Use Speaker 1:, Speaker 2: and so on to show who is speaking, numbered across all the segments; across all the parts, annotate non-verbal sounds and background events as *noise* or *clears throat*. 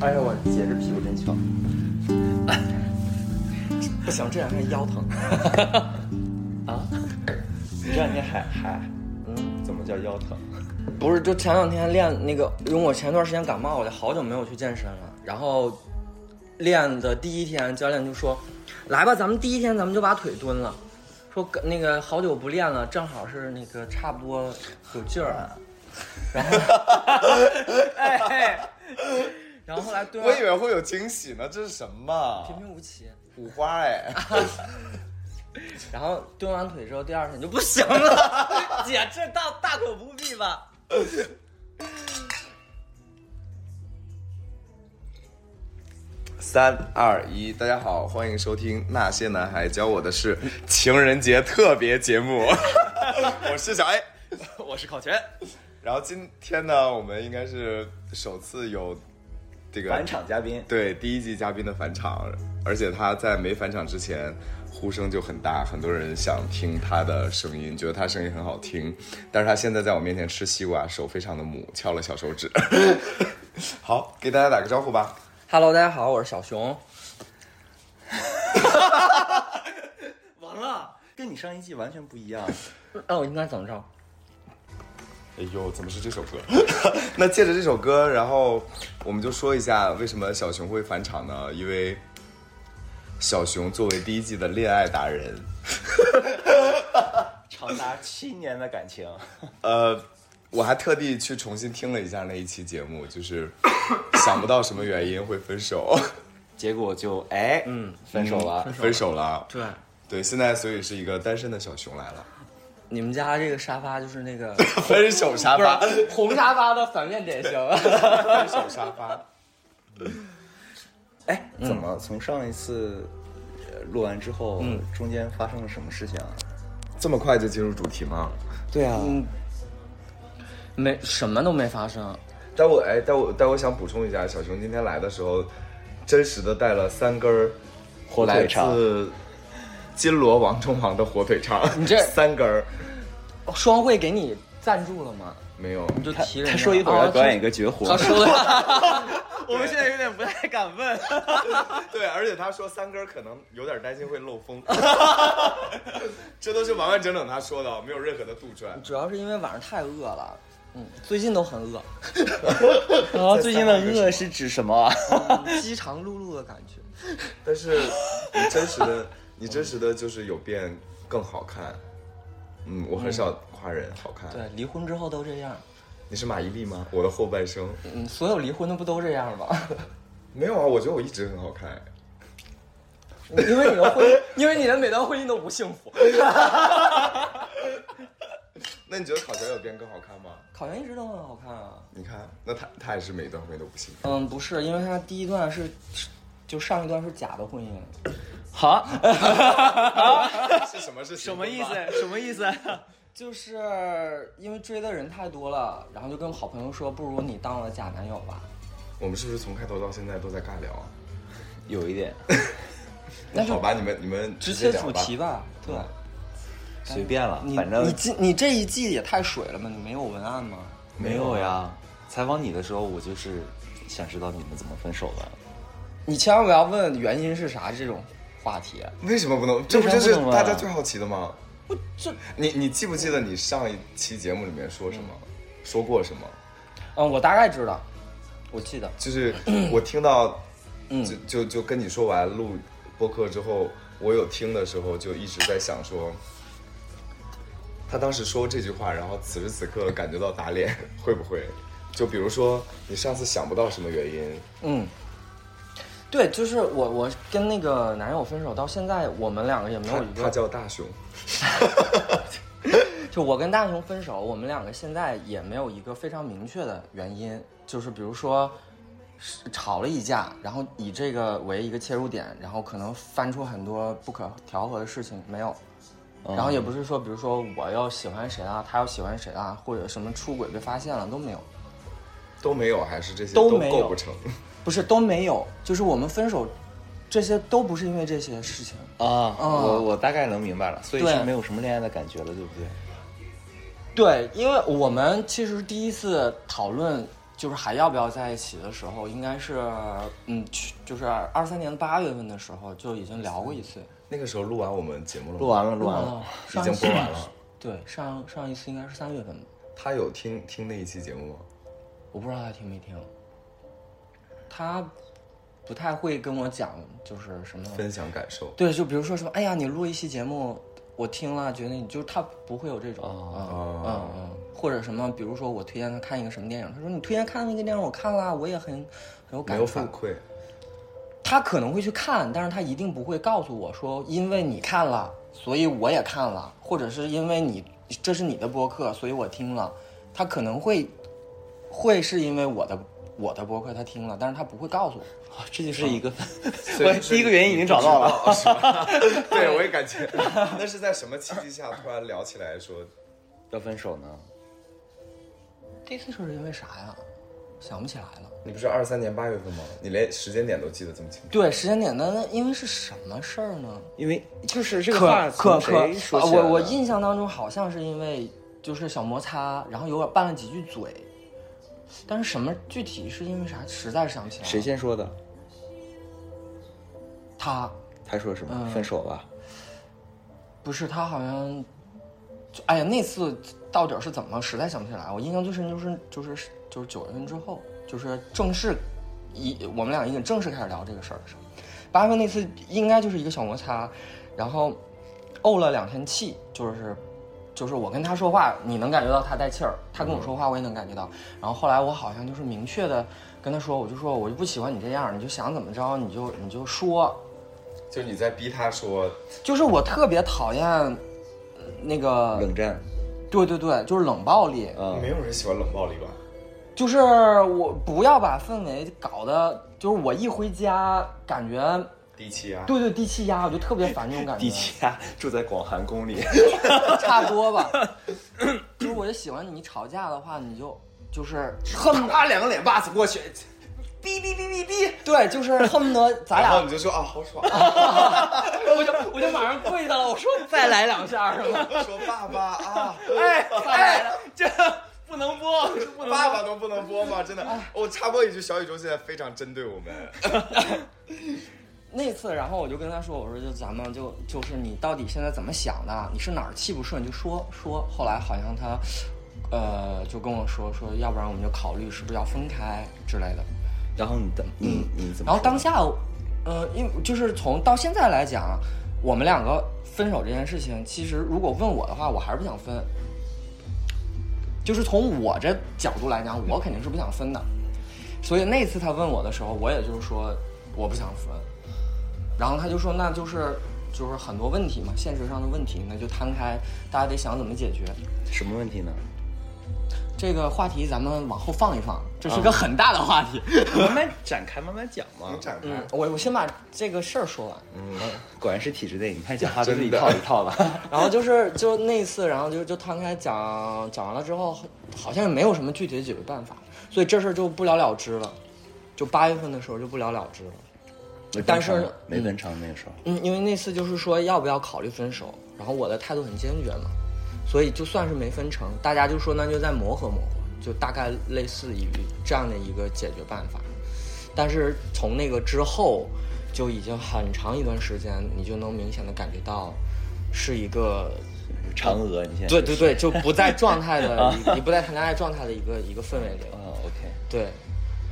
Speaker 1: 哎呦我姐这屁股真翘，
Speaker 2: *laughs* 不行，这两天腰疼。
Speaker 1: 啊？
Speaker 2: 你这两天还还，嗯，怎么叫腰疼？不是，就前两天练那个，因为我前段时间感冒，我就好久没有去健身了。然后练的第一天，教练就说：“来吧，咱们第一天咱们就把腿蹲了。”说跟那个好久不练了，正好是那个差不多有劲儿。啊然后， *laughs* 哎，然后后来蹲
Speaker 3: 我
Speaker 2: 完，
Speaker 3: 以为会有惊喜呢，这是什
Speaker 2: 平
Speaker 3: 么？
Speaker 2: 平无奇。
Speaker 3: 五花哎，
Speaker 2: 然后蹲完腿之后，第二天就不行 *laughs* 了。姐，这大大可不必吧？
Speaker 3: 三二一，大家好，欢迎收听《那些男孩教我的事》 *laughs* 情人节特别节目， *laughs* 我是小 A。
Speaker 1: *laughs* 我是烤全，
Speaker 3: 然后今天呢，我们应该是首次有这个
Speaker 1: 返场嘉宾。
Speaker 3: 对第一季嘉宾的返场，而且他在没返场之前呼声就很大，很多人想听他的声音，觉得他声音很好听。但是他现在在我面前吃西瓜，手非常的母，翘了小手
Speaker 1: *laughs*
Speaker 3: 指。好，给大家打个招呼吧。
Speaker 2: Hello，大家好，我是小熊。
Speaker 1: 完了，跟你上一季完全不一样。
Speaker 2: 那我应该怎么着？
Speaker 3: 哎呦，怎么是这首歌？ *laughs* 那借着这首歌，然后我们就说一下为什么小熊会返场呢？因为小熊作为第一季的恋爱达人，
Speaker 1: 长达七年的感情，
Speaker 3: 呃，我还特地去重新听了一下那一期节目，就是 *coughs* 想不到什么原因会分手，
Speaker 1: 结果就哎，嗯，分手了。
Speaker 3: 分手了。
Speaker 2: 对，
Speaker 3: 对，现在所以是一个单身的小熊来了， *laughs*
Speaker 2: 你们家这个沙发就是那个
Speaker 3: 分手沙
Speaker 2: 不是
Speaker 3: 发，
Speaker 2: 红沙发的反面典型。
Speaker 3: 分手沙发。
Speaker 1: 哎，怎么从上一次呃录完之后，中间发生了什么事情啊？
Speaker 3: 这么快就进入主题吗？
Speaker 1: 对啊，
Speaker 2: *laughs* 嗯，没什么都没发生。
Speaker 3: 但我哎，但我但我想补充一下，小熊今天来的时候，真实的带了三根儿
Speaker 1: 火腿肠
Speaker 3: 来自金锣王中王的火腿肠，
Speaker 2: 你这
Speaker 3: *laughs* 三根儿
Speaker 2: 双汇给你赞助了吗？
Speaker 3: 没有。
Speaker 2: 你就
Speaker 1: 他
Speaker 2: 提人家
Speaker 1: 他说一会儿要表演一。
Speaker 2: 哦
Speaker 1: 个绝活
Speaker 2: 他，说的， *laughs*
Speaker 1: 我们现在有点不太敢问。
Speaker 3: 对，而且他说三根儿可能有点担心会漏风，这都是完完整整他说的，没有任何的杜撰。
Speaker 2: 主要是因为晚上太饿了，嗯，最近都很 *laughs* 饿，
Speaker 1: 然后
Speaker 3: 最近的饿
Speaker 1: 是指什么啊？
Speaker 2: 呃 *laughs* 饥肠辘辘的感觉。
Speaker 3: 但是你真实的，你真实的就是有变更好看。嗯，我很少夸人好看。
Speaker 2: 对，离婚之后都这样，
Speaker 3: 你是马伊琍吗？我的后半生
Speaker 2: 嗯，所有离婚的不都这样吗？
Speaker 3: 没有啊，我觉得我一直很好看。
Speaker 2: *laughs* 因为你的婚 *laughs* 姻，因为你的每段婚姻都不幸福。
Speaker 3: 那你觉得烤全有变更好看吗？
Speaker 2: 考研一直都很好看啊。
Speaker 3: 你看，那他他也是每一段婚姻都不幸福。
Speaker 2: 嗯，不是，因为他第一段是，是就上一段是假的婚姻， *laughs*
Speaker 1: 好，
Speaker 3: *laughs* 是什么是
Speaker 1: 什么意思？？什么意思？
Speaker 2: *laughs* 就是因为追的人太多了，然后就跟好朋友说，不如你当了假男友吧。
Speaker 3: 我们是不是从开头到现在都在尬聊啊？
Speaker 1: 有一点，
Speaker 2: 那
Speaker 3: 那
Speaker 2: 就
Speaker 3: 好吧，你们你们
Speaker 2: 直切
Speaker 3: 接聊
Speaker 2: 主
Speaker 3: 吧
Speaker 2: 题。吧，嗯对。
Speaker 1: 随便了
Speaker 2: 你，
Speaker 1: 反正
Speaker 2: 你这你这一季也太水了吧？你没有文案吗？
Speaker 1: 没有呀。采访你的时候，我就是想知道你们怎么分手的。
Speaker 2: 你千万不要问原因是啥这种话题。
Speaker 3: 为什么不能？这不
Speaker 1: 为啥
Speaker 3: 就是
Speaker 1: 不能啊
Speaker 3: 大家最好奇的吗？
Speaker 2: 这，
Speaker 3: 你你记不记得你上一期节目里面说什么？说过什么？
Speaker 2: 嗯，我大概知道，我记得，
Speaker 3: 就是
Speaker 2: *clears throat*
Speaker 3: 我听到，
Speaker 2: 嗯
Speaker 3: 就就就跟你说完录播客之后，我有听的时候就一直在想说，他当时说这句话，然后此时此刻感觉到打脸， *laughs* 会不会？就比如说你上次想不到什么原因，
Speaker 2: 嗯，对，就是我我跟那个男友分手到现在，我们两个也没有
Speaker 3: 他
Speaker 2: 一
Speaker 3: 他
Speaker 2: 个，
Speaker 3: 叫大熊，
Speaker 2: *laughs* 就我跟大雄分手，我们两个现在也没有一个非常明确的原因，就是比如说。是吵了一架，然后以这个为一个切入点，然后可能翻出很多不可调和的事情，没有，然后也不是说，比如说我要喜欢谁啊，他要喜欢谁啊，或者什么出轨被发现了都没有，
Speaker 3: 都没有，还是这些
Speaker 2: 都没有
Speaker 3: 构不成。
Speaker 2: 不是都没有，就是我们分手，这些都不是因为这些事情。
Speaker 1: 啊，
Speaker 2: 嗯
Speaker 1: 我我大概能明白了，所以
Speaker 2: 对
Speaker 1: 是没有什么恋爱的感觉了，对不对？
Speaker 2: 对，因为我们其实第一次讨论就是还要不要在一起的时候，应该是嗯，去就是二三年八月份的时候就已经聊过一次，
Speaker 3: 那个时候录完我们节目了吗，
Speaker 1: 录完了，
Speaker 2: 录
Speaker 1: 完
Speaker 2: 了，
Speaker 3: 已经播完了。
Speaker 2: 对，上上一次应该是三月份吧，
Speaker 3: 他有听听那一期节目吗？
Speaker 2: 我不知道他听没听。他不太会跟我讲，就是什么
Speaker 3: 分享感受。
Speaker 2: 对，就比如说什么，哎呀，你录一期节目，我听了，觉得你就是他不会有这种，
Speaker 3: 哦
Speaker 2: 嗯
Speaker 3: 呃
Speaker 2: 嗯嗯，或者什么，比如说我推荐他看一个什么电影，他说你推荐看那个电影，我看了，我也很很有
Speaker 3: 没
Speaker 2: 感
Speaker 3: 有
Speaker 2: 触
Speaker 3: 反。馈，
Speaker 2: 他可能会去看，但是他一定不会告诉我说，因为你看了，所以我也看了，或者是因为你这是你的播客，所以我听了。他可能会会是因为我的我的播客他听了，但是他不会告诉我。
Speaker 4: 啊这就是一个，
Speaker 3: 以
Speaker 4: 我第一个原因已经找到了。
Speaker 3: 哦，是
Speaker 4: *laughs*
Speaker 3: 吧？对，我也感觉。那是在什么契机下突然聊起来说，
Speaker 1: 要分手呢？
Speaker 2: 这次是因为啥呀？想不起来了。
Speaker 3: 你不是二三年八月份吗？你连时间点都记得这么清楚？
Speaker 2: 对，时间点呢？那因为是什么事儿呢？
Speaker 1: 因为就是这个话
Speaker 2: 可可
Speaker 1: 从
Speaker 2: 可，
Speaker 1: 谁说
Speaker 2: 啊
Speaker 1: 起来
Speaker 2: 我我
Speaker 1: 的
Speaker 2: 印象当中好像是因为就是小摩擦，然后有点拌了几句嘴，但是什么具体是因为啥，实在是想不起来了。
Speaker 1: 谁先说的？
Speaker 2: 他
Speaker 1: 他说什么？
Speaker 2: 嗯
Speaker 1: 分手吧。
Speaker 2: 不是他好像，就哎呀那次到底是怎么，实在想不起来。我印象最深就是就是就是九月份之后，就是正式一我们俩已经正式开始聊这个事儿的时候，八月份那次应该就是一个小摩擦，然后怄了两天气，就是。就是我跟他说话，你能感觉到他带气儿；他跟我说话，我也能感觉到。然后后来我好像就是明确的跟他说，我就说我就不喜欢你这样，你就想怎么着你就你就说，
Speaker 3: 就是你在逼他说，
Speaker 2: 就是我特别讨厌呃那个
Speaker 1: 冷战
Speaker 2: 对对对，就是冷暴力，
Speaker 1: 啊
Speaker 3: 没，有人喜欢冷暴力吧？
Speaker 2: 就是我不要把氛围搞得，就是我一回家感觉，
Speaker 3: 低气压、
Speaker 2: 对对，低气压，我就特别烦这种感觉，
Speaker 4: 底下住在广寒
Speaker 1: *laughs*
Speaker 4: 宫里，
Speaker 2: 差不多吧。 *coughs* 就是我就喜欢你吵架的话，你就就是恨不
Speaker 4: 啪两个脸巴子过去，
Speaker 2: 哔哔哔哔哔，对，就是恨不得咱
Speaker 3: 然后
Speaker 2: 俩
Speaker 3: 你，就说啊， *laughs* 好爽，
Speaker 2: 我就我就马上跪下了，我说再来两下是吗？
Speaker 3: 说爸爸啊，
Speaker 4: 哎哎，这不能播，这不能
Speaker 3: 爸爸都不能播吗？真的，我、插播一句，小宇宙现在非常针对我们，
Speaker 2: 那次，然后我就跟他说，我说就咱们就就是你到底现在怎么想的？你是哪儿气不顺就说说。后来好像他，呃，就跟我说说，要不然我们就考虑是不是要分开之类的。
Speaker 1: 然后你的你你怎么？
Speaker 2: 然后当下，呃，因为就是从到现在来讲，我们两个分手这件事情，其实如果问我的话，我还是不想分。就是从我这角度来讲，我肯定是不想分的。所以那次他问我的时候，我也就是说我不想分。然后他就说，那就是就是很多问题嘛，现实上的问题，那就摊开，大家得想怎么解决。
Speaker 1: 什么问题呢？
Speaker 2: 这个话题咱们往后放一放，这是个很大的话题。
Speaker 1: 慢慢展开，慢慢讲嘛
Speaker 4: 啊
Speaker 3: 能。展
Speaker 2: *laughs*
Speaker 3: 开。
Speaker 2: 嗯，我我先把这个事儿说完。
Speaker 1: 果然是体制内，你看讲话
Speaker 3: 真
Speaker 1: 都
Speaker 3: 的
Speaker 1: 是一套一套的。
Speaker 2: 然后就是就那次，然后就就摊开讲，讲完了之后，好像也没有什么具体的解决办法，所以这事儿就不了了之了。就八月份的时候就不了了之了。但是呢
Speaker 1: 没文昌那个时候，
Speaker 2: 嗯，因为那次就是说要不要考虑分手，然后我的态度很坚决嘛，所以就算是没分成，大家就说那就再磨合磨合，就大概类似于这样的一个解决办法。但是从那个之后，就已经很长一段时间，你就能明显的感觉到，是一个
Speaker 1: 嫦娥，你现在
Speaker 2: 对对对，就不在状态的，一个你不在谈恋爱状态的一个一个氛围里了。
Speaker 1: 啊，OK，
Speaker 2: 对，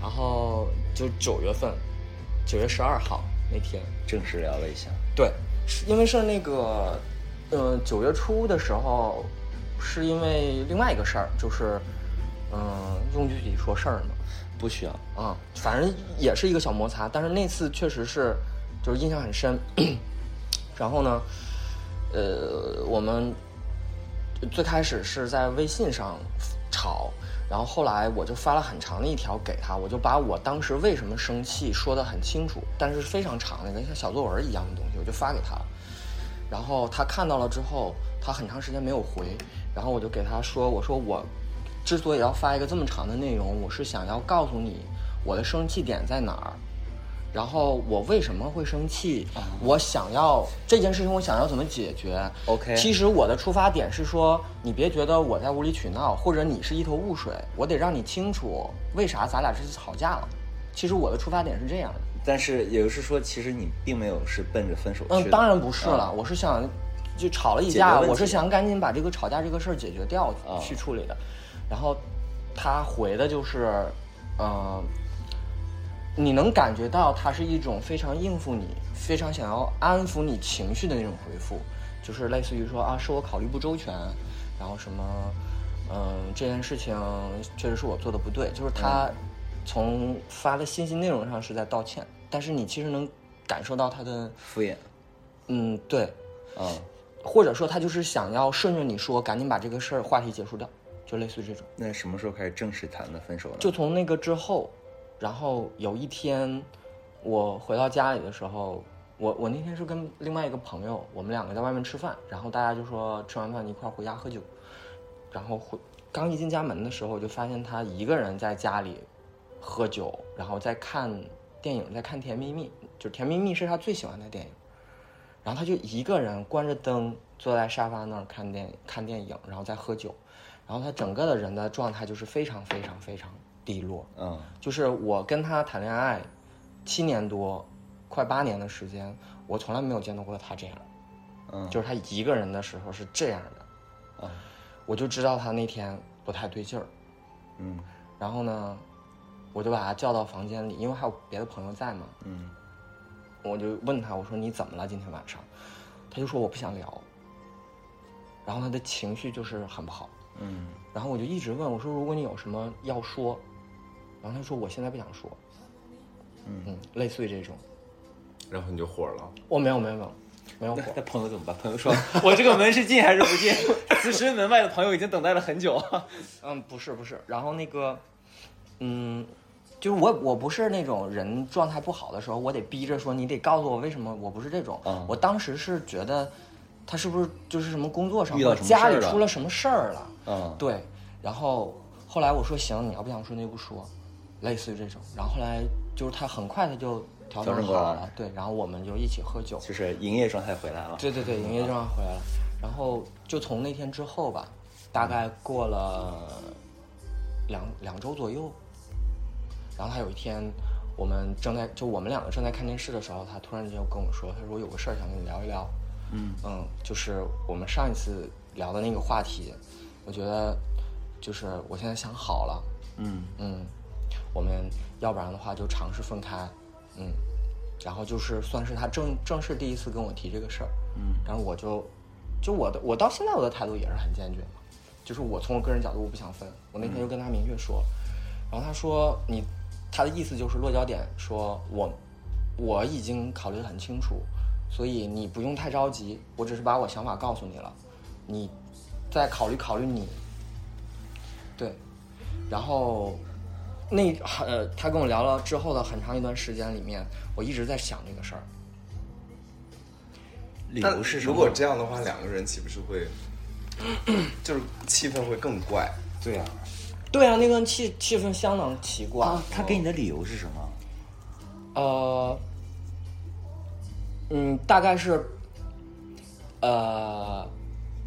Speaker 2: 然后就九月份，九月十二号那天，
Speaker 1: 正式聊了一下。
Speaker 2: 对，是因为是那个，呃，九月初的时候，是因为另外一个事儿，就是，嗯、用具体说事儿吗？
Speaker 1: 不需要，
Speaker 2: 啊、反正也是一个小摩擦，但是那次确实是，就是印象很深。 *clears throat* 然后呢，呃，我们最开始是在微信上吵，然后后来我就发了很长的一条给他，我就把我当时为什么生气说得很清楚，但是非常长的，跟像小作文一样的东西，我就发给他了。然后他看到了之后，他很长时间没有回，然后我就给他说，我说我之所以要发一个这么长的内容，我是想要告诉你我的生气点在哪儿，然后我为什么会生气？我想要这件事情，我想要怎么解决
Speaker 1: OK
Speaker 2: 其实我的出发点是说，你别觉得我在无理取闹，或者你是一头雾水，我得让你清楚为啥咱俩这次吵架了。其实我的出发点是这样的。
Speaker 1: 但是也就是说，其实你并没有是奔着分手去的。
Speaker 2: 嗯，当然不是了，我是想就吵了一
Speaker 1: 解决
Speaker 2: 架，
Speaker 1: 问题
Speaker 2: 我是想赶紧把这个吵架这个事儿解决掉
Speaker 1: 啊
Speaker 2: 去处理的。然后他回的就是，嗯、你能感觉到他是一种非常应付你、非常想要安抚你情绪的那种回复，就是类似于说啊，是我考虑不周全，然后什么，嗯、这件事情确实是我做的不对，就是
Speaker 1: 嗯
Speaker 2: 他从发的信息内容上是在道歉，但是你其实能感受到他的。
Speaker 1: 敷衍
Speaker 2: 嗯，对，
Speaker 1: 啊，
Speaker 2: 或者说他就是想要顺着你说，赶紧把这个事儿话题结束掉，就类似于这种。
Speaker 1: 那什么时候开始正式谈的分手呢？
Speaker 2: 就从那个之后，然后有一天我回到家里的时候，我我那天是跟另外一个朋友，我们两个在外面吃饭，然后大家就说吃完饭一块儿回家喝酒，然后回刚一进家门的时候，我就发现他一个人在家里喝酒，然后在看电影，在看《甜蜜蜜》，就是《甜蜜蜜》是他最喜欢的电影。然后他就一个人关着灯坐在沙发那儿看电看电影，然后再喝酒，然后他整个的人的状态就是非常非常非常低落。
Speaker 1: 嗯，
Speaker 2: 就是我跟他谈恋爱七年多，快八年的时间，我从来没有见到过他这样。
Speaker 1: 嗯
Speaker 2: 就是他一个人的时候是这样的。
Speaker 1: 啊，
Speaker 2: 我就知道他那天不太对劲儿。
Speaker 1: 嗯
Speaker 2: 然后呢，我就把他叫到房间里，因为还有别的朋友在嘛。
Speaker 1: 嗯
Speaker 2: 我就问他，我说你怎么了？今天晚上，他就说我不想聊。然后他的情绪就是很不好，
Speaker 1: 嗯
Speaker 2: 然后我就一直问我说，如果你有什么要说，然后他说我现在不想说，
Speaker 1: 嗯
Speaker 2: 嗯，类似于这种，
Speaker 3: 然后你就火了。
Speaker 2: 我没有没有没有没有火，
Speaker 4: 那朋友怎么办？朋友说：“ *laughs* 我这个门是进还是不进？”此时门外的朋友已经等待了很久。
Speaker 2: 嗯，不是不是，然后那个，嗯，就是我我不是那种人状态不好的时候，我得逼着说你得告诉我为什么我不是这种。
Speaker 1: 嗯
Speaker 2: 我当时是觉得他是不是就是什么工作上
Speaker 1: 遇到
Speaker 2: 或者
Speaker 1: 什么
Speaker 2: 家
Speaker 1: 事
Speaker 2: 里
Speaker 1: 儿了
Speaker 2: 出了什么事儿了？
Speaker 1: *laughs* 嗯
Speaker 2: 对，然后后来我说行，你要不想说那就不说，类似于这种。然后后来就是他很快他就调
Speaker 1: 调
Speaker 2: 整
Speaker 1: 整
Speaker 2: 好
Speaker 1: 过来
Speaker 2: 了
Speaker 1: 了，
Speaker 2: 对，然后我们就一起喝酒，
Speaker 1: 就是营业状态回来了。
Speaker 2: 对对对，营业证上回来了。然后就从那天之后吧，大概过了两两周左右，然后他有一天，我们正在就我们两个正在看电视的时候，他突然间就跟我说，他说我有个事儿想跟你聊一聊。
Speaker 1: 嗯
Speaker 2: 嗯，就是我们上一次聊的那个话题，我觉得就是我现在想好了，
Speaker 1: 嗯
Speaker 2: 嗯，我们要不然的话就尝试分开，嗯，然后就是算是他正正式第一次跟我提这个事儿，
Speaker 1: 嗯，
Speaker 2: 然后我就就我的我到现在我的态度也是很坚决嘛，就是我从我个人角度我不想分，我那天就跟他明确说，然后他说你他的意思就是落脚点说我我已经考虑得很清楚，所以你不用太着急，我只是把我想法告诉你了，你再考虑考虑你对，然后那呃，他跟我聊了之后的很长一段时间里面，我一直在想这个事儿。
Speaker 1: 理
Speaker 3: 但
Speaker 1: 由是什
Speaker 3: 如
Speaker 1: 么？
Speaker 3: 果这样的话，两个人岂不是会， *clears throat* 就是气氛会更怪？
Speaker 1: 对啊，
Speaker 2: 对啊，那段气气氛相当奇怪。
Speaker 1: 啊，他给你的理由是什么？
Speaker 2: 呃，嗯，大概是，呃，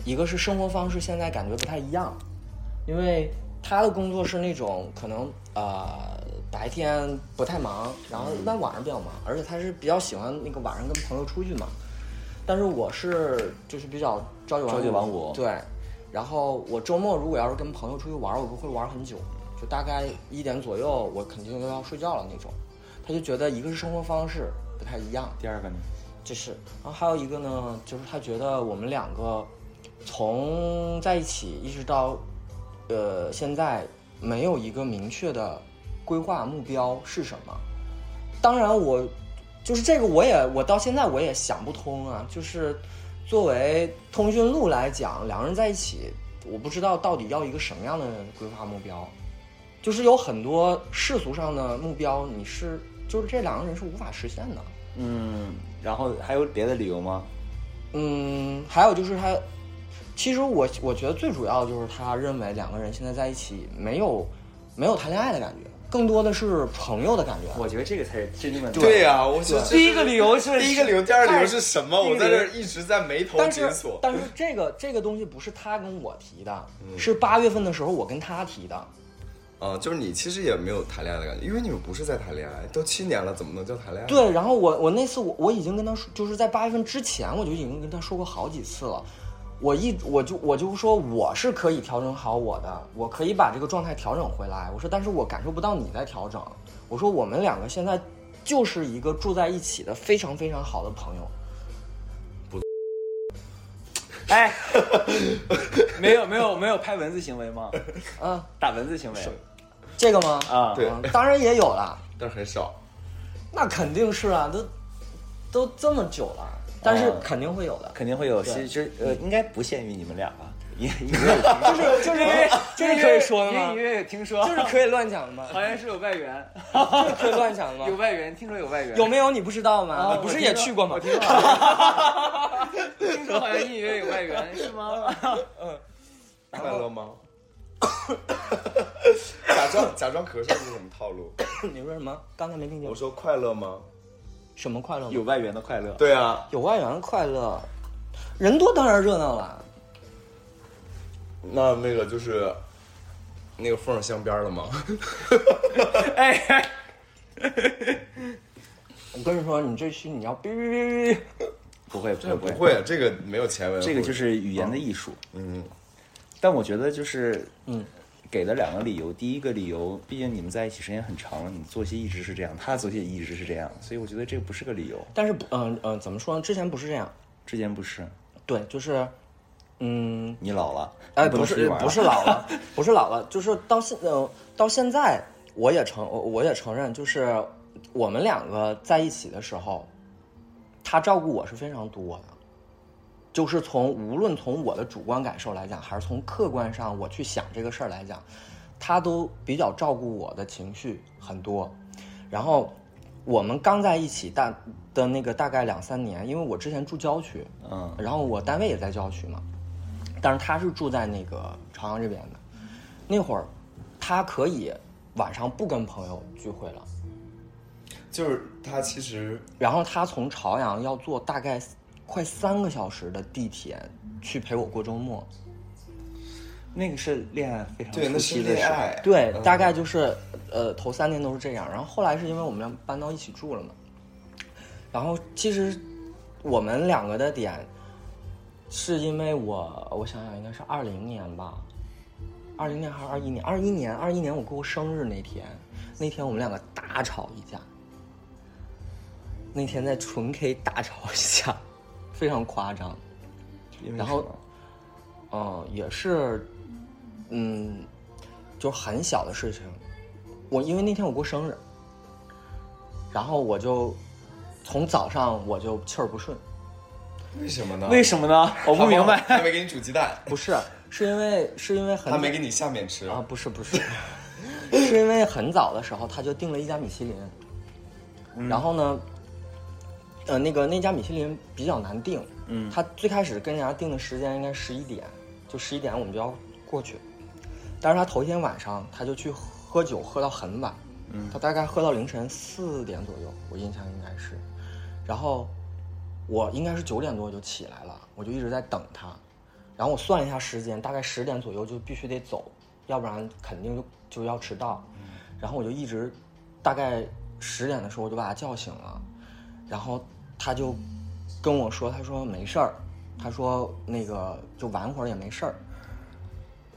Speaker 2: 一个是生活方式现在感觉不太一样，因为他的工作是那种可能呃白天不太忙，然后一般晚上比较忙，而且他是比较喜欢那个晚上跟朋友出去嘛。但是我是就是比较朝九晚
Speaker 1: 朝九晚五
Speaker 2: 对。然后我周末如果要是跟朋友出去玩，我不会玩很久，就大概一点左右，我肯定就要睡觉了那种。他就觉得一个是生活方式不太一样，
Speaker 1: 第二个呢？
Speaker 2: 这是，然后还有一个呢，就是他觉得我们两个从在一起一直到呃现在，没有一个明确的规划目标是什么。当然我，就是这个我也我到现在我也想不通啊，就是作为通讯录来讲，两个人在一起，我不知道到底要一个什么样的规划目标。就是有很多世俗上的目标，你是就是这两个人是无法实现的。
Speaker 1: 嗯，然后还有别的理由吗？
Speaker 2: 嗯，还有就是他，其实我我觉得最主要就是他认为两个人现在在一起没有没有谈恋爱的感觉，更多的是朋友的感觉。
Speaker 4: 我觉得这个才是真正的
Speaker 3: 对呀、我觉得
Speaker 1: 啊
Speaker 3: 这
Speaker 4: 第一
Speaker 3: 是
Speaker 4: 个理由是
Speaker 3: 第一个理由，第二个理由是什么？
Speaker 4: 第一
Speaker 3: 我
Speaker 4: 个
Speaker 3: 在
Speaker 4: 理
Speaker 3: 这
Speaker 4: 由
Speaker 3: 儿一直在眉头
Speaker 2: 但
Speaker 3: 紧
Speaker 2: 是
Speaker 3: 锁。
Speaker 2: 但是这个这个东西不是他跟我提的，
Speaker 4: 嗯
Speaker 2: 是八月份的时候我跟他提的。
Speaker 3: 啊、就是你其实也没有谈恋爱的感觉，因为你们不是在谈恋爱，都七年了，怎么能叫谈恋爱？，啊
Speaker 2: 对，然后我我那次我我已经跟他说，就是在八月份之前我就已经跟他说过好几次了。我一我就我就说我是可以调整好我的，我可以把这个状态调整回来。我说，但是我感受不到你在调整。我说我们两个现在就是一个住在一起的非常非常好的朋友。
Speaker 4: 哎，没有没有没有拍文字行为吗？
Speaker 2: 嗯，
Speaker 4: 打文字行为
Speaker 2: 这个吗？
Speaker 4: 啊？
Speaker 3: 对
Speaker 2: 嗯，当然也有了，
Speaker 3: 但是很少。
Speaker 2: 那肯定是啊，都都这么久了，但是
Speaker 4: 啊
Speaker 2: 肯定会有的。
Speaker 4: 肯定会有，
Speaker 2: 对
Speaker 4: 其实呃，应该不限于你们俩吧， *laughs* 也也没有
Speaker 2: *laughs* 就
Speaker 4: 听说，
Speaker 2: 是就是这
Speaker 4: *laughs*
Speaker 2: 是可以说的吗
Speaker 4: 隐隐？约约有听说，
Speaker 2: 就是可以乱讲的吗？
Speaker 4: *laughs* 好像是有外援，
Speaker 2: 就是可以乱讲的
Speaker 4: 有
Speaker 2: 吗？
Speaker 4: 外援，听说有外援，
Speaker 2: 有没有你不知道
Speaker 4: 啊
Speaker 2: 吗？你不
Speaker 4: 我
Speaker 2: 是
Speaker 4: 听
Speaker 2: 也
Speaker 4: 说
Speaker 2: 去过吗
Speaker 4: 我？听说听说好像隐隐约约有外 *laughs* 援，是吗？
Speaker 3: 快乐吗？ *laughs* 假装假装咳嗽是什么套路？
Speaker 2: *laughs* 你说什么？刚才没听
Speaker 3: 我
Speaker 2: 清。
Speaker 3: 说快乐吗？
Speaker 2: 什么快乐吗？
Speaker 4: 外援的快乐， *laughs*
Speaker 3: 对啊，
Speaker 2: 有外援的快乐，人多当然热闹了。
Speaker 3: 那那个就是那个缝儿镶边儿了吗？ *laughs*
Speaker 4: 哎，哎
Speaker 2: 我跟你说，你这期你要哔哔哔哔哔，
Speaker 4: 不会不会不
Speaker 3: 不，会，啊这个没有前文。
Speaker 4: 这个就是语言的艺术。
Speaker 3: 嗯，
Speaker 4: 但我觉得就是，
Speaker 2: 嗯，
Speaker 4: 给了两个理由。第一个理由，毕竟你们在一起时间很长了，你作息一直是这样，他的作息也一直是这样，所以我觉得这个不是个理由。
Speaker 2: 但是不嗯嗯、怎么说呢？之前不是这样，
Speaker 4: 之前不是，
Speaker 2: 对，就是嗯，
Speaker 4: 你老了，
Speaker 2: 哎，
Speaker 4: 你能
Speaker 2: 不
Speaker 4: 出去
Speaker 2: 是
Speaker 4: 玩了
Speaker 2: 不是，老
Speaker 4: *laughs*
Speaker 2: 了，不是老了，就是到现呃到现在，我也承我我也承认，就是我们两个在一起的时候，他照顾我是非常多的，就是从无论从我的主观感受来讲，还是从客观上我去想这个事儿来讲，他都比较照顾我的情绪很多。然后我们刚在一起大的那个大概两三年，因为我之前住郊区，
Speaker 4: 嗯，
Speaker 2: 然后我单位也在郊区嘛，但是他是住在那个朝阳这边的。那会儿，他可以晚上不跟朋友聚会了，
Speaker 3: 就是他其实
Speaker 2: 然后他从朝阳要坐大概快三个小时的地铁去陪我过周末。
Speaker 4: 那个是恋爱非常
Speaker 3: 对，那
Speaker 4: 初
Speaker 3: 是
Speaker 4: 期的
Speaker 3: 恋
Speaker 4: 时候，
Speaker 3: 爱。
Speaker 2: 对，
Speaker 3: 嗯
Speaker 2: 大概就是呃头三年都是这样，然后后来是因为我们俩搬到一起住了嘛，然后其实我们两个的点是因为我我想想应该是二零年吧，二零年还是二一年？二一年，二一年我过生日那天，那天我们两个大吵一架，那天在纯 K 大吵一架，非常夸张。
Speaker 4: 因为
Speaker 2: 然后
Speaker 4: 什么
Speaker 2: 嗯，也是，嗯，就是很小的事情。我因为那天我过生日，然后我就从早上我就气儿不顺，
Speaker 3: 为什么呢？
Speaker 4: 为什么 *laughs* 呢？我不明白。
Speaker 3: 他没给你煮鸡蛋，
Speaker 2: 不是，是因为是因为很
Speaker 3: 他没给你下面吃。
Speaker 2: 啊，不是不是， *laughs* 是因为很早的时候他就订了一家米其林，然后呢，呃，那个那家米其林比较难订，嗯，他最开始跟人家订的时间应该十一点，就十一点我们就要过去，但是他头一天晚上他就去喝酒，喝到很晚，嗯，他大概喝到凌晨四点左右，我印象应该是，然后我应该是九点多就起来了，我就一直在等他，然后我算了一下时间，大概十点左右就必须得走，要不然肯定就就要迟到。然后我就一直，大概十点的时候我就把他叫醒了，然后他就跟我说，他说没事儿，他说那个就玩会儿也没事儿。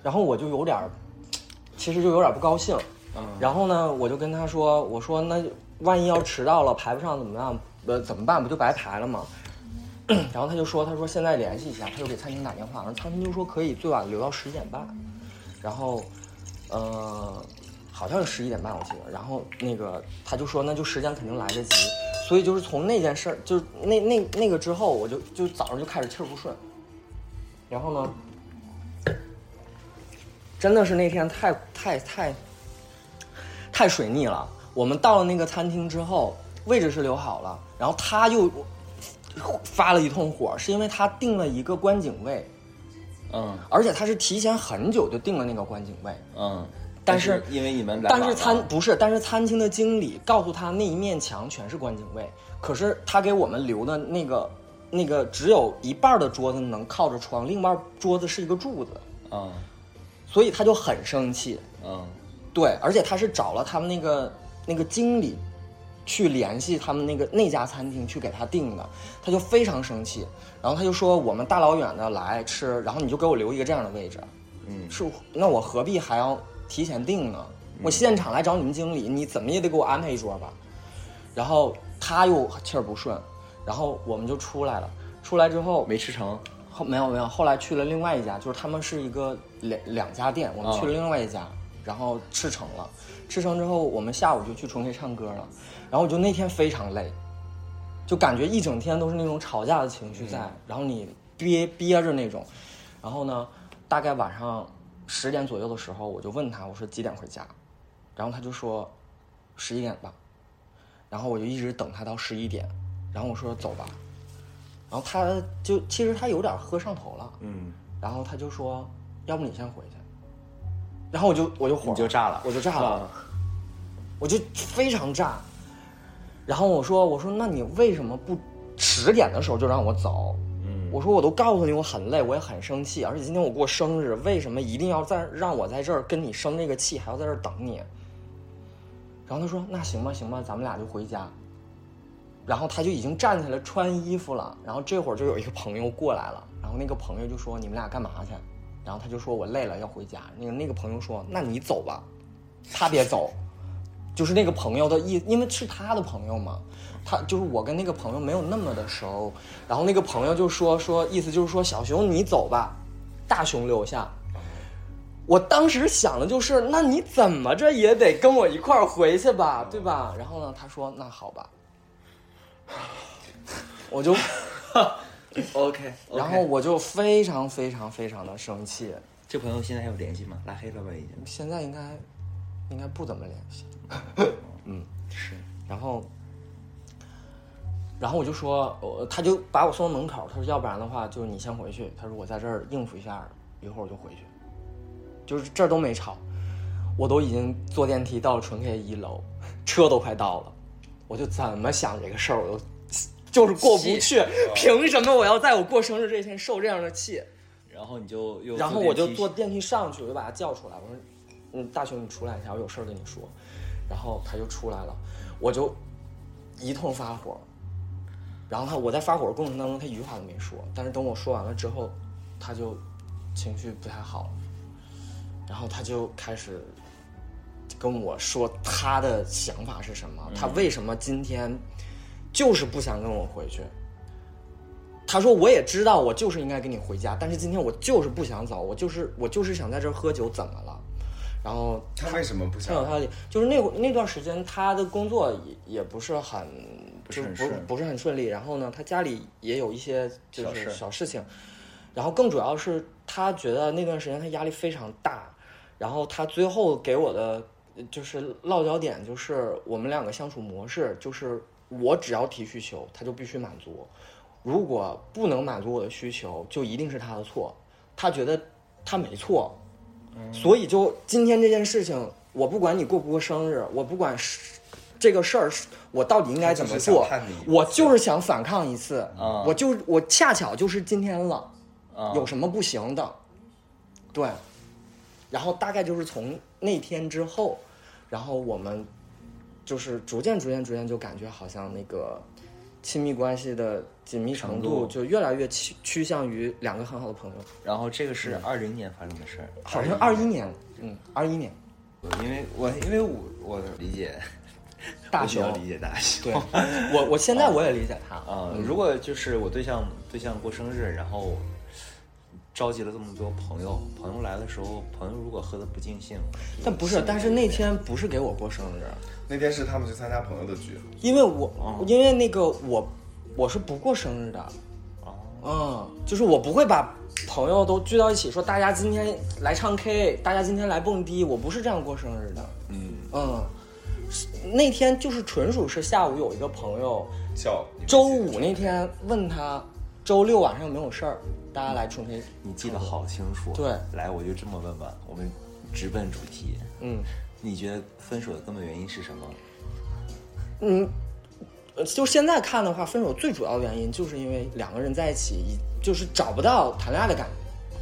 Speaker 2: 然后我就有点儿，其实就有点儿不高兴。然后呢，我就跟他说，我说那万一要迟到了排不上怎么样？呃，怎么办？不就白排了吗？ *coughs* 然后他就说，他说现在联系一下，他就给餐厅打电话，然后餐厅就说可以最晚留到十一点半，然后，呃，好像是十一点半我记得，然后那个他就说那就时间肯定来得及，所以就是从那件事儿，就是那那那个之后，我就就早上就开始气儿不顺，然后呢，真的是那天太太太太水逆了。我们到了那个餐厅之后，位置是留好了，然后他又发了一通火，是因为他订了一个观景位，
Speaker 4: 嗯
Speaker 2: 而且他是提前很久就订了那个观景位，
Speaker 4: 嗯，
Speaker 2: 但是
Speaker 4: 因为你们来晚
Speaker 2: 但
Speaker 4: 了，
Speaker 2: 是餐不是，但是餐厅的经理告诉他那一面墙全是观景位，可是他给我们留的那个那个只有一半的桌子能靠着窗，另外桌子是一个柱子，
Speaker 4: 嗯
Speaker 2: 所以他就很生气。
Speaker 4: 嗯
Speaker 2: 对，而且他是找了他们那个那个经理去联系他们那个那家餐厅去给他订的，他就非常生气，然后他就说我们大老远的来吃，然后你就给我留一个这样的位置，
Speaker 4: 嗯，
Speaker 2: 是那我何必还要提前订呢？我现场来找你们经理，你怎么也得给我安排一桌吧。然后他又气儿不顺，然后我们就出来了。出来之后
Speaker 4: 没
Speaker 2: *laughs*
Speaker 4: 吃成，
Speaker 2: 后没有没有，后来去了另外一家，就是他们是一个两两家店，我们去了另外一家，然后吃成了，吃成之后，我们下午就去纯 K 唱歌了，然后我就那天非常累，就感觉一整天都是那种吵架的情绪在，然后你憋憋着那种，然后呢，大概晚上十点左右的时候，我就问他，我说几点回家，然后他就说十一点吧，然后我就一直等他到十一点，然后我说走吧，然后他就其实他有点喝上头了，
Speaker 4: 嗯，
Speaker 2: 然后他就说，要不你先回去，然后我就我就火
Speaker 4: 你就炸了啊
Speaker 2: 我就炸了，我就非常炸，然后我说我说那你为什么不十点的时候就让我走？嗯，我说我都告诉你我很累，我也很生气，而且今天我过生日，为什么一定要在让我在这儿跟你生这个气，还要在这儿等你？然后他说那行吧行吧，咱们俩就回家。然后他就已经站起来穿衣服了，然后这会儿就有一个朋友过来了，然后那个朋友就说你们俩干嘛去？然后他就说我累了要回家。那个那个朋友说那你走吧，他别走，就是那个朋友的意，因为是他的朋友嘛，他就是我跟那个朋友没有那么的熟，然后那个朋友就说说意思就是说小熊你走吧，大熊留下。我当时想的就是，那你怎么着也得跟我一块儿回去吧，对吧？然后呢，他说那好吧，我就，
Speaker 4: OK，
Speaker 2: 然后我就非常非常非常的生气。
Speaker 4: 这朋友现在还有联系吗？拉黑了吧已经？
Speaker 2: 现在应该应该不怎么联 *laughs* 系。
Speaker 4: 是，
Speaker 2: 嗯然后，然后我就说，我他就把我送到门口，他说要不然的话，就是你先回去。他说我在这儿应付一下，一会儿我就回去。就是这儿都没吵，我都已经坐电梯到纯 K 一楼，车都快到了，我就怎么想这个事儿，我都就是过不去。 *laughs* 凭什么我要在我过生日这一天受这样的气？
Speaker 4: 然后你就又，
Speaker 2: 然后我就坐，电梯上去，我就把他叫出来，我说：“嗯，大雄，你出来一下，我有事儿跟你说。”然后他就出来了，我就一通发火。然后他我在发火的过程当中，他一句话都没说，但是等我说完了之后，他就情绪不太好了，然后他就开始跟我说他的想法是什么，他为什么今天就是不想跟我回去。他说：“我也知道，我就是应该跟你回家，但是今天我就是不想走，我就是我就是想在这儿喝酒，怎么了？”然后
Speaker 3: 他为什么不
Speaker 2: 他有
Speaker 3: 想？
Speaker 2: 他的，就是那会那段时间他的工作也也不是很，不
Speaker 4: 是很
Speaker 2: 不
Speaker 4: 顺
Speaker 2: 不是很顺利。然后呢，他家里也有一些就
Speaker 4: 小
Speaker 2: 是
Speaker 4: 事
Speaker 2: 小事情，然后更主要是他觉得那段时间他压力非常大，然后他最后给我的呃就是落脚点就是我们两个相处模式，就是我只要提需求，他就必须满足，如果不能满足我的需求，就一定是他的错，他觉得他没错，所以就今天这件事情，我不管你过不过生日，我不管是这个事儿是我到底应该怎么做
Speaker 3: 他就是想叛逆一，次
Speaker 2: 我就是想反抗一次，
Speaker 4: 嗯
Speaker 2: 我就我恰巧就是今天了，
Speaker 4: 嗯
Speaker 2: 有什么不行的？对，然后大概就是从那天之后，然后我们就是逐渐逐渐逐渐就感觉好像那个亲密关系的紧密程
Speaker 4: 程
Speaker 2: 度
Speaker 4: 度
Speaker 2: 就越来越趋趋向于两个很好的朋友，
Speaker 4: 然后这个是二零年发生的事儿，
Speaker 2: 嗯好像二一年，嗯，二一年
Speaker 4: 因为我因为我我理解
Speaker 2: 大
Speaker 4: 我比较
Speaker 2: 熊
Speaker 4: 理解大熊， *laughs*
Speaker 2: 对我，我现在我也理解他
Speaker 4: 啊、如果就是我对象对象过生日，然后召集了这么多朋友，朋友来的时候，朋友如果喝的不尽兴，
Speaker 2: 但不是，但是那天不是给我过生日，
Speaker 3: 那天是他们去参加朋友的局，
Speaker 2: 因为我、因为那个我我是不过生日的，
Speaker 4: 哦，
Speaker 2: 嗯，就是我不会把朋友都聚到一起说大家今天来唱 K，大家今天来蹦迪，我不是这样过生日的，
Speaker 4: 嗯，
Speaker 2: 嗯，是那天就是纯属是下午有一个朋友，
Speaker 3: 叫你们
Speaker 2: 周
Speaker 3: 一起
Speaker 2: 五那天问他周六晚上有没有事儿，大家来纯 K，
Speaker 4: 你记得好清楚，
Speaker 2: 对
Speaker 4: 来我就这么问吧，我们直奔主题，
Speaker 2: 嗯
Speaker 4: 你觉得分手的根本原因是什么？
Speaker 2: 嗯，呃就现在看的话，分手最主要的原因就是因为两个人在一起，已就是找不到谈恋爱的感觉。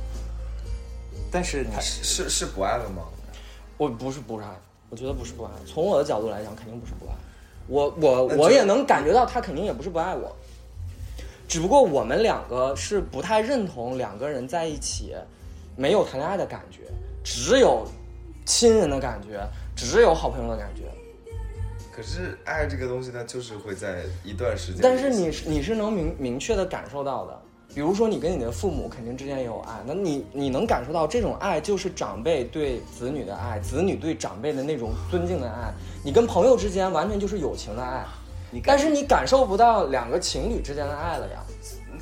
Speaker 4: 但是他
Speaker 3: 是是不爱了吗？
Speaker 2: 我不是不爱，我觉得不是不爱。从我的角度来讲，肯定不是不爱。我我
Speaker 3: 那
Speaker 2: 我
Speaker 3: 就
Speaker 2: 也能感觉到他肯定也不是不爱我，只不过我们两个是不太认同两个人在一起没有谈恋爱的感觉，只有亲人的感觉，只有好朋友的感觉。
Speaker 3: 可是爱这个东西，它就是会在一段时间。
Speaker 2: 但是你是你是能明明确的感受到的，比如说你跟你的父母肯定之间也有爱，那你你能感受到这种爱就是长辈对子女的爱，子女对长辈的那种尊敬的爱，你跟朋友之间完全就是友情的爱，
Speaker 4: 你感
Speaker 2: 但是你感受不到两个情侣之间的爱了呀。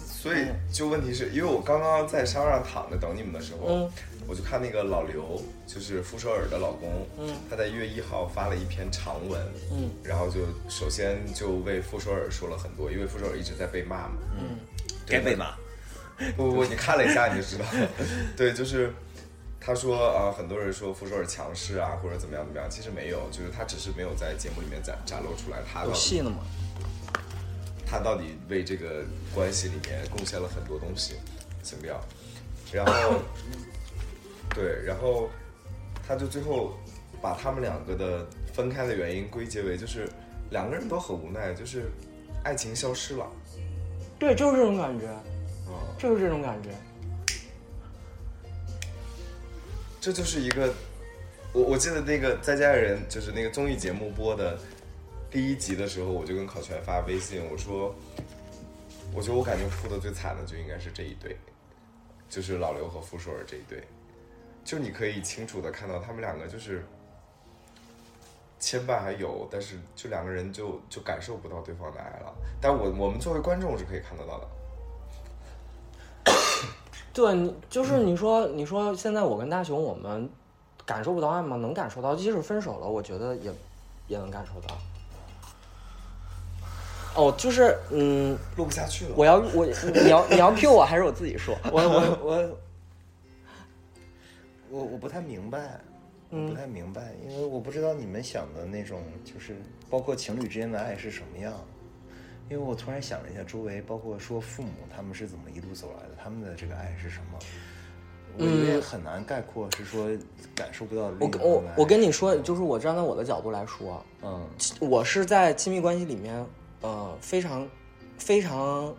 Speaker 3: 所以就问题是因为我刚刚在沙发上躺着等你们的时候，
Speaker 2: 嗯
Speaker 3: 我就看那个老刘，就是傅首尔的老公，
Speaker 2: 嗯
Speaker 3: 他在一月一号发了一篇长文，
Speaker 2: 嗯
Speaker 3: 然后就首先就为傅首尔说了很多，因为傅首尔一直在被骂嘛，
Speaker 2: 嗯
Speaker 4: 该被骂。
Speaker 3: 不不不，你看了一下你就知道了。对，就是他说啊、很多人说傅首尔强势啊，或者怎么样怎么样，其实没有，就是他只是没有在节目里面展展露出来他到
Speaker 2: 有
Speaker 3: 底
Speaker 2: 戏呢吗？
Speaker 3: 他到底为这个关系里面贡献了很多东西，行不要？然后对，然后他就最后把他们两个的分开的原因归结为就是两个人都很无奈，就是爱情消失了。
Speaker 2: 对，就是这种感觉，
Speaker 3: 嗯，
Speaker 2: 就是这种感觉。
Speaker 3: 这就是一个，我我记得那个《再见爱人》就是那个综艺节目播的第一集的时候，我就跟考全发微信，我说，我觉得我感觉哭的最惨的就应该是这一对，就是老刘和傅首尔这一对，就你可以清楚的看到他们两个就是牵绊还有，但是就两个人就就感受不到对方的爱了，但我我们作为观众是可以看得到的，
Speaker 2: 对，你就是你说，你说现在我跟大雄，我们感受不到爱吗？能感受到，即使分手了，我觉得也也能感受到。哦，就是嗯，
Speaker 3: 录不下去了。
Speaker 2: 我要我你要你要 Q 我还是我自己说？
Speaker 4: 我我我我我不太明白，
Speaker 2: 嗯
Speaker 4: 我不太明白，因为我不知道你们想的那种，就是包括情侣之间的爱是什么样。因为我突然想了一下，周围包括说父母他们是怎么一路走来的，他们的这个爱是什么，我有点很难概括，是说感受不到
Speaker 2: 嗯我
Speaker 4: 另一
Speaker 2: 跟
Speaker 4: 半的爱。
Speaker 2: 我我跟你说，就是我站在我的角度来说，
Speaker 4: 嗯
Speaker 2: 我是在亲密关系里面，呃，非常非常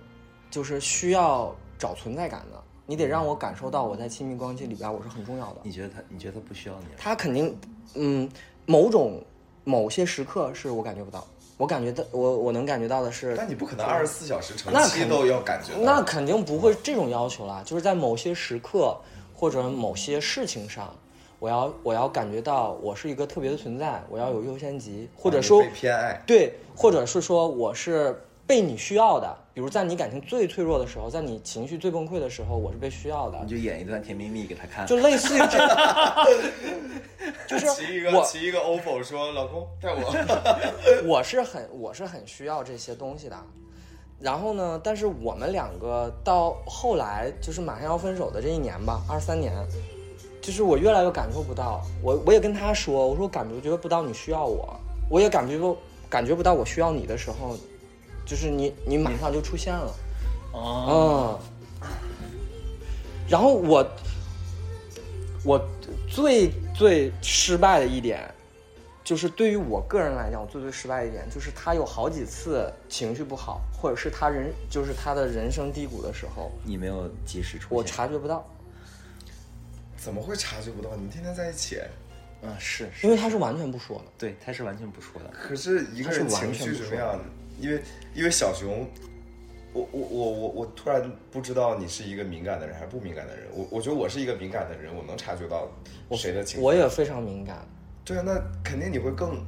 Speaker 2: 就是需要找存在感的。你得让我感受到我在亲密关系里边我是很重要的。
Speaker 4: 你觉得他，你觉得他不需要你了？
Speaker 2: 他肯定，嗯，某种某些时刻是我感觉不到，我感觉到我我能感觉到的是，
Speaker 3: 但你不可能二十四小时长
Speaker 2: 那
Speaker 3: 期
Speaker 2: 肯
Speaker 3: 都要感觉到，
Speaker 2: 那肯定不会这种要求啦，就是在某些时刻或者某些事情上，我要我要感觉到我是一个特别的存在，我要有优先级，或者说
Speaker 3: 啊被偏爱。
Speaker 2: 对，或者是说我是被你需要的，比如在你感情最脆弱的时候，在你情绪最崩溃的时候，我是被需要的
Speaker 4: 你，就演一段甜蜜蜜给他看，
Speaker 2: 就类似于这样， *laughs* 就是
Speaker 3: 骑一个
Speaker 2: 我
Speaker 3: 骑一个 OPPO 说老公带
Speaker 2: *laughs*
Speaker 3: 我，
Speaker 2: 我是很我是很需要这些东西的。然后呢，但是我们两个到后来就是马上要分手的这一年吧，二三年，就是我越来越感受不到，我我也跟他说，我说我感觉不到你需要我，我也感觉不感觉不到我需要你的时候，就是你你马上就出现了，哦、然后我我最最失败的一点就是对于我个人来讲，我最最失败的一点就是他有好几次情绪不好，或者是他人就是他的人生低谷的时候，
Speaker 4: 你没有及时出现。
Speaker 2: 我察觉不到，
Speaker 3: 怎么会察觉不到？你们天天在一起，
Speaker 4: 啊，是
Speaker 2: 因
Speaker 4: 是，
Speaker 2: 为他是完全不说的。
Speaker 4: 对，他是完全不说的。
Speaker 3: 可是一个人情绪什么样的？因为因为小熊，我我我我我突然不知道你是一个敏感的人还是不敏感的人。我我觉得我是一个敏感的人，我能察觉到谁的情绪。
Speaker 2: 我也非常敏感，
Speaker 3: 对啊，那肯定你会更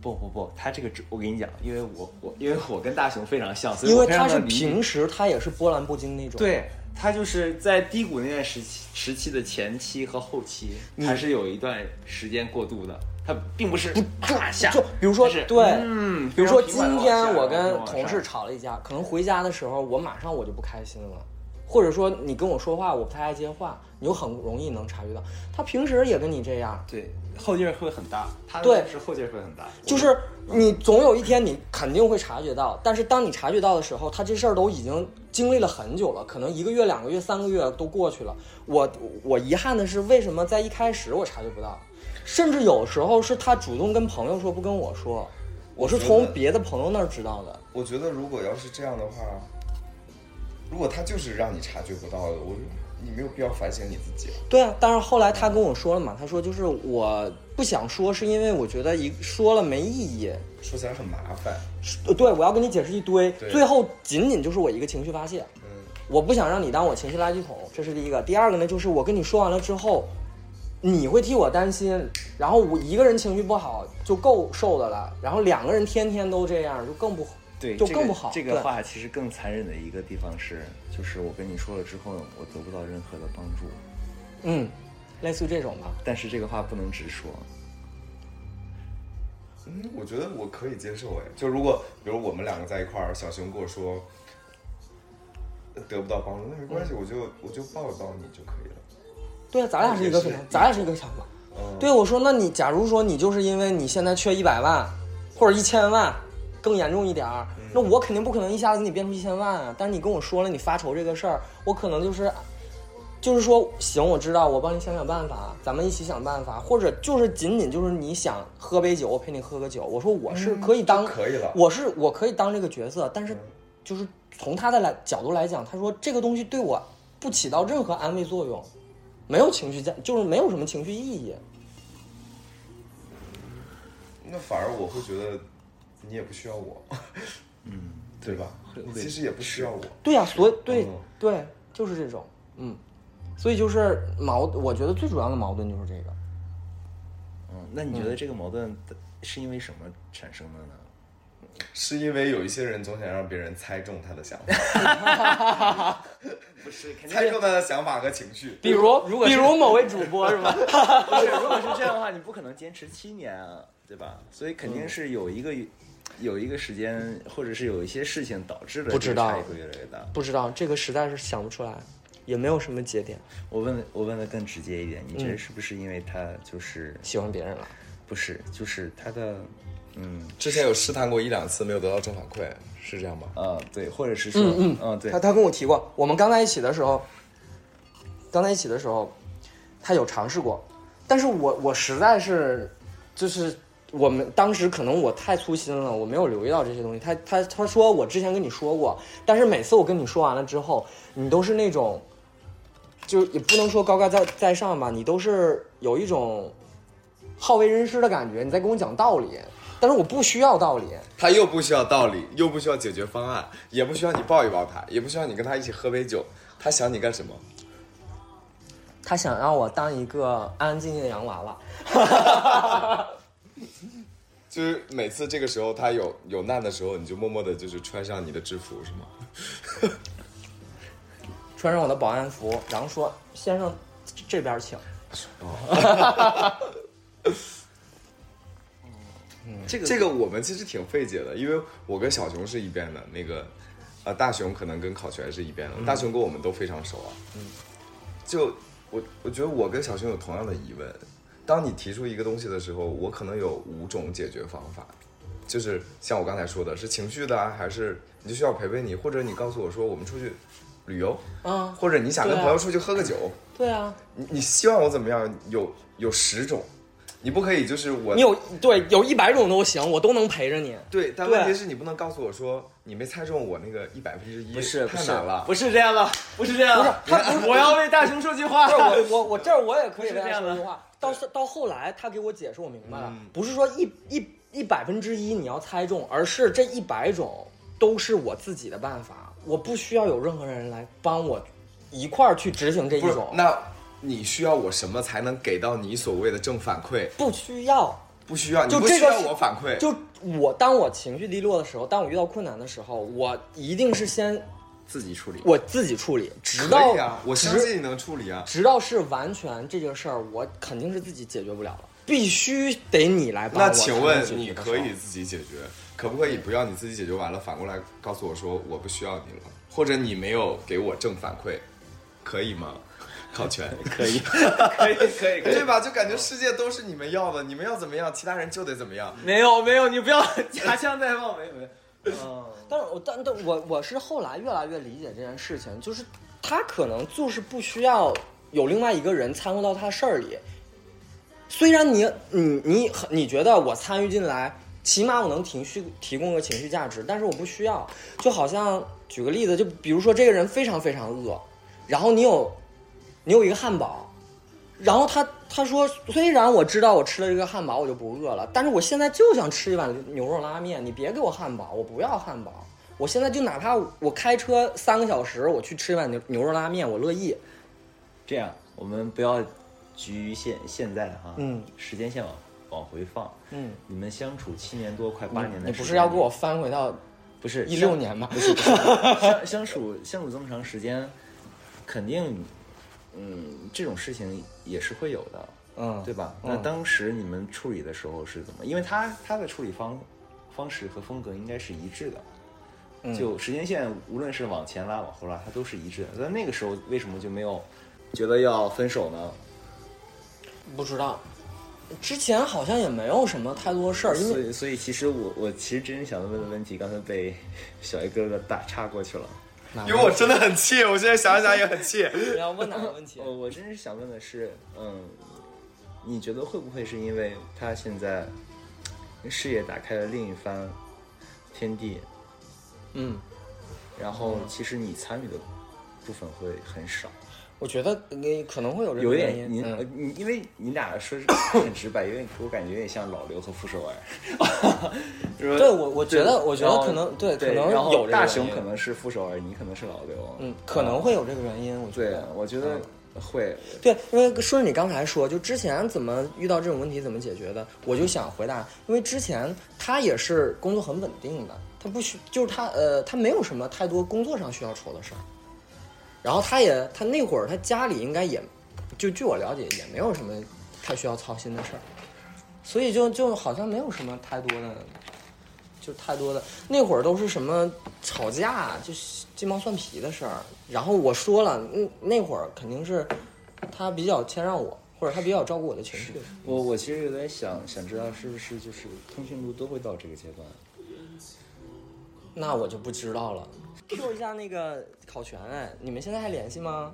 Speaker 4: 不不不，他这个只我跟你讲，因为我我因为我跟大雄非常像，所以
Speaker 2: 因
Speaker 4: 我
Speaker 2: 为
Speaker 4: 非
Speaker 2: 他
Speaker 4: 常
Speaker 2: 是
Speaker 4: 能理解
Speaker 2: 平时他也是波澜不惊那种。，
Speaker 4: 对他就是在低谷那段时期时期的前期和后期，
Speaker 2: 嗯
Speaker 4: 他是有一段时间过渡的，他并不是啪下，
Speaker 2: 就比如说
Speaker 4: 他是
Speaker 2: 对
Speaker 4: 嗯，
Speaker 2: 比如说
Speaker 4: 非
Speaker 2: 今
Speaker 4: 常平稳地往下
Speaker 2: 天我
Speaker 4: 然后
Speaker 2: 跟
Speaker 4: 往上
Speaker 2: 同事吵了一架，可能回家的时候我马上我就不开心了，或者说你跟我说话我不太爱接话，你就很容易能察觉到。他平时也跟你这样，
Speaker 4: 对，后劲儿会很大，他
Speaker 2: 对
Speaker 4: 是后劲儿会很大，
Speaker 2: 就是你总有一天你肯定会察觉到，但是当你察觉到的时候，他这事儿都已经经历了很久了，可能一个月、两个月、三个月都过去了。我我遗憾的是，为什么在一开始我察觉不到？甚至有时候是他主动跟朋友说，不跟我说，我是
Speaker 3: 我
Speaker 2: 从
Speaker 3: 觉得
Speaker 2: 别的朋友那儿知道的。
Speaker 3: 我觉得如果要是这样的话，如果他就是让你察觉不到的，我你没有必要反省你自己啊。
Speaker 2: 对啊，但是后来他跟我说了嘛，他说就是我不想说，是因为我觉得一说了没意义。
Speaker 3: 说起来很麻烦。
Speaker 2: 呃对，我要跟你解释一堆，
Speaker 3: 对
Speaker 2: 最后仅仅就是我一个情绪发泄。
Speaker 3: 嗯，
Speaker 2: 我不想让你当我情绪垃圾桶，这是第一个。第二个呢，就是我跟你说完了之后，你会替我担心，然后我一个人情绪不好就够受的了，然后两个人天天都这样就更不好，
Speaker 4: 对，
Speaker 2: 就
Speaker 4: 这
Speaker 2: 更
Speaker 4: 个
Speaker 2: 不好。
Speaker 4: 这个
Speaker 2: 对
Speaker 4: 话其实更残忍的一个地方是，就是我跟你说了之后，我得不到任何的帮助，
Speaker 2: 嗯，类似于这种吧。
Speaker 4: 但是这个话不能直说。
Speaker 3: 嗯，我觉得我可以接受哎，就如果比如我们两个在一块儿，小熊跟我说呃得不到帮助，那没关系，我就我就抱一抱你就可以了。
Speaker 2: 对啊，咱俩是一个
Speaker 3: 也是
Speaker 2: 想法，咱俩是一个想法。
Speaker 3: 嗯，
Speaker 2: 对，我说，那你假如说你就是因为你现在缺一百万，或者一千万，更严重一点儿，
Speaker 4: 嗯
Speaker 2: 那我肯定不可能一下子给你变出一千万啊。但是你跟我说了你发愁这个事儿，我可能就是，就是说行，我知道，我帮你想想办法，咱们一起想办法，或者就是仅仅就是你想喝杯酒，我陪你喝个酒。我说我是可以当，
Speaker 3: 嗯就可以了嗯
Speaker 2: 我是我可以当这个角色，但是就是从他的来角度来讲，他说这个东西对我不起到任何安慰作用。没有情绪价，就是没有什么情绪意义。
Speaker 3: 那反而我会觉得你也不需要我，嗯，对吧？你其实也不需要我。
Speaker 2: 对呀、所以对、
Speaker 3: 嗯
Speaker 2: 对，就是这种，嗯，所以就是矛，我觉得最主要的矛盾就是这个。
Speaker 4: 嗯，那你觉得这个矛盾的是因为什么产生的呢？
Speaker 3: 是因为有一些人总想让别人猜中他的想法， *laughs*
Speaker 4: 不是，肯
Speaker 3: 猜中他的想法和情绪。
Speaker 2: 比如，如果比如某位主播是吧？
Speaker 4: *laughs* 不是。如果是这样的话，你不可能坚持七年啊，对吧？所以肯定是有一个、有一个时间，或者是有一些事情导致了
Speaker 2: 不
Speaker 4: 这
Speaker 2: 知
Speaker 4: 个差
Speaker 2: 道
Speaker 4: 异会越来越大。
Speaker 2: 不知道这个实在是想不出来，也没有什么节点，
Speaker 4: 我问的我问的更直接一点，你觉得是不是因为他就是、
Speaker 2: 喜欢别人了。
Speaker 4: 不是就是他的嗯
Speaker 3: 之前有试探过一两次，没有得到正反馈，是这样吗？
Speaker 4: 啊对，或者是说
Speaker 2: 嗯
Speaker 4: 嗯啊对
Speaker 2: 他他跟我提过，我们刚在一起的时候，刚在一起的时候，他有尝试过，但是我我实在是，就是我们当时可能我太粗心了，我没有留意到这些东西。他他他说我之前跟你说过，但是每次我跟你说完了之后，你都是那种，就也不能说高高在在上吧，你都是有一种好为人师的感觉，你在跟我讲道理，但是我不需要道理。
Speaker 3: 他又不需要道理，又不需要解决方案，也不需要你抱一抱他，也不需要你跟他一起喝杯酒。他想你干什么？
Speaker 2: 他想让我当一个安安静静的洋娃娃。 *laughs*
Speaker 3: 就是每次这个时候他有有难的时候，你就默默的就是穿上你的制服，是吗？
Speaker 2: 穿上我的保安服，然后说：“先生，这这边请。
Speaker 3: 这个这个我们其实挺费解的，因为我跟小熊是一边的，那个呃大熊可能跟考全是一边的，大熊跟我们都非常熟啊。嗯，就我我觉得我跟小熊有同样的疑问，当你提出一个东西的时候，我可能有五种解决方法，就是像我刚才说的，是情绪的、啊，还是你就需要陪陪你，或者你告诉我说我们出去旅游，
Speaker 2: 嗯
Speaker 3: 或者你想跟
Speaker 2: 对啊
Speaker 3: 朋友出去喝个酒。”
Speaker 2: 对啊，
Speaker 3: 你你希望我怎么样？有有十种，你不可以就是我
Speaker 2: 你有对有一百种都行，我都能陪着你。
Speaker 3: 对，但
Speaker 2: 对
Speaker 3: 问题是你不能告诉我说你没猜中我那个一百分之一，
Speaker 4: 不是不
Speaker 3: 太
Speaker 4: 是
Speaker 3: 难了。
Speaker 4: 不是这样的，不是这样的，
Speaker 2: 不是他不是
Speaker 4: 我要为大熊说句话
Speaker 2: 不是。我我 *laughs* 我这儿我也可以
Speaker 4: 不是
Speaker 2: 跟
Speaker 4: 这
Speaker 2: 他
Speaker 4: 样
Speaker 2: 说
Speaker 4: 的
Speaker 2: 句话。到到后来他给我解释，我明白了，
Speaker 3: 嗯
Speaker 2: 不是说一一一百分之一你要猜中，而是这一百种都是我自己的办法，我不需要有任何人来帮我一块儿去执行这一
Speaker 3: 不是
Speaker 2: 种，，
Speaker 3: 那你需要我什么才能给到你所谓的正反馈？
Speaker 2: 不需要。
Speaker 3: 不需要，
Speaker 2: 就
Speaker 3: 你不
Speaker 2: 这
Speaker 3: 需
Speaker 2: 个
Speaker 3: 要我反馈。
Speaker 2: 就我当我情绪低落的时候，当我遇到困难的时候，我一定是先
Speaker 4: 自己处理。
Speaker 2: 我自己处理，直
Speaker 3: 可
Speaker 2: 到
Speaker 3: 以啊，我相
Speaker 2: 直
Speaker 3: 信你能处理啊。
Speaker 2: 直到是完全这个事儿，我肯定是自己解决不了了。必须得你来帮
Speaker 3: 那
Speaker 2: 啊我。
Speaker 3: 请
Speaker 2: 才能
Speaker 3: 问
Speaker 2: 解决
Speaker 3: 你
Speaker 2: 得
Speaker 3: 可
Speaker 2: 好
Speaker 3: 以自己解决，可不可以不要你自己解决完了，反过来告诉我说我不需要你了，或者你没有给我正反馈，可以吗？
Speaker 2: *laughs*
Speaker 3: 考全可以，可以，可
Speaker 4: *laughs*
Speaker 3: 以， *laughs* 对吧？就感觉世界都是你们要的，你们要怎么样，其他人就得怎么样。
Speaker 5: 没有没有，你不要夹枪带棒，没有没有。
Speaker 2: 但是我但但我我是后来越来越理解这件事情，就是他可能就是不需要有另外一个人掺和到他事儿里。虽然你你你你觉得我参与进来，起码我能情绪提供个情绪价值，但是我不需要。就好像举个例子，就比如说这个人非常非常饿，然后你有你有一个汉堡，然后他他说，虽然我知道我吃了这个汉堡我就不饿了，但是我现在就想吃一碗牛肉拉面，你别给我汉堡，我不要汉堡，我现在就哪怕我开车三个小时，我去吃一碗牛牛肉拉面，我乐意。
Speaker 4: 这样，我们不要局限现在哈，
Speaker 2: 嗯，
Speaker 4: 时间线往往回放，
Speaker 2: 嗯，
Speaker 4: 你们相处七年多，快八年的
Speaker 2: 你
Speaker 4: 时间里，
Speaker 2: 不是要给我翻回到
Speaker 4: 不是
Speaker 2: 一六年吗？
Speaker 4: *laughs* 相相处相处这么长时间，肯定，嗯，这种事情也是会有的，
Speaker 2: 嗯，
Speaker 4: 对吧？
Speaker 2: 嗯
Speaker 4: 那当时你们处理的时候是怎么？因为他他的处理方方式和风格应该是一致的，就时间线无论是往前拉往后拉，它都是一致的。但那个时候为什么就没有觉得要分手呢？
Speaker 2: 不知道，之前好像也没有什么太多事儿，因 *laughs*
Speaker 4: 所
Speaker 2: 为
Speaker 4: 以所以其实我我其实真想问的问题，刚才被小一哥哥打岔过去了。
Speaker 3: 因为我真的很气，我现在想一想也很气。
Speaker 2: 你要问哪个问题
Speaker 4: 呃我我真是想问的是，嗯，你觉得会不会是因为他现在视野打开了另一番天地，
Speaker 2: 嗯。
Speaker 4: 然后其实你参与的部分会很少，
Speaker 2: 我觉得你可能会有这
Speaker 4: 有
Speaker 2: 个
Speaker 4: 一
Speaker 2: 原
Speaker 4: 点
Speaker 2: 因，
Speaker 4: 你、
Speaker 2: 嗯
Speaker 4: 呃你因为你俩说
Speaker 2: *coughs*
Speaker 4: 是很直白，有点我感觉有点像老刘和傅首尔。
Speaker 2: *laughs*
Speaker 4: 就是
Speaker 2: 对我我觉得
Speaker 4: 对
Speaker 2: 我觉得
Speaker 4: 然后
Speaker 2: 可能对可能
Speaker 4: 然后
Speaker 2: 有这个
Speaker 4: 大
Speaker 2: 原
Speaker 4: 熊
Speaker 2: 因
Speaker 4: 可能是傅首尔，你可能是老刘，啊
Speaker 2: 嗯，可能会有嗯这个原因，我觉
Speaker 4: 对啊
Speaker 2: 得，。
Speaker 4: 我觉得会。
Speaker 2: 对，因为顺着你刚才说，就之前怎么遇到这种问题怎么解决的，我就想回答，因为之前他也是工作很稳定的，他不需就是他呃他没有什么太多工作上需要愁的事儿，然后他也他那会儿他家里应该也，就据我了解也没有什么太需要操心的事儿，所以就就好像没有什么太多的。就太多的那会儿都是什么吵架，就是鸡毛蒜皮的事儿。然后我说了，嗯，那会儿肯定是他比较谦让我，或者他比较照顾我的情绪。
Speaker 4: 我我其实有点想想知道，是不是就是通讯录都会到这个阶段？
Speaker 2: 那我就不知道 *laughs* 了。Q 一下那个考全，哎，你们现在还联系吗？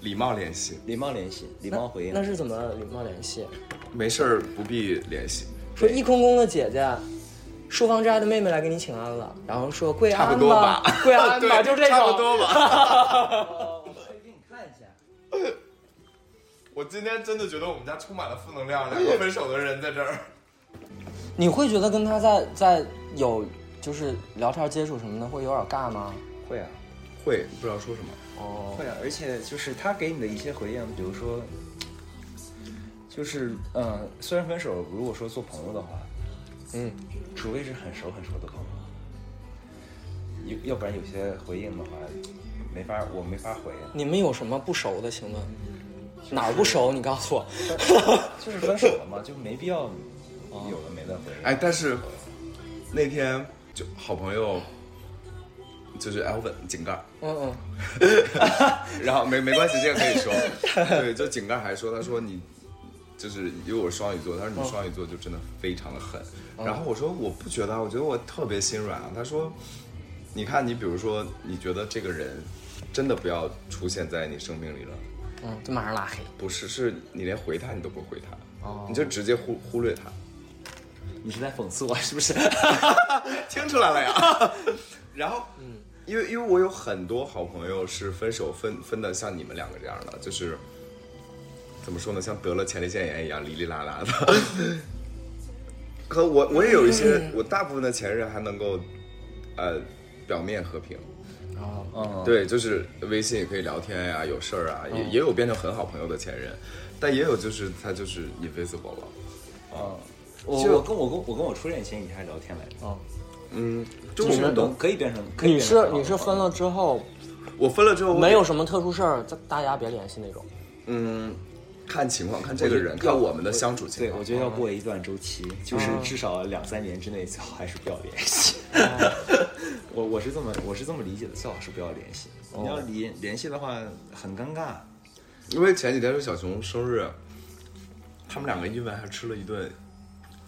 Speaker 3: 礼貌联系，
Speaker 4: 礼貌联系，礼
Speaker 2: 礼
Speaker 4: 貌回应。
Speaker 2: 那是怎么礼貌联系？
Speaker 3: 没事儿不必联系，
Speaker 2: 说一空空的姐姐，树芳斋的妹妹来给你请安了，然后说跪
Speaker 3: 差
Speaker 2: 安
Speaker 3: 不多吧，
Speaker 2: *laughs* 跪安吧，
Speaker 3: *laughs* 对，
Speaker 2: 就这种。
Speaker 3: 差不多吧。
Speaker 4: 哦给你看一下。
Speaker 3: *laughs* 我今天真的觉得我们家充满了负能量，两个分手的人在这儿。
Speaker 2: 你会觉得跟他在在有就是聊天接触什么的会有点尬吗？
Speaker 4: 会啊，
Speaker 3: 会不知道说什么。
Speaker 2: 哦，
Speaker 4: 会啊，而且就是他给你的一些回应，比如说，就是嗯，虽然分手，如果说做朋友的话，
Speaker 2: 嗯，
Speaker 4: 除非是很熟很熟的朋友，有要不然有些回应的话，没法我没法回。
Speaker 2: 你们有什么不熟的？请问哪儿不熟？你告诉我。
Speaker 4: 就是分手了嘛，就没必要有的没的回应。
Speaker 3: 哎，但是那天就好朋友就是 Elvin 井盖儿，
Speaker 2: 嗯嗯。
Speaker 3: 然后没没关系，这个可以说。对，就井盖儿还说，他说你就是因为我是双鱼座，他说你双鱼座就真的非常的狠。然后我说我不觉得啊，我觉得我特别心软啊。他说，你看你比如说你觉得这个人真的不要出现在你生命里了，
Speaker 2: 嗯，就马上拉黑。
Speaker 3: 不是，是你连回他你都不回他，
Speaker 2: 哦
Speaker 3: 你就直接忽忽略他。
Speaker 4: 你是在讽刺我是不是？
Speaker 2: 嗯
Speaker 3: 听出来了
Speaker 4: *laughs*
Speaker 3: 呀。然后，
Speaker 4: 嗯
Speaker 3: 因为因为我有很多好朋友是分手分分的像你们两个这样的，就是怎么说呢，像得了前列腺炎一样，哩哩啦啦的。
Speaker 4: *laughs*
Speaker 3: 可我我也有一些，
Speaker 4: 嗯
Speaker 3: 我大部分的前任还能够，呃，表面和平。
Speaker 4: 嗯，
Speaker 3: 对，就是微信也可以聊天呀、有事儿啊，
Speaker 4: 哦
Speaker 3: 也也有变成很好朋友的前任，但也有就是他就是 invisible 了。
Speaker 4: 嗯，我
Speaker 3: 就
Speaker 4: 我跟我跟我跟我初恋前几天还聊天来着，
Speaker 2: 哦
Speaker 3: 嗯，就
Speaker 4: 就是是能可以变成，可以
Speaker 2: 你
Speaker 4: 变成
Speaker 2: 是你是分了之后
Speaker 3: 我分了之后，我
Speaker 2: 没有什么特殊事儿，大家别联系那种。
Speaker 3: 嗯，看情况，看这个人，看我们的相处情
Speaker 4: 对，
Speaker 3: 况
Speaker 4: 我。觉得要过一段周期，就是至少两三年之内，最好还是不要联系。 *laughs* 我我是这么我是这么理解的，最好是不要联系。你要联联系的话，很尴尬。
Speaker 3: 因为前几天是小熊生日，他们两个因为还吃了一顿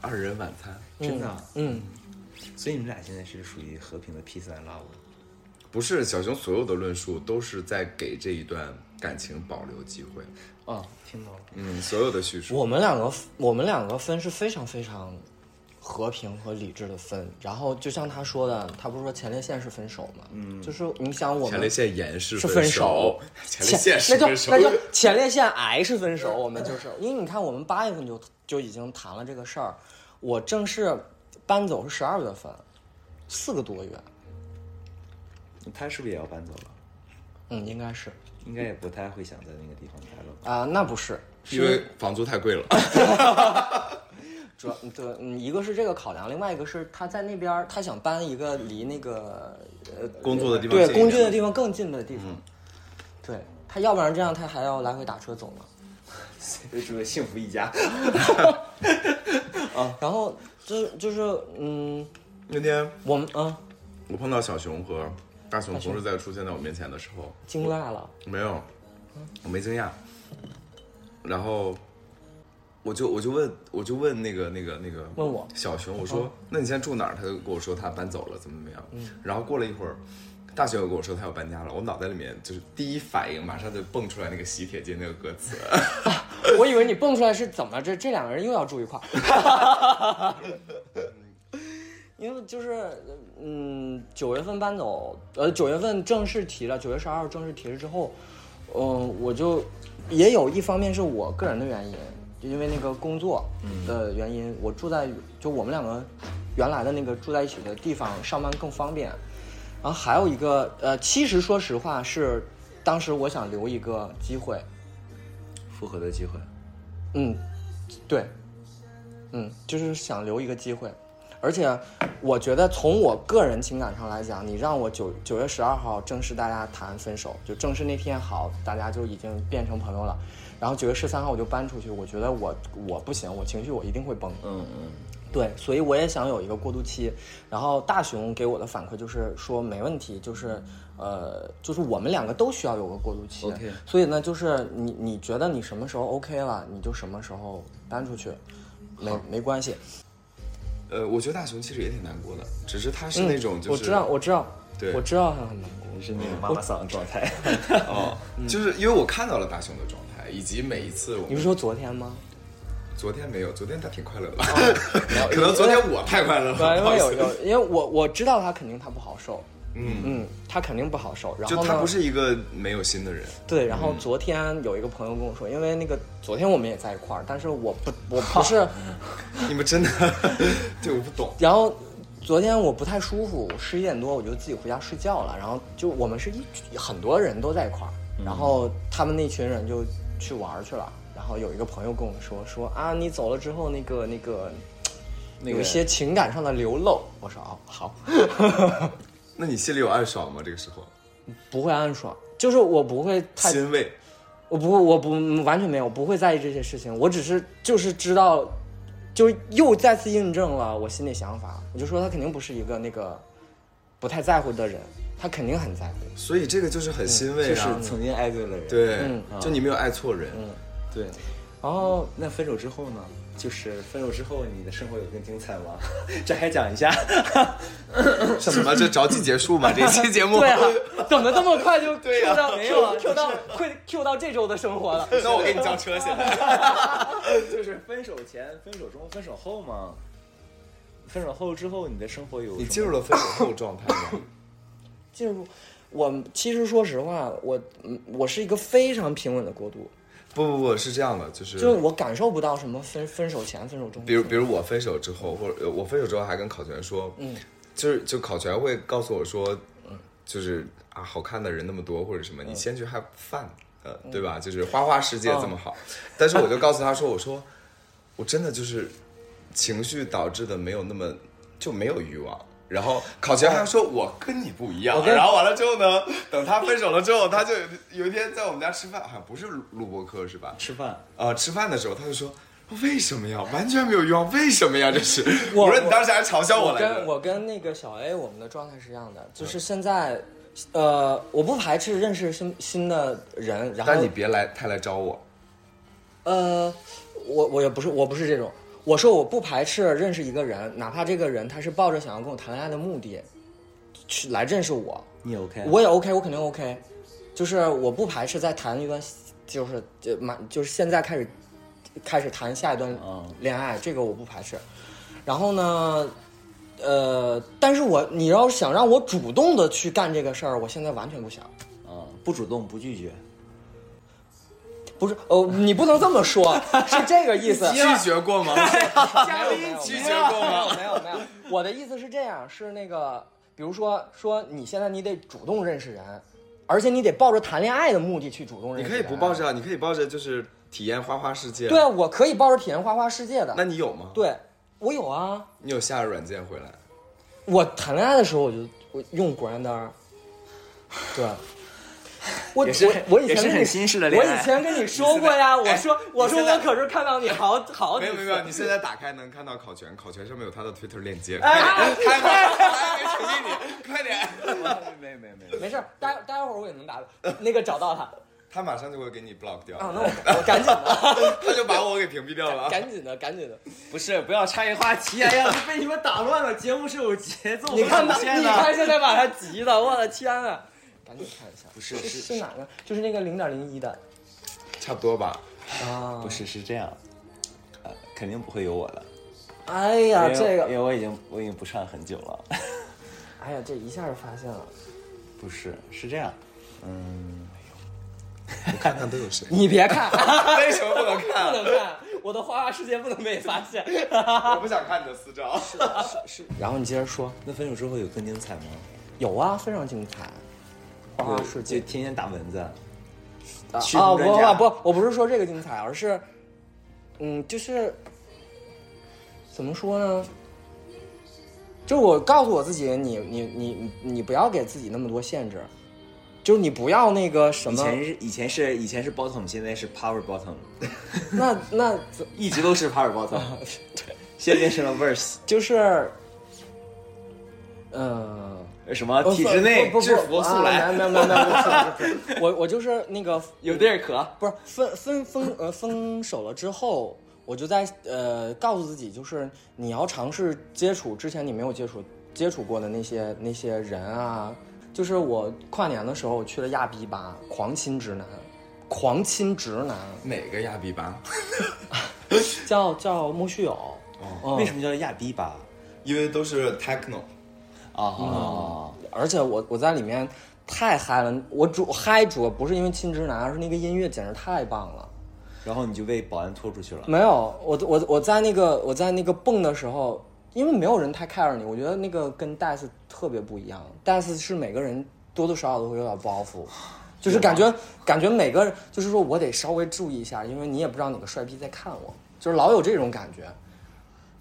Speaker 3: 二人晚餐，
Speaker 4: 真的啊，
Speaker 2: 嗯，
Speaker 4: 所以你们俩现在是属于和平的 peace and love。
Speaker 3: 不是小熊所有的论述都是在给这一段感情保留机会。
Speaker 2: 哦，听到了。
Speaker 3: 嗯，所有的叙述，
Speaker 2: 我们两个，我们两个分是非常非常和平和理智的分。然后就像他说的，他不是说前列腺是分手吗？嗯，就是你想我
Speaker 3: 前列
Speaker 2: 们
Speaker 3: 腺炎是
Speaker 2: 是分手，
Speaker 3: 手前列腺是
Speaker 2: *laughs* 那
Speaker 3: 分
Speaker 2: 就
Speaker 3: 手
Speaker 2: 那，就前列腺癌是分手，我们就是因为你看我们八月份就就已经谈了这个事儿，我正式搬走是十二月份，四个多月，
Speaker 4: 他是不是也要搬走了？
Speaker 2: 嗯，应该是
Speaker 4: 应该也不太会想在那个地方待了吧？
Speaker 2: 啊、那不是。
Speaker 3: 因为房租太
Speaker 2: *laughs*
Speaker 3: 贵了。
Speaker 2: 主要对，嗯，一个是这个考量，另外一个是他在那边儿，他想搬一个离那个呃
Speaker 3: 工作的地方嗯
Speaker 2: 对
Speaker 3: 近一
Speaker 2: 工
Speaker 3: 点
Speaker 2: 具的地方更近的地方，对他要不然这样他还要来回打车走呢。
Speaker 4: *laughs* 就祝幸福一家。
Speaker 3: 啊
Speaker 2: 然后就是就是嗯，
Speaker 3: 那天
Speaker 2: 我们啊
Speaker 3: 我碰到小熊和大熊同时在出现在我面前的时候，
Speaker 2: 惊讶了，
Speaker 3: 没有，我没惊讶。然后我就我就问我就问那个那个那个
Speaker 2: 问我
Speaker 3: 小熊，我哦说、那你现在住哪儿？他就跟我说他搬走了，怎么怎么样。然后过了一会儿，大熊又跟我说他要搬家了。我脑袋里面就是第一反应马上就蹦出来那个喜帖街那个歌 *laughs* 词，
Speaker 2: 我以为你蹦出来是怎么这这两个人又要住一块儿， *laughs* 因为就是嗯九月份搬走，呃九月份正式提了，九月十二正式提了之后，嗯、我就也有一方面是我个人的原因，就因为那个工作的原因，我住在就我们两个原来的那个住在一起的地方上班更方便，然后还有一个呃其实说实话是当时我想留一个机会。
Speaker 4: 复合的机会，
Speaker 2: 嗯，对，嗯，就是想留一个机会，而且我觉得从我个人情感上来讲，你让我九九月十二号正式大家谈分手，就正式那天好，大家就已经变成朋友了，然后九月十三号我就搬出去，我觉得我我不行，我情绪我一定会崩，
Speaker 4: 嗯嗯，
Speaker 2: 对，所以我也想有一个过渡期。然后大熊给我的反馈就是说没问题，就是呃，就是我们两个都需要有个过渡期。
Speaker 4: OK
Speaker 2: 所以呢，就是你你觉得你什么时候 OK 了，你就什么时候搬出去，没没关系。
Speaker 3: 呃，我觉得大熊其实也挺难过的，只是他是
Speaker 2: *laughs*
Speaker 3: 那种就是、
Speaker 2: 我知道，我知道，
Speaker 3: 对
Speaker 2: 我知道他很难过。
Speaker 4: 你是那种妈妈桑的状态。
Speaker 3: 哦，就是因为我看到了大熊的状态，以及每一次我
Speaker 2: 你
Speaker 3: 们
Speaker 2: 是说昨天吗？
Speaker 3: 昨天没有，昨天他挺快乐的， *laughs* 可能昨天我太快乐了，
Speaker 2: 对，因
Speaker 3: 不好
Speaker 2: 为
Speaker 3: 意
Speaker 2: 有
Speaker 3: 思。
Speaker 2: 有，因为我我知道他肯定他不好受，
Speaker 3: 嗯，
Speaker 2: 嗯，他肯定不好受。然
Speaker 3: 就
Speaker 2: 后呢？
Speaker 3: 他不是嗯一个没有心的人，
Speaker 2: 对，然后昨天有一个朋友跟我说，因为那个昨天我们也在一块儿，但是我不我
Speaker 3: *laughs*
Speaker 2: 不是，
Speaker 3: 你们真的，对，我不懂。
Speaker 2: 然后昨天我不太舒服，十一点多我就自己回家睡觉了，然后就我们是一很多人都在一块儿，然后他们那群人就去玩儿去了，然后有一个朋友跟我们说说啊，你走了之后那个那个。
Speaker 4: 那个
Speaker 2: 有一些情感上的流露，我说哦好，
Speaker 3: 那你心里有暗爽吗？这个时候
Speaker 2: 不会暗爽，就是我不会太
Speaker 3: 欣慰，
Speaker 2: 我不会，我不完全没有，我不会在意这些事情。我只是就是知道，就又再次印证了我心里想法。我就说他肯定不是一个那个不太在乎的人，他肯定很在乎。
Speaker 3: 所以这个就是很欣慰
Speaker 4: *laughs* 就
Speaker 3: 啊
Speaker 4: 是。曾经 *laughs* 爱对的人。
Speaker 3: 对
Speaker 2: 嗯，
Speaker 3: 就你没有爱错人。
Speaker 4: 对，
Speaker 2: 然后
Speaker 3: *laughs*
Speaker 4: 那分手之后呢？就是分手之后，你的生活有更精彩吗？ *laughs* 这还讲一下，
Speaker 3: 什么？这着急结
Speaker 2: *laughs*
Speaker 3: 束吗？这期节目？
Speaker 2: 嗯对啊，怎么这么快就
Speaker 3: *laughs* 对呀
Speaker 2: Q 到没有了？Q 到快 Q 到这周的生活了。
Speaker 3: *laughs* 那我给你叫车现在。
Speaker 4: 就是分手前、分手中、分手后吗？分手后之后，你的生活有
Speaker 3: 你
Speaker 4: 什
Speaker 3: 进
Speaker 4: 么
Speaker 3: 入了分手后状态吗？ *laughs*
Speaker 2: 进入我其实说实话，我嗯我是一个非常平稳的过渡，
Speaker 3: 不不不，是这样的，就是
Speaker 2: 就是我感受不到什么分分手前、分手中。
Speaker 3: 比如比如我分手之后，或者呃我分手之后还跟考全说，嗯，就是就考全会告诉我说，
Speaker 2: 嗯
Speaker 3: 就是啊，好看的人那么多或者什么，你先去 have fun，呃，
Speaker 2: 嗯
Speaker 3: 对吧？就是花花世界这么好，但是我就告诉他说，我说我真的就是情绪导致的没有那么就没有欲望，然后考前还说我跟你不一样
Speaker 2: 我，跟
Speaker 3: 然后完了之后呢，等他分手了之后，他就有一天在我们家吃饭，好像不是录播课是吧？
Speaker 1: 吃饭，
Speaker 3: 呃，吃饭的时候他就说。为什么呀？完全没有欲望，为什么呀？这是
Speaker 2: 我
Speaker 3: 说你当时还嘲笑
Speaker 2: 我
Speaker 3: 来
Speaker 2: 跟
Speaker 3: 着。
Speaker 2: 我跟那个小 A 我们的状态是一样的，就是现在，呃，我不排斥认识新新的人，然后
Speaker 3: 但你别来太来招我，
Speaker 2: 呃，我我也不是我不是这种，我说我不排斥认识一个人，哪怕这个人他是抱着想要跟我谈恋爱的目的，去来认识我，
Speaker 1: 你 OK？
Speaker 2: 我也 OK，我肯啊定 OK，就是我不排斥再谈一段，就是就满就是现在开始开始谈下一段
Speaker 1: 嗯
Speaker 2: 恋爱，这个我不排斥。然后呢，呃，但是我你要是想让我主动的去干这个事儿，我现在完全不想。
Speaker 1: 啊，不主动不拒绝，
Speaker 2: 不是，呃，你不能这么说， *laughs* 是这个意思。
Speaker 3: 拒绝过吗？
Speaker 2: 没有没有
Speaker 3: 拒绝过吗？
Speaker 2: 没有没有，我的意思是这样，是那个，比如说说你现在你得主动认识人，而且你得抱着谈恋爱的目的去主动认
Speaker 3: 你
Speaker 2: 识
Speaker 3: 可
Speaker 2: 人。
Speaker 3: 以不抱。着，你可以抱着就是体验花花世界。
Speaker 2: 对，，啊我可以抱着体验花花世界的。
Speaker 3: 那你有吗？，
Speaker 2: 对，我有啊。
Speaker 3: 你有下软件回来？
Speaker 2: 我谈恋爱的时候我就我用果然单儿，对。我
Speaker 5: 也是
Speaker 2: 我我以前
Speaker 5: 也是
Speaker 2: 跟你
Speaker 5: 很新式的恋爱
Speaker 2: 我以前跟你说过呀，我说我说
Speaker 3: 现在
Speaker 2: 我可是看到你好好
Speaker 3: 没
Speaker 2: 几
Speaker 3: 有没
Speaker 2: 次
Speaker 3: 有没有，你现在打开能看到考全，考全上面有他的 Twitter 链接。哎，还没还没成立你，快点！
Speaker 4: 没没没，
Speaker 2: 没事儿，待待会儿我也能打那个找到他啊，
Speaker 3: 他马上就会给你 block 掉，
Speaker 2: 那我我赶紧的。 *laughs*
Speaker 3: 他就把我给屏蔽掉了。
Speaker 2: 赶紧的，赶紧的！
Speaker 5: 不是，不要插一话题，哎呀，被你们打乱了，节目是有节奏
Speaker 2: 你看
Speaker 5: 的
Speaker 2: 吧，你
Speaker 5: 的。
Speaker 2: 看现在把他急的，我的天啊！赶紧看一下，不
Speaker 4: 是
Speaker 2: 是
Speaker 4: 是
Speaker 2: 哪个？就是那个零点零一的
Speaker 3: 差不多吧，
Speaker 2: 啊！
Speaker 4: 不，是是这样，呃，肯定不会有我的。
Speaker 2: 哎呀，
Speaker 4: 因为
Speaker 2: 这
Speaker 4: 因
Speaker 2: 个，
Speaker 4: 为我已经我已经不上很久了。 *laughs*
Speaker 2: 哎呀，这一下就发现了。？
Speaker 4: 不是，是这样，
Speaker 3: 看看都有谁
Speaker 2: 你别看，啊
Speaker 3: 为什么不能
Speaker 2: 不
Speaker 3: 看？
Speaker 2: 能看，我的花花世界不能被发现。
Speaker 3: 我不想看你的私照。
Speaker 2: *laughs* 然后你接着说，
Speaker 4: 那分手之后有更精彩吗？
Speaker 2: 有啊，非常精彩。花花世
Speaker 4: 就
Speaker 2: 界
Speaker 4: 天天打蚊子，
Speaker 2: 啊，
Speaker 4: 去
Speaker 2: 啊
Speaker 4: 不
Speaker 2: 不
Speaker 4: 专家
Speaker 2: 不不，我不是说这个精彩，而是，嗯，就是怎么说呢？就是我告诉我自己，你你你你你不要给自己那么多限制，就是你不要那个什
Speaker 4: 以
Speaker 2: 么，
Speaker 4: 前是以前是以前是 bottom，现在是
Speaker 2: *laughs*
Speaker 4: power bottom，
Speaker 2: 那那怎
Speaker 4: 一直都是
Speaker 2: *laughs*
Speaker 4: power bottom，现在变成了 verse，
Speaker 2: 就是，嗯、
Speaker 4: 什么
Speaker 2: 呃，
Speaker 4: *laughs* 体制内
Speaker 2: 不不不
Speaker 4: 制服速来，
Speaker 2: 啊没有没有没有没有不是，
Speaker 4: *laughs*
Speaker 2: 不是我我就是那个
Speaker 5: 有地儿咳，
Speaker 2: 不是分分分呃分手了之后，我就在呃告诉自己，就是你要尝试接触之前你没有接触接触过的那些那些人啊。就是我跨年的时候我去了亚庇吧，狂亲直男，狂亲直男
Speaker 3: 哪个亚比吧？
Speaker 2: 叫叫莫须有。嗯
Speaker 4: 为什？么叫亚逼吧？
Speaker 3: 因为都是 techno，
Speaker 2: 嗯
Speaker 4: 啊，
Speaker 2: 而且我我在里面太嗨了，我主嗨主要不是因为亲直男，而是那个音乐简直太棒了。
Speaker 4: 然后你就被保安拖出去了。
Speaker 2: 没有，我我我在那个我在那个蹦的时候，因为没有人太 care 你，我觉得那个跟 dance 特别不一样，dance 是每个人多多少少都会有点包
Speaker 3: *sighs*
Speaker 2: 袱。就是感觉，感觉每个人就是说我得稍微注意一下，因为你也不知道哪个帅逼在看我，就是老有这种感觉。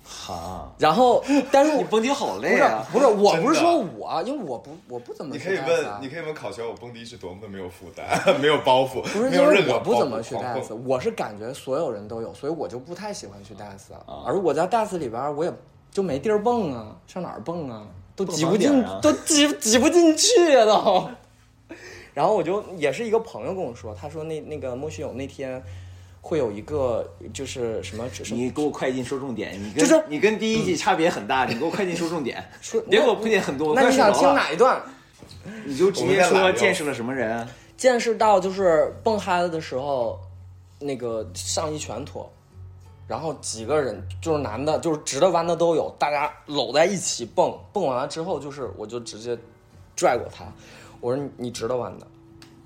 Speaker 4: 哈，
Speaker 2: 然后，但
Speaker 3: *laughs*
Speaker 2: 是我
Speaker 4: 你蹦迪好
Speaker 2: 不
Speaker 4: 累
Speaker 2: 是
Speaker 4: 啊！
Speaker 2: 不是，我不是
Speaker 3: 真的
Speaker 2: 说我，啊因为我不我不怎么
Speaker 3: 你
Speaker 2: 去
Speaker 3: 可以
Speaker 2: dance 啊
Speaker 3: 问，你可以问考全，我蹦迪是多么的没有负担， *laughs* 没有包袱，
Speaker 2: 不是
Speaker 3: 没
Speaker 2: 因
Speaker 3: 有任
Speaker 2: 为
Speaker 3: 何
Speaker 2: 我不
Speaker 3: 包
Speaker 2: 怎
Speaker 3: 袱
Speaker 2: 么去
Speaker 3: 狂蹦
Speaker 2: dance，我是感觉所有人都有，所以我就不太喜欢去 dance 啊。而我在 dance 里边儿，我也就没地儿蹦啊，上哪儿蹦啊？都挤不进，
Speaker 4: 蹦盲点啊
Speaker 2: 都挤挤不进去呀、都。 *laughs* 然后我就也是一个朋友跟我说，他说那那个莫须有那天会有一个就是什么什么
Speaker 4: 你给我快进说重点，你跟
Speaker 2: 就是
Speaker 4: 你跟第一季差别很大，你给我快进说重点，
Speaker 2: *laughs* 说
Speaker 4: 别给我铺垫很多。我
Speaker 2: 那你
Speaker 4: 快睡着
Speaker 3: 啊
Speaker 2: 想听
Speaker 4: 了？
Speaker 2: 哪一段？
Speaker 4: 你就直接
Speaker 3: 我们在
Speaker 4: 说
Speaker 3: 懒
Speaker 4: 见识了什么人，
Speaker 2: 见识到就是蹦嗨了的时候，那个上一全脱，然后几个人就是男的，就是直的弯的都有，大家搂在一起蹦，蹦完了之后就是我就直接拽过他，我说你你直的弯的，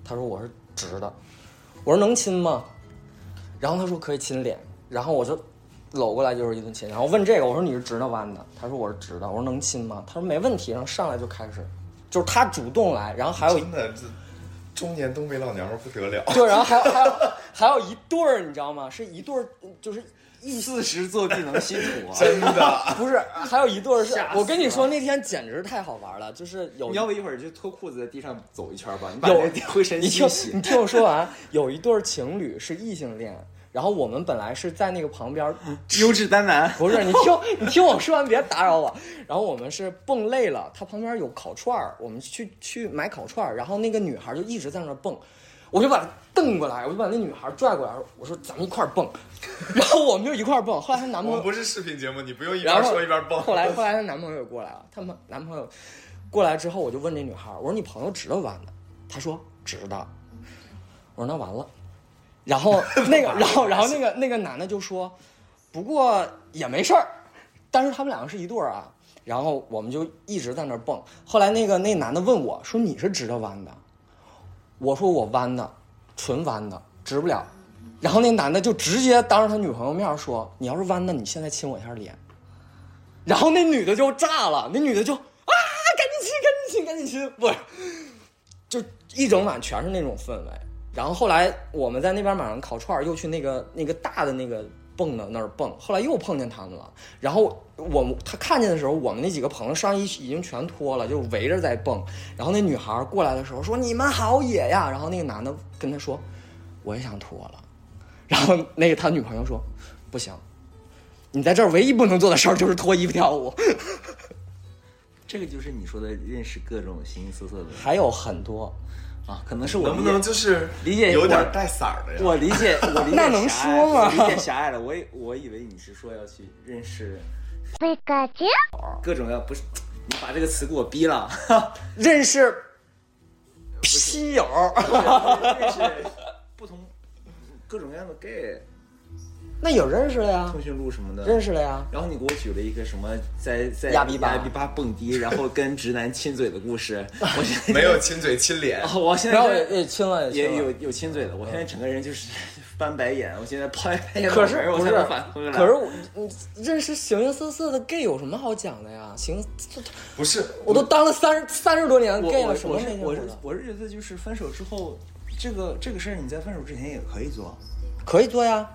Speaker 2: 他说我是直的，我说能亲吗？然后他说可以亲脸，然后我就搂过来就是一顿亲，然后问这个我说你是直的弯的，他说我是直的，我说能亲吗？他说没问题，然后上来就开始，就是他主动来，然后还有一
Speaker 3: 真的这中
Speaker 2: *laughs*
Speaker 3: 年东北老娘们儿不得了。
Speaker 2: 对，然后还有还有还有一对儿，你知道吗？是一对儿，就是
Speaker 4: 四十坐地能吸
Speaker 2: *laughs*
Speaker 4: 土啊！
Speaker 3: 真的。
Speaker 2: 不是，还有一对儿是
Speaker 4: 吓死，了
Speaker 2: 我跟你说那天简直太好玩了，就是有
Speaker 4: 你要不一会儿就脱裤子在地上走一圈吧，你把
Speaker 2: 哦有
Speaker 4: 那浑身
Speaker 2: 你听
Speaker 4: 吸血
Speaker 2: 你。听我说完，有一对儿情侣是异性恋，然后我们本来是在那个旁边，嗯
Speaker 4: 优质单 *laughs* 男，
Speaker 2: *laughs* 不是你听你听我说完，别打扰我。然后我们是蹦累了，他旁边有烤串儿，我们去去买烤串儿，然后那个女孩就一直在那儿蹦。我就把她瞪过来，我就把那女孩拽过来，我说咱们一块儿蹦， *laughs* 然后我们就一块儿蹦。后来她男朋友
Speaker 3: 我们不是视频节目，你不用一
Speaker 2: 然
Speaker 3: 边
Speaker 2: 后
Speaker 3: 说一边蹦。
Speaker 2: 后来后来她男朋友也过来了，她们男朋友过来之后，我就问这女孩儿，我说你朋友知道玩的？她说知道。我说那完了。然
Speaker 3: *laughs*
Speaker 2: 后那个，然后然后那个那个男的就说，不过也没事儿，但是他们两个是一对儿啊。然后我们就一直在那儿蹦。后来那个那男的问我说你是直的弯的？我说我弯的，纯弯的，直不了。然后那男的就直接当着他女朋友面儿说：“你要是弯的，你现在亲我一下脸。”然后那女的就炸了，那女的就啊， *laughs* 赶紧亲，赶紧亲，赶紧亲，不是，就一整晚全是那种氛围。然后后来我们在那边买完烤串儿，又去那个那个大的那个蹦的那儿蹦，后来又碰见他们了。然后我们他看见的时候，我们那几个朋友上衣已经全脱了，就围着在蹦。然后那女孩儿过来的时候说：“你们好野呀！”然后那个男的跟她说：“我也想脱了。”然后那个他女朋友说：“不行，你在这儿唯一不能做的事儿就是脱衣服跳舞。”
Speaker 6: 这个就是你说的认识各种形形色色的
Speaker 2: 还有很多，
Speaker 6: 啊，可能是我
Speaker 3: 能不能就是
Speaker 6: 理解
Speaker 3: 有点
Speaker 6: 我
Speaker 3: 带色儿的呀？
Speaker 4: 我理解，我理
Speaker 2: *laughs*
Speaker 4: 解
Speaker 2: 那能
Speaker 4: 狭隘
Speaker 2: 说吗
Speaker 4: 我理解狭隘了，我以我以为你是说要去认识
Speaker 5: Pikachu,
Speaker 4: 各种要不是，你把这个词给我逼了， *laughs*
Speaker 2: 认识批友，
Speaker 4: 认识不同各种各样的 gay
Speaker 2: *laughs* 那有认识了呀
Speaker 4: 通，讯录什么的，
Speaker 2: 认识了呀。
Speaker 4: 然后你给我举了一个什么在在
Speaker 2: 亚庇巴
Speaker 4: 亚庇巴蹦迪，然后跟直男亲嘴的故事，我现在
Speaker 3: 没有亲嘴亲脸，
Speaker 4: 哦我现
Speaker 2: 然后
Speaker 4: 在
Speaker 2: 也
Speaker 4: 真
Speaker 2: 也亲了，也
Speaker 4: 也嗯
Speaker 2: 亲了
Speaker 4: 有。有亲嘴的，我现在整个人就是 *laughs* 翻白眼，我现在拍白眼
Speaker 2: 可是
Speaker 4: 老人
Speaker 2: 不
Speaker 4: 我
Speaker 2: 是
Speaker 4: 才能反应过来，
Speaker 2: 可是我你认识形形色色的 gay 有什么好讲的呀？形，
Speaker 3: 不是
Speaker 2: 我都当了三十三十多年的
Speaker 4: 我
Speaker 2: gay
Speaker 4: 我
Speaker 2: 了，
Speaker 4: 我是
Speaker 2: 什么没见过
Speaker 4: 我是
Speaker 2: 的？
Speaker 4: 我是觉得就是分手之后，这个这个事儿你在分手之前也可以做，
Speaker 2: 可以做呀，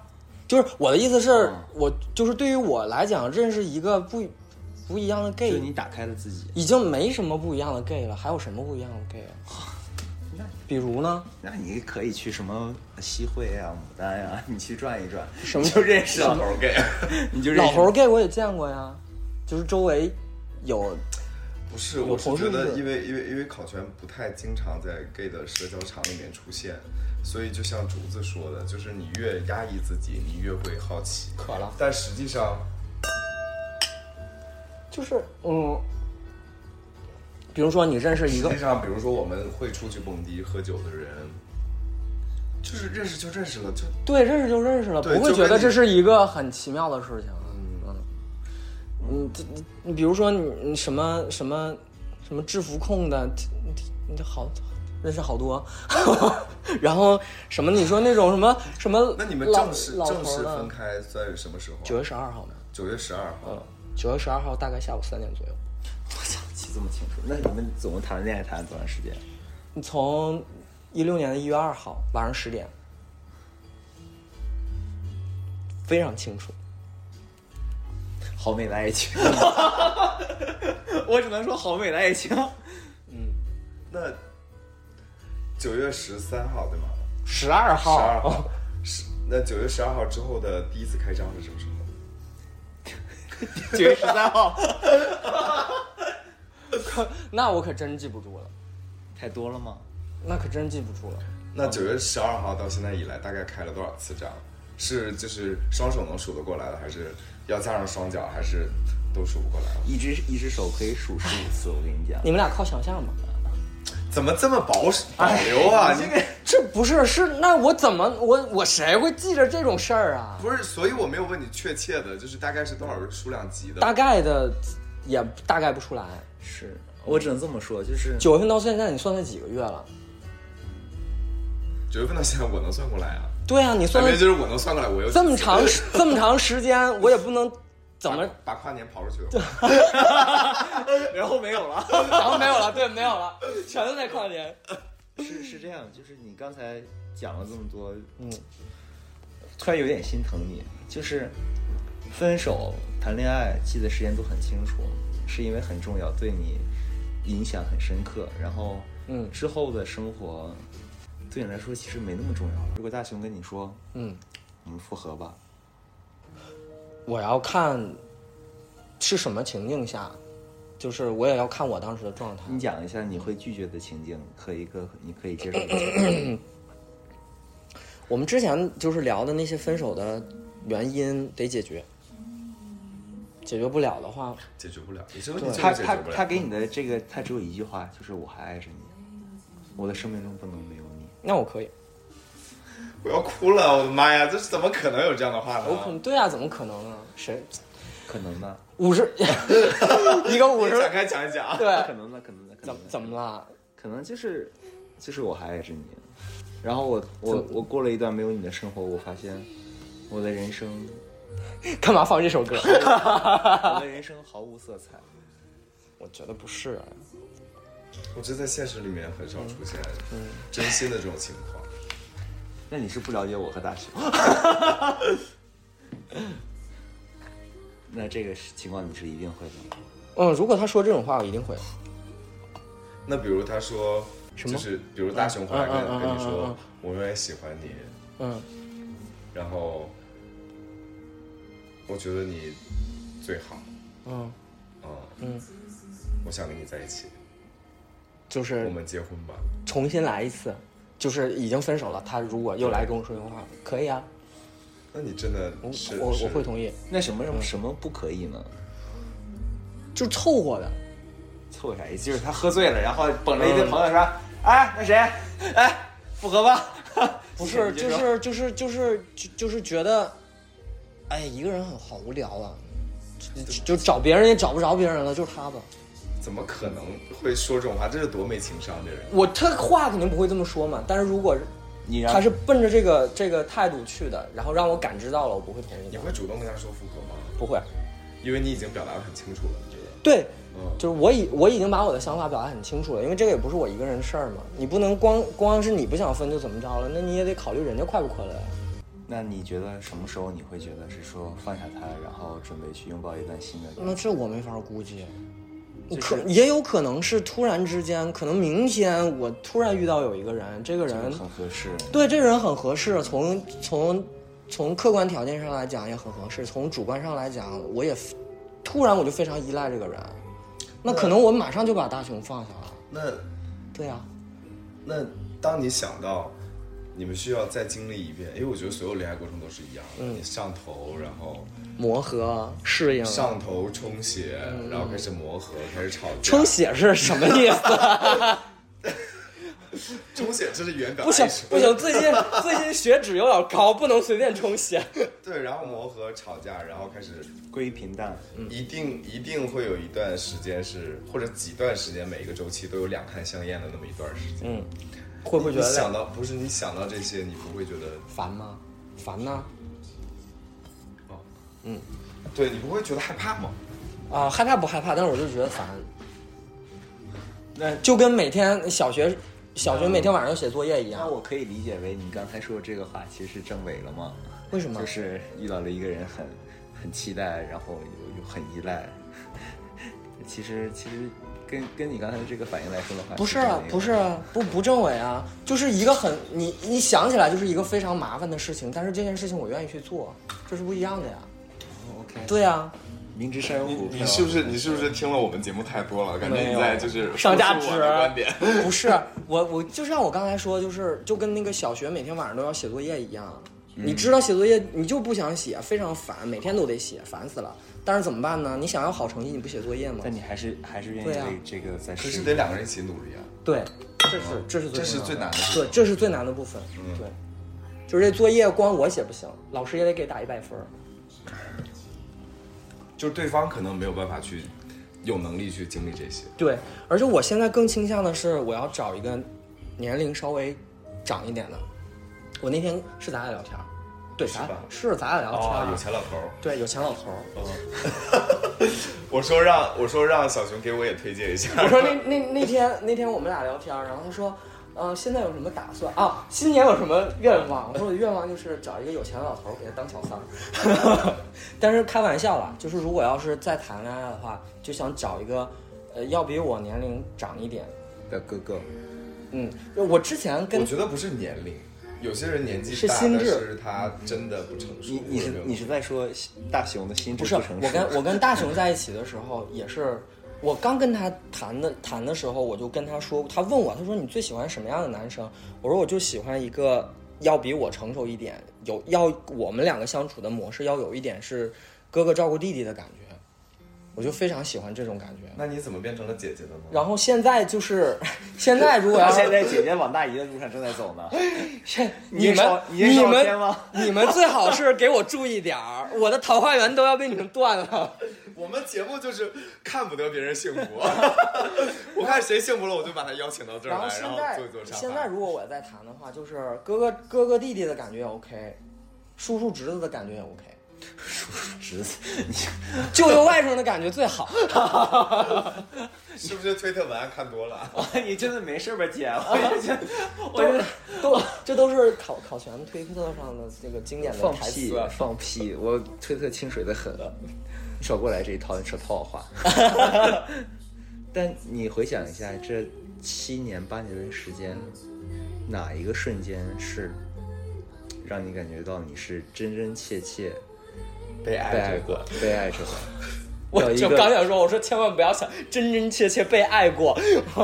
Speaker 2: 就是我的意思是，
Speaker 4: 嗯
Speaker 2: 我就是对于我来讲，认识一个不不一样的
Speaker 4: 就是
Speaker 2: gay，
Speaker 4: 你打开了自己，
Speaker 2: 已经没什么不一样的 gay 了，还有什么不一样的 gay 啊？比如呢？
Speaker 4: 那你可以去什么西会啊、牡丹呀、 *laughs* 你去转一转，
Speaker 2: 什么
Speaker 4: 你就认识
Speaker 3: 老
Speaker 4: 了，
Speaker 3: 头 gay，
Speaker 4: 你就认
Speaker 2: 老
Speaker 4: 识 *laughs*
Speaker 2: 头 gay 我也见过呀，就是周围有
Speaker 3: 不是，我是觉得因为因为因为考全不太经常在 gay 的社交场里面出现，所以就像竹子说的，就是你越压抑自己，你越会好奇。
Speaker 2: 渴了，
Speaker 3: 但实际上，
Speaker 2: 就是嗯，比如说你认识一
Speaker 3: 实
Speaker 2: 个
Speaker 3: 际上，比如说我们会出去蹦迪喝酒的人，就是认识就认识了，就
Speaker 2: 对，认识就认识了，
Speaker 3: 对
Speaker 2: 不会
Speaker 3: 就
Speaker 2: 觉
Speaker 3: 跟
Speaker 2: 得
Speaker 3: 你
Speaker 2: 这是一个很奇妙的事情。嗯嗯，这你你比如说你你什么什么什么制服控的，你你你好认识好多， *laughs* 然后什么你说那种什么什么老，
Speaker 3: 那你们正式
Speaker 2: 老头
Speaker 3: 正式
Speaker 2: 的
Speaker 3: 分开在什么时候啊？
Speaker 2: 九月十二号嘛，
Speaker 3: 九月十二号。
Speaker 2: 嗯，九月十二号大概下午三点左右，
Speaker 4: 记这么清楚，那你们总共谈恋爱谈了多长时间？
Speaker 2: 你从一六年的一月二号晚上十点，非常清楚。
Speaker 4: 好美的爱情， *laughs* 我只能说好美的爱情。
Speaker 3: 那九月十三号对吗？
Speaker 2: 十二
Speaker 3: 十
Speaker 2: 号，哦
Speaker 3: 二号，十那九月十二号之后的第一次开张是什么时候？
Speaker 4: 九月十三号，
Speaker 2: 那我可真记不住了，
Speaker 4: 太多了吗？
Speaker 2: 那可真记不住了。
Speaker 3: 那九月十二号到现在以来，大概开了多少次张？是就是双手能数得过来的，还是要加上双脚，还是都数不过来了？
Speaker 4: 一只一只手可以数十五次，我跟你讲。
Speaker 2: 你们俩靠想象吧，
Speaker 3: 怎么这么保守保留啊？你
Speaker 2: 这不是是那我怎么我我谁会记着这种事儿啊？
Speaker 3: 不是，所以我没有问你确切的，就是大概是多少数量级的？
Speaker 2: 大概的也大概不出来。
Speaker 4: 是我只能这么说，就是
Speaker 2: 九月份到现在你算算几个月了？
Speaker 3: 九月份到现在我能算过来啊，
Speaker 2: 对啊，你
Speaker 3: 那
Speaker 2: 算算
Speaker 3: 边就是我能算过来，我又
Speaker 2: 这么长 *laughs* 这么长时间，我也不能怎么， *laughs*
Speaker 3: 把跨年刨出去了。
Speaker 4: *laughs* 然后没有了。
Speaker 2: 然哦后没有了，对，没有了，全都在跨年。
Speaker 4: 嗯是是这样，就是你刚才讲了这么多，
Speaker 2: 嗯，
Speaker 4: 突然有点心疼你，就是分手、谈恋爱记得时间都很清楚，是因为很重要，对你影响很深刻。然后，
Speaker 2: 嗯，
Speaker 4: 之后的生活对你来说其实没那么重要了。如果大雄跟你说，
Speaker 2: 嗯，
Speaker 4: 我们复合吧，
Speaker 2: 我要看是什么情境下，就是我也要看我当时的状态。
Speaker 4: 你讲一下你会拒绝的情境和一个你可以接受的情境。
Speaker 2: 我们之前就是聊的那些分手的原因得解决，解决不了的话，
Speaker 3: 解决不了，你这问题
Speaker 4: 他
Speaker 3: 就是解
Speaker 4: 他
Speaker 3: 决不了
Speaker 4: 他给你的这个，他只有一句话，就是我还爱着你，我的生命中不能没有你。
Speaker 2: 那我可以。
Speaker 3: 我要哭了，我的妈呀，这是怎么可能有这样的话呢？
Speaker 2: 我可能对啊，怎么可能呢？谁
Speaker 4: 可能呢？
Speaker 2: 五 *laughs* 十一个五
Speaker 3: 你
Speaker 2: 十
Speaker 3: 展开讲一讲啊。
Speaker 4: 可
Speaker 2: 对，
Speaker 4: 能呢？可能呢？可
Speaker 2: 呃怎
Speaker 4: 能
Speaker 2: 么
Speaker 4: 呢
Speaker 2: 怎么了？
Speaker 4: 可能就是就是我还爱着你。然后我我
Speaker 2: 怎么
Speaker 4: 我过了一段没有你的生活，我发现我的人生，
Speaker 2: 干嘛放这首歌？
Speaker 4: 我的人生毫无色彩。
Speaker 2: 我觉得不是，
Speaker 3: 我觉得在现实里面很少出现真心的这种情况。
Speaker 4: 那你是不了解我和大雄。 *laughs* 那这个是情况你是一定会的。
Speaker 2: 嗯，如果他说这种话，我一定会。
Speaker 3: 那比如他说，
Speaker 2: 什么
Speaker 3: 就是比如大雄回来跟
Speaker 2: 嗯嗯嗯
Speaker 3: 跟你
Speaker 2: 嗯嗯
Speaker 3: 说
Speaker 2: 嗯，
Speaker 3: 我永远喜欢你，
Speaker 2: 嗯，
Speaker 3: 然后我觉得你最好，
Speaker 2: 嗯
Speaker 3: 嗯，我想跟你在一起，
Speaker 2: 就
Speaker 3: 我
Speaker 2: 是
Speaker 3: 们结婚吧。
Speaker 2: 重新来一次，就是已经分手了。他如果又来跟我说这种话，可以啊，
Speaker 3: 那你真的
Speaker 2: 我
Speaker 3: 是
Speaker 2: 哦我我会
Speaker 3: 意。
Speaker 2: 同意，
Speaker 4: 那什么什么什么不可以呢？
Speaker 2: 就凑合的。
Speaker 4: 凑啥意思？就是他喝醉了，然后捧着一堆
Speaker 2: 嗯
Speaker 4: 朋友说：“哎，那谁，哎，复合吧。 *laughs*
Speaker 2: 不
Speaker 4: 你
Speaker 2: 是，
Speaker 4: 就
Speaker 2: 就
Speaker 4: 说
Speaker 2: 是就是就是就就是觉得，哎，一个人很好无聊啊，就就就找别人也找不着别人了，就是他吧。
Speaker 3: 怎么可能会说这种话？这是多没情商的人！
Speaker 2: 我他话肯定不会这么说嘛，但是如果
Speaker 4: 你让
Speaker 2: 他是奔着这个这个态度去的，然后让我感知到了，我不会同意
Speaker 3: 你
Speaker 2: 的，
Speaker 3: 会主动跟他说复合吗？
Speaker 2: 不会。
Speaker 3: 因为你已经表达的很清楚了，你觉得？
Speaker 2: 对，
Speaker 3: 嗯，
Speaker 2: 就是我已我已经把我的想法表达很清楚了，因为这个也不是我一个人的事儿嘛，你不能光光是你不想分就怎么着了，那你也得考虑人家快不快乐呀。
Speaker 4: 那你觉得什么时候你会觉得是说放下他，然后准备去拥抱一段新的
Speaker 2: 那
Speaker 4: 感情？
Speaker 2: 这我没法估计，
Speaker 4: 就
Speaker 2: 可
Speaker 4: 是
Speaker 2: 也有可能是突然之间，可能明天我突然遇到有一个人，这个人
Speaker 4: 很合适。
Speaker 2: 对这个人很合适，从从从客观条件上来讲也很合适，从主观上来讲，我也 f- 突然我就非常依赖这个人，那可能我马上就把大熊放下了。
Speaker 3: 那
Speaker 2: 对啊，
Speaker 3: 那当你想到你们需要再经历一遍，因为我觉得所有恋爱过程都是一样
Speaker 2: 嗯
Speaker 3: 的，你上头，然后
Speaker 2: 磨合适应
Speaker 3: 上头充血，然后开始磨合，开始吵架。
Speaker 2: 充嗯血是什么 *laughs* 意思？
Speaker 3: 充血，这是语言表达
Speaker 2: 不行
Speaker 3: 艺术
Speaker 2: 不行，最近最近血脂有点高，不能随便充血。
Speaker 3: 对，然后磨合、吵架，然后开始，
Speaker 4: 归于平淡，
Speaker 2: 嗯
Speaker 3: 一定一定会有一段时间是，或者几段时间，每一个周期都有两汉相厌的那么一段时间。
Speaker 2: 嗯，会不会觉
Speaker 3: 你
Speaker 2: 得
Speaker 3: 想到不是你想到这些，你不会觉得
Speaker 2: 烦吗？烦呐、
Speaker 3: 对你不会觉得害怕吗？
Speaker 2: 啊、害怕不害怕？但是我就觉得烦，
Speaker 4: 那
Speaker 2: 就跟每天小学小学每天晚上写作业一
Speaker 4: 那
Speaker 2: 样。
Speaker 4: 我可以理解为你刚才说的这个话其实是证伪了吗？
Speaker 2: 为什么
Speaker 4: 就？是遇到了一个人很很期待，然后又又很依赖。其实其实跟跟你刚才这个反应来说的话，
Speaker 2: 不是
Speaker 4: 这
Speaker 2: 啊
Speaker 4: 样，一个
Speaker 2: 不是啊，不不正伪啊，就是一个很你你想起来就是一个非常麻烦的事情，但是这件事情我愿意去做，这是不一样的呀。
Speaker 4: OK，
Speaker 2: 对啊呀、
Speaker 4: 明知山有虎，
Speaker 3: 你是不是你是不是听了我们节目太多了？感觉你在就是
Speaker 2: 上价
Speaker 3: 复述
Speaker 2: 值
Speaker 3: 我的观点。
Speaker 2: *laughs*
Speaker 3: *laughs*
Speaker 2: 不是我我就像我刚才说，就是就跟那个小学每天晚上都要写作业一样，
Speaker 3: 嗯
Speaker 2: 你知道写作业你就不想写，非常烦，每天都得写，烦死了。但是怎么办呢？你想要好成绩，你不写作业吗
Speaker 4: 但？你还是还是愿意
Speaker 2: 对啊
Speaker 4: 为这个再
Speaker 3: 可
Speaker 4: 试
Speaker 3: 是
Speaker 4: 一
Speaker 3: 得两个人一起努力啊！
Speaker 2: 对，这是这是最
Speaker 3: 这是
Speaker 2: 重要
Speaker 3: 最难的事嗯
Speaker 2: 对，这是最难的部分。对，就是这作业光我写不行，老师也得给打一百分儿。
Speaker 3: 就是对方可能没有办法去有能力去经历这些。
Speaker 2: 对，而且我现在更倾向的是，我要找一个年龄稍微长一点的。我那天是咱俩聊天儿，对，咱
Speaker 3: 吧哦
Speaker 2: 是咱俩聊天儿，
Speaker 3: 啊有钱哦老头儿。
Speaker 2: 对，有钱老头儿。
Speaker 3: 我说让我说让小熊给我也推荐一下。
Speaker 2: 我说那那那天那天我们俩聊天儿，然后他说呃
Speaker 5: 嗯、现在有什么打算啊？新年有什么愿望？我说我的愿望就是找一个有钱的老头儿给他当小三儿，
Speaker 2: *laughs* 但是开玩笑啦，就是如果要是再谈恋爱的话，就想找一个，呃，要比我年龄长一点。
Speaker 1: 的哥哥，
Speaker 2: 嗯，就我之前跟
Speaker 3: 我觉得不是年龄，有些人年纪
Speaker 2: 是
Speaker 3: 大，
Speaker 2: 心
Speaker 3: 但
Speaker 2: 智
Speaker 3: 是他真的不成熟。
Speaker 4: 你你是你是在说大熊的心智
Speaker 2: 不是啊
Speaker 4: 成熟？
Speaker 2: 我跟我跟大雄在一起的时候，也是我刚跟他谈的谈的时候，我就跟他说，他问我，他说你最喜欢什么样的男生？我说我就喜欢一个要比我成熟一点，有要我们两个相处的模式要有一点是哥哥照顾弟弟的感觉，我就非常喜欢这种感觉。
Speaker 3: 那你怎么变成了姐姐的呢？
Speaker 2: 然后现在就是，现在如果要
Speaker 4: *laughs* 现
Speaker 2: 是
Speaker 4: 在姐姐往大姨的路上正在 *laughs* 走呢。
Speaker 2: 你
Speaker 4: 是
Speaker 2: 们
Speaker 4: 少你是
Speaker 2: 你
Speaker 4: 少
Speaker 2: 们
Speaker 4: 天吗
Speaker 2: 你们最好是给我注意点儿，我的桃花源都要被你们断了。
Speaker 3: 我们节目就是看不得别人幸福，我看谁幸福了，我就把他邀请到这儿
Speaker 2: 然后
Speaker 3: 来，
Speaker 2: 现
Speaker 3: 然后
Speaker 2: 在
Speaker 3: 坐一坐沙发。
Speaker 2: 现在如果我再谈的话，就是哥哥哥哥弟弟的感觉也 OK，叔叔侄子的感觉也 OK， *laughs*
Speaker 4: 侄子， *laughs*
Speaker 2: 舅舅外甥的感觉最好。
Speaker 3: 是不是推特文案看多了？
Speaker 4: 你真的没事吧，姐？我觉得
Speaker 2: 我都这都是考考全推特上的这个经典的
Speaker 4: *laughs* 放
Speaker 2: 台
Speaker 4: 屁
Speaker 2: 词。，啊
Speaker 4: 放屁！我推特清水的很，你少过来这一套，你少套我 *laughs* 话。但你回想一下，这七年八年的时间，哪一个瞬间是让你感觉到你是真真切切
Speaker 3: 被
Speaker 4: 被
Speaker 3: 爱
Speaker 4: 爱
Speaker 3: 着过
Speaker 4: 过，、被爱着过？
Speaker 2: 我
Speaker 4: 有一
Speaker 2: 就
Speaker 4: 个
Speaker 2: 刚想说，我说千万不要想真真切切被爱 *laughs* 过，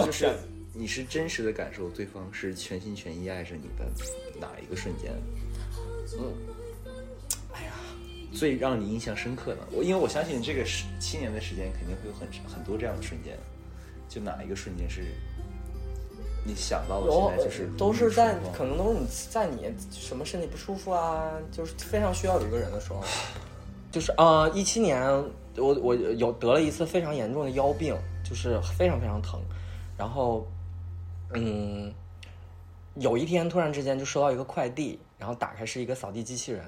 Speaker 4: 就是你是真实的感受对方是全心全意爱着你的哪一个瞬间？嗯，哎呀，最让你印象深刻的，我因为我相信这个十七年的时间肯定会有很很多这样的瞬间，就哪一个瞬间是你想到的
Speaker 2: 然后
Speaker 4: 现在就是
Speaker 2: 都是在可
Speaker 4: 能
Speaker 2: 能都是你在你什么身体不舒服啊，就是非常需要有一个人的时候，
Speaker 4: *sighs*
Speaker 2: 就是啊，一、七年我我有得了一次非常严重的腰病，就是非常非常疼，然后嗯，有一天突然之间就收到一个快递，然后打开是一个扫地机器人，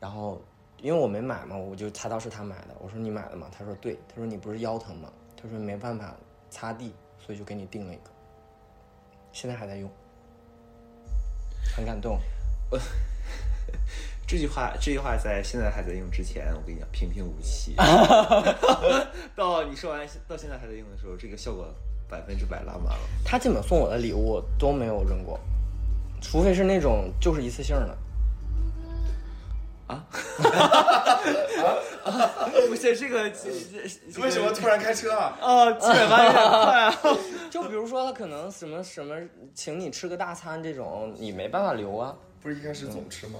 Speaker 2: 然后因为我没买嘛，我就猜到是他买的。我说你买了吗？他说对。他说你不是腰疼吗？他说没办法擦地，所以就给你订了一个，现在还在用，很感动。
Speaker 4: 这句话，这句话在现在还在用之前，我跟你讲平平无
Speaker 2: *laughs*
Speaker 4: 奇，到你说完到现在还在用的时候，这个效果百分之百拉满
Speaker 2: *laughs*
Speaker 4: 了。
Speaker 2: 他基本送我的礼物都没有扔过，除非是那种就是一次性的。
Speaker 4: 不是这个，这这
Speaker 3: 为什么突然开车啊？
Speaker 4: 啊，七百八有点快啊！
Speaker 2: 就比如说他可能什么什么请你吃个大餐这种，你没办法留啊。
Speaker 3: 不是一开始总吃吗？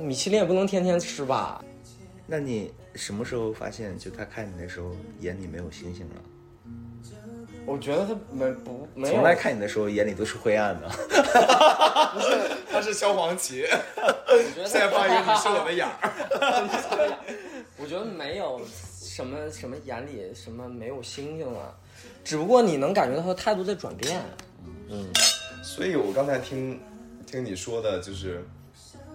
Speaker 2: 米其林也不能天天吃吧？
Speaker 4: *laughs* 那你什么时候发现，就他看你的时候眼里没有星星了？
Speaker 2: 我觉得他没不没有
Speaker 4: 从来看你的时候眼里都是灰暗 *laughs* 的。
Speaker 3: 他是萧煌奇，再放一个你是我的眼儿。
Speaker 2: 我觉得没有什么什么眼里什么没有星星了，只不过你能感觉到他的态度在转变。
Speaker 3: 所以我刚才听听你说的，就是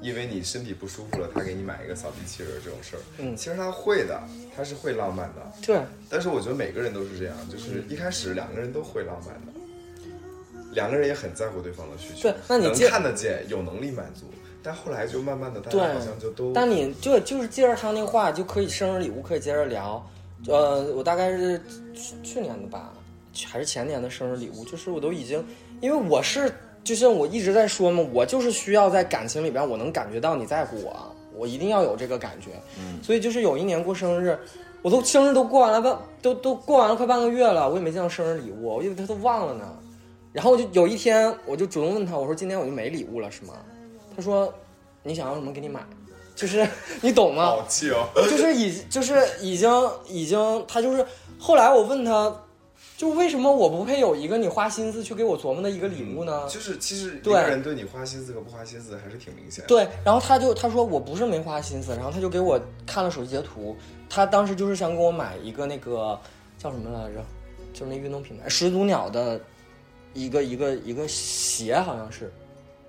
Speaker 3: 因为你身体不舒服了，他给你买一个扫地机器人这种事儿，
Speaker 2: 嗯
Speaker 3: 其实他会的，他是会浪漫的。
Speaker 2: 对，
Speaker 3: 但是我觉得每个人都是这样，就是一开始两个人都会浪漫的，两个人也很在乎对方的需求，
Speaker 2: 对那你
Speaker 3: 能
Speaker 2: 见
Speaker 3: 看得见，有能力满足，但后来就慢慢的，大
Speaker 2: 对
Speaker 3: 家好像就都
Speaker 2: 但你就就是接着他那话，就可以生日礼物可以接着聊。呃，我大概是去去年的吧，还是前年的生日礼物，就是我都已经，因为我是就像我一直在说嘛，我就是需要在感情里边，我能感觉到你在乎我，我一定要有这个感觉。嗯，所以就是有一年过生日，我都生日都过完了半，都都过完了快半个月了，我也没见到生日礼物，我以为他都忘了呢。然后我就有一天，我就主动问他，我说今天我就没礼物了是吗？他说你想要什么给你买，就是 *laughs* 你懂吗？
Speaker 3: 好气
Speaker 2: *laughs*
Speaker 3: 哦。
Speaker 2: 就是已就是已经已经，他就是后来我问他，就为什么我不配有一个你花心思去给我琢磨的一个礼物呢？
Speaker 3: 就是其实一
Speaker 2: 对
Speaker 3: 个人对你花心思和不花心思还是挺明显的。
Speaker 2: 对，然后他就他说我不是没花心思，然后他就给我看了手机截图，他当时就是想给我买一个那个叫什么来着，就是那运动品牌始祖鸟的一个一个一个鞋，好像是，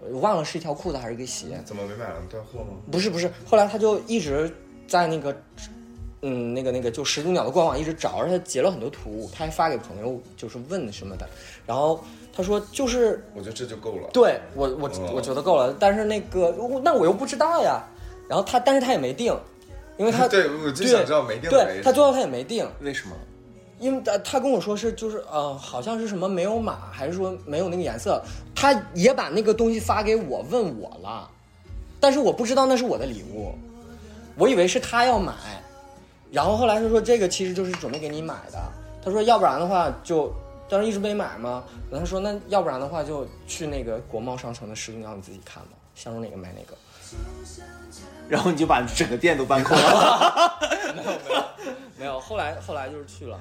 Speaker 2: 我忘了是一条裤子还是一个鞋，
Speaker 3: 怎么没买了？断货吗？
Speaker 2: 不是不是，后来他就一直在那个嗯，那个那个就始祖鸟的官网一直找，而且他截了很多图，他还发给朋友，就是问什么的。然后他说就是
Speaker 3: 我觉得这就够了。
Speaker 2: 对我我
Speaker 3: 哦
Speaker 2: 我觉得够了，但是那个我那我又不知道呀。然后他，但是他也没定，因为他
Speaker 3: *laughs* 对我就想知道没定的原
Speaker 2: 对
Speaker 3: 因
Speaker 2: 他最后他也没定，
Speaker 1: 为什么？
Speaker 2: 因为他他跟我说是就是呃，好像是什么没有码，还是说没有那个颜色，他也把那个东西发给我问我了，但是我不知道那是我的礼物，我以为是他要买，然后后来他说这个其实就是准备给你买的，他说要不然的话就。但是一直没买嘛，然后他说那要不然的话就去那个国贸商城的实景鸟你自己看吧，想中哪个买哪个。
Speaker 4: 然后你就把整个店都搬空了。
Speaker 2: 没有，后来后来就是去了。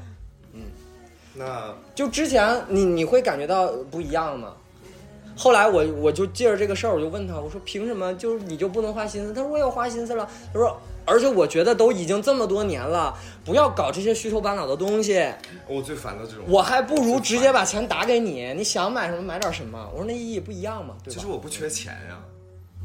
Speaker 3: 那
Speaker 2: 就之前你你会感觉到不一样吗？后来我我就借着这个事儿，我就问他，我说凭什么就是你就不能花心思？他说我也花心思了。他说，而且我觉得都已经这么多年了，不要搞这些虚头巴脑的东西，
Speaker 3: 我最烦的这种，
Speaker 2: 我还不如直接把钱打给你，你想买什么买点什么。我说那意义不一样嘛，对
Speaker 3: 其
Speaker 2: 吧
Speaker 3: 实？我不缺钱呀、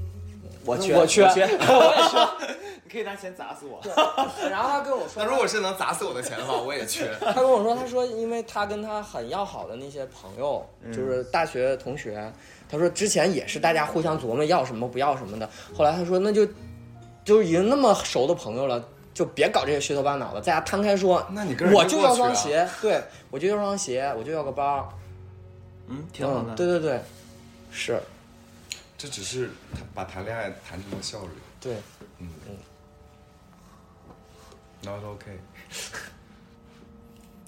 Speaker 4: *laughs* 我
Speaker 2: 缺
Speaker 4: 去，
Speaker 2: 我
Speaker 4: 我
Speaker 2: 缺
Speaker 4: *laughs* 去，我去， *laughs* 你可以拿钱砸死我。
Speaker 2: *laughs* 然后他跟我说
Speaker 3: 那如果是能砸死我的钱的话，我也缺。
Speaker 2: 他跟我说，他说因为他跟他很要好的那些朋友，
Speaker 3: 嗯
Speaker 2: 就是大学同学，他说之前也是大家互相琢磨要什么不要什么的，后来他说那就就是已经那么熟的朋友了。就别搞这些虚头巴脑的，大家摊开说。
Speaker 3: 那你跟人
Speaker 2: 我就要
Speaker 3: 过去啊
Speaker 2: 双鞋，对我就要双鞋，我就要个包。
Speaker 4: 嗯，挺好
Speaker 2: 嗯，
Speaker 4: 的。
Speaker 2: 对对对，是，
Speaker 3: *laughs* 这只是把谈恋爱谈成了效率
Speaker 2: 对，
Speaker 3: ，not OK。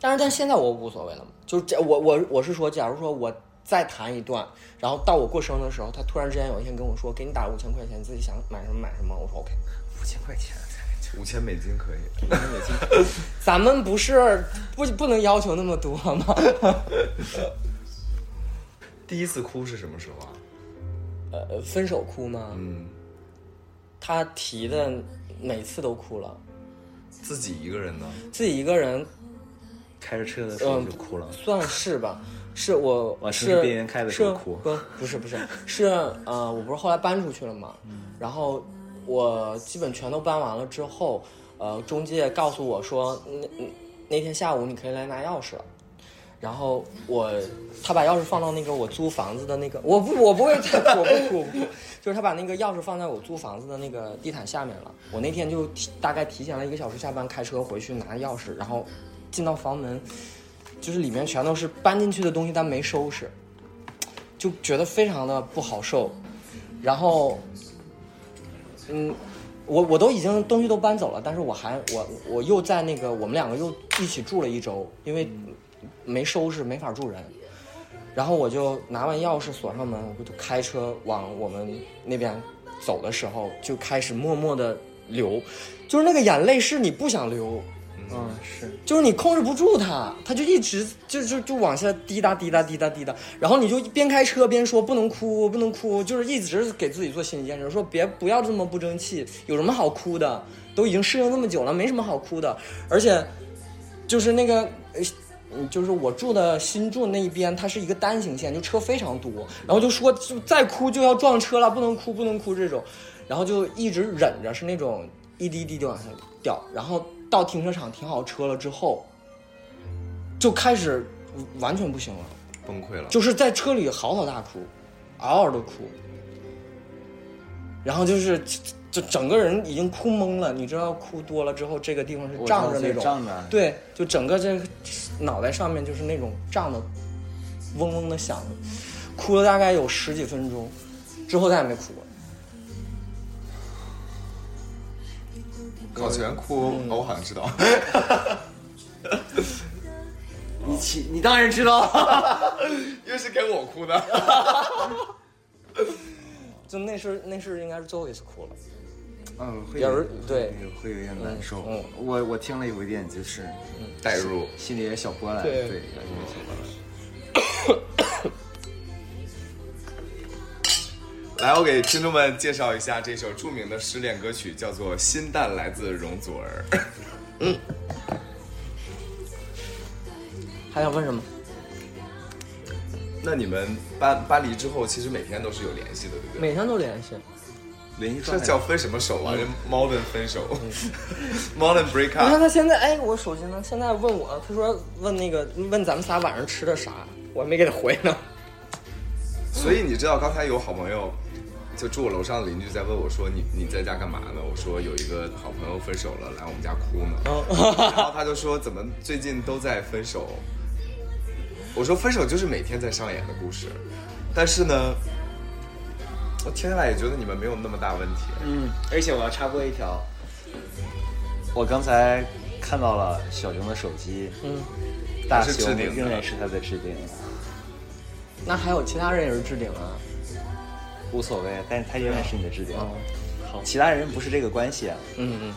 Speaker 2: 但是但现在我无所谓了嘛，就是这我我我是说，假如说我再谈一段，然后到我过生日的时候，他突然之间有一天跟我说，给你打五千块钱，你自己想买什么买什么，我说 OK。
Speaker 4: 五千块钱，
Speaker 3: 五千美金可以，
Speaker 2: 咱们不是不不能要求那么多吗？
Speaker 3: 第一次哭是什么时候啊？
Speaker 2: 呃，分手哭吗？
Speaker 3: 嗯，
Speaker 2: 他提的每次都哭了，
Speaker 3: 自己一个人呢？
Speaker 2: 自己一个人
Speaker 4: 开着车的时候就哭了。
Speaker 2: 算是吧，是我
Speaker 4: 往城
Speaker 2: 是
Speaker 4: 市边缘开的时候
Speaker 2: 是
Speaker 4: 哭
Speaker 2: 不不是不是是呃，我不是后来搬出去了嘛，
Speaker 4: 嗯
Speaker 2: 然后我基本全都搬完了之后，呃，中介告诉我说那那天下午你可以来拿钥匙了。然后我，他把钥匙放到那个我租房子的那个，我不我不会，我不哭我不哭，就是他把那个钥匙放在我租房子的那个地毯下面了。我那天就提大概提前了一个小时下班，开车回去拿钥匙，然后进到房门，就是里面全都是搬进去的东西，但没收拾，就觉得非常的不好受。然后，嗯，我我都已经东西都搬走了，但是我还我我又在那个我们两个又一起住了一周，因为没收拾没法住人。然后我就拿完钥匙锁上门，我就开车往我们那边走的时候，就开始默默的流，就是那个眼泪是你不想流，
Speaker 4: 嗯，是。
Speaker 2: 就是你控制不住它，它就一直就就就往下滴答滴答滴答滴答，然后你就边开车边说不能哭不能哭，就是一直给自己做心理建设，说别不要这么不争气，有什么好哭的？都已经适应那么久了，没什么好哭的。而且就是那个，呃嗯就是我住的新住那一边，它是一个单行线，就车非常多，然后就说就再哭就要撞车了，不能哭不能哭这种，然后就一直忍着，是那种一滴一滴的往下掉，然后到停车场停好车了之后，就开始完全不行了，
Speaker 3: 崩溃了，
Speaker 2: 就是在车里嚎啕大哭，嗷嗷的哭，然后就是就就整个人已经哭懵了，你知道哭多了之后，这个地方是胀着那种，
Speaker 4: 胀着。
Speaker 2: 对，就整个这个脑袋上面就是那种胀的，嗡嗡的响，哭了大概有十几分钟，之后再也没哭过。
Speaker 3: 考全哭，
Speaker 2: 嗯
Speaker 3: 哦我好像知 *laughs* 道。
Speaker 4: 嗯你起，你当然知道。
Speaker 3: 又是给我哭的。
Speaker 2: 就那是那是应该是最后一次哭了。
Speaker 4: *laughs* 嗯，会
Speaker 2: 有人对
Speaker 4: 会有一点难受
Speaker 2: 嗯。
Speaker 4: 我我听了有一点就是
Speaker 3: 代入，
Speaker 4: 心里有点小波澜。
Speaker 2: 对嗯
Speaker 4: 对，有点小波澜。
Speaker 3: 来，我给听众们介绍一下这首著名的失恋歌曲，叫做《心淡》，来自容祖儿。
Speaker 2: 还想问什么？
Speaker 3: 那你们搬搬离之后，其实每天都是有联系的，对不对？
Speaker 2: 每天都联系，
Speaker 1: 联谊
Speaker 3: 这
Speaker 1: 状态
Speaker 3: 叫分什么手
Speaker 4: 嗯
Speaker 3: 啊？这 modern 分手 *laughs* ，modern break
Speaker 2: 你看
Speaker 3: up。
Speaker 2: 他现在，哎，我手机呢？现在问我，他说问那个问咱们仨晚上吃的啥，我还没给他回呢。
Speaker 3: 所以你知道，刚才有好朋友就住我楼上的邻居在问我说：“你你在家干嘛呢？”我说：“有一个好朋友分手了，来我们家哭呢。”
Speaker 4: 哦
Speaker 3: *laughs* 然后他就说：“怎么最近都在分手？”我说：“分手就是每天在上演的故事，但是呢，我听下来也觉得你们没有那么大问题。
Speaker 4: 嗯而且我要插播一条，我刚才看到了小熊的手机，嗯，大
Speaker 3: 还是置
Speaker 4: 熊
Speaker 3: 顶的
Speaker 4: 仍然是他的置顶，
Speaker 2: 那还有其他人也是置顶啊？
Speaker 4: 无所谓，但是他仍然是你的置顶。
Speaker 2: 哦
Speaker 4: 其他人不是这个关系啊，
Speaker 2: 嗯嗯，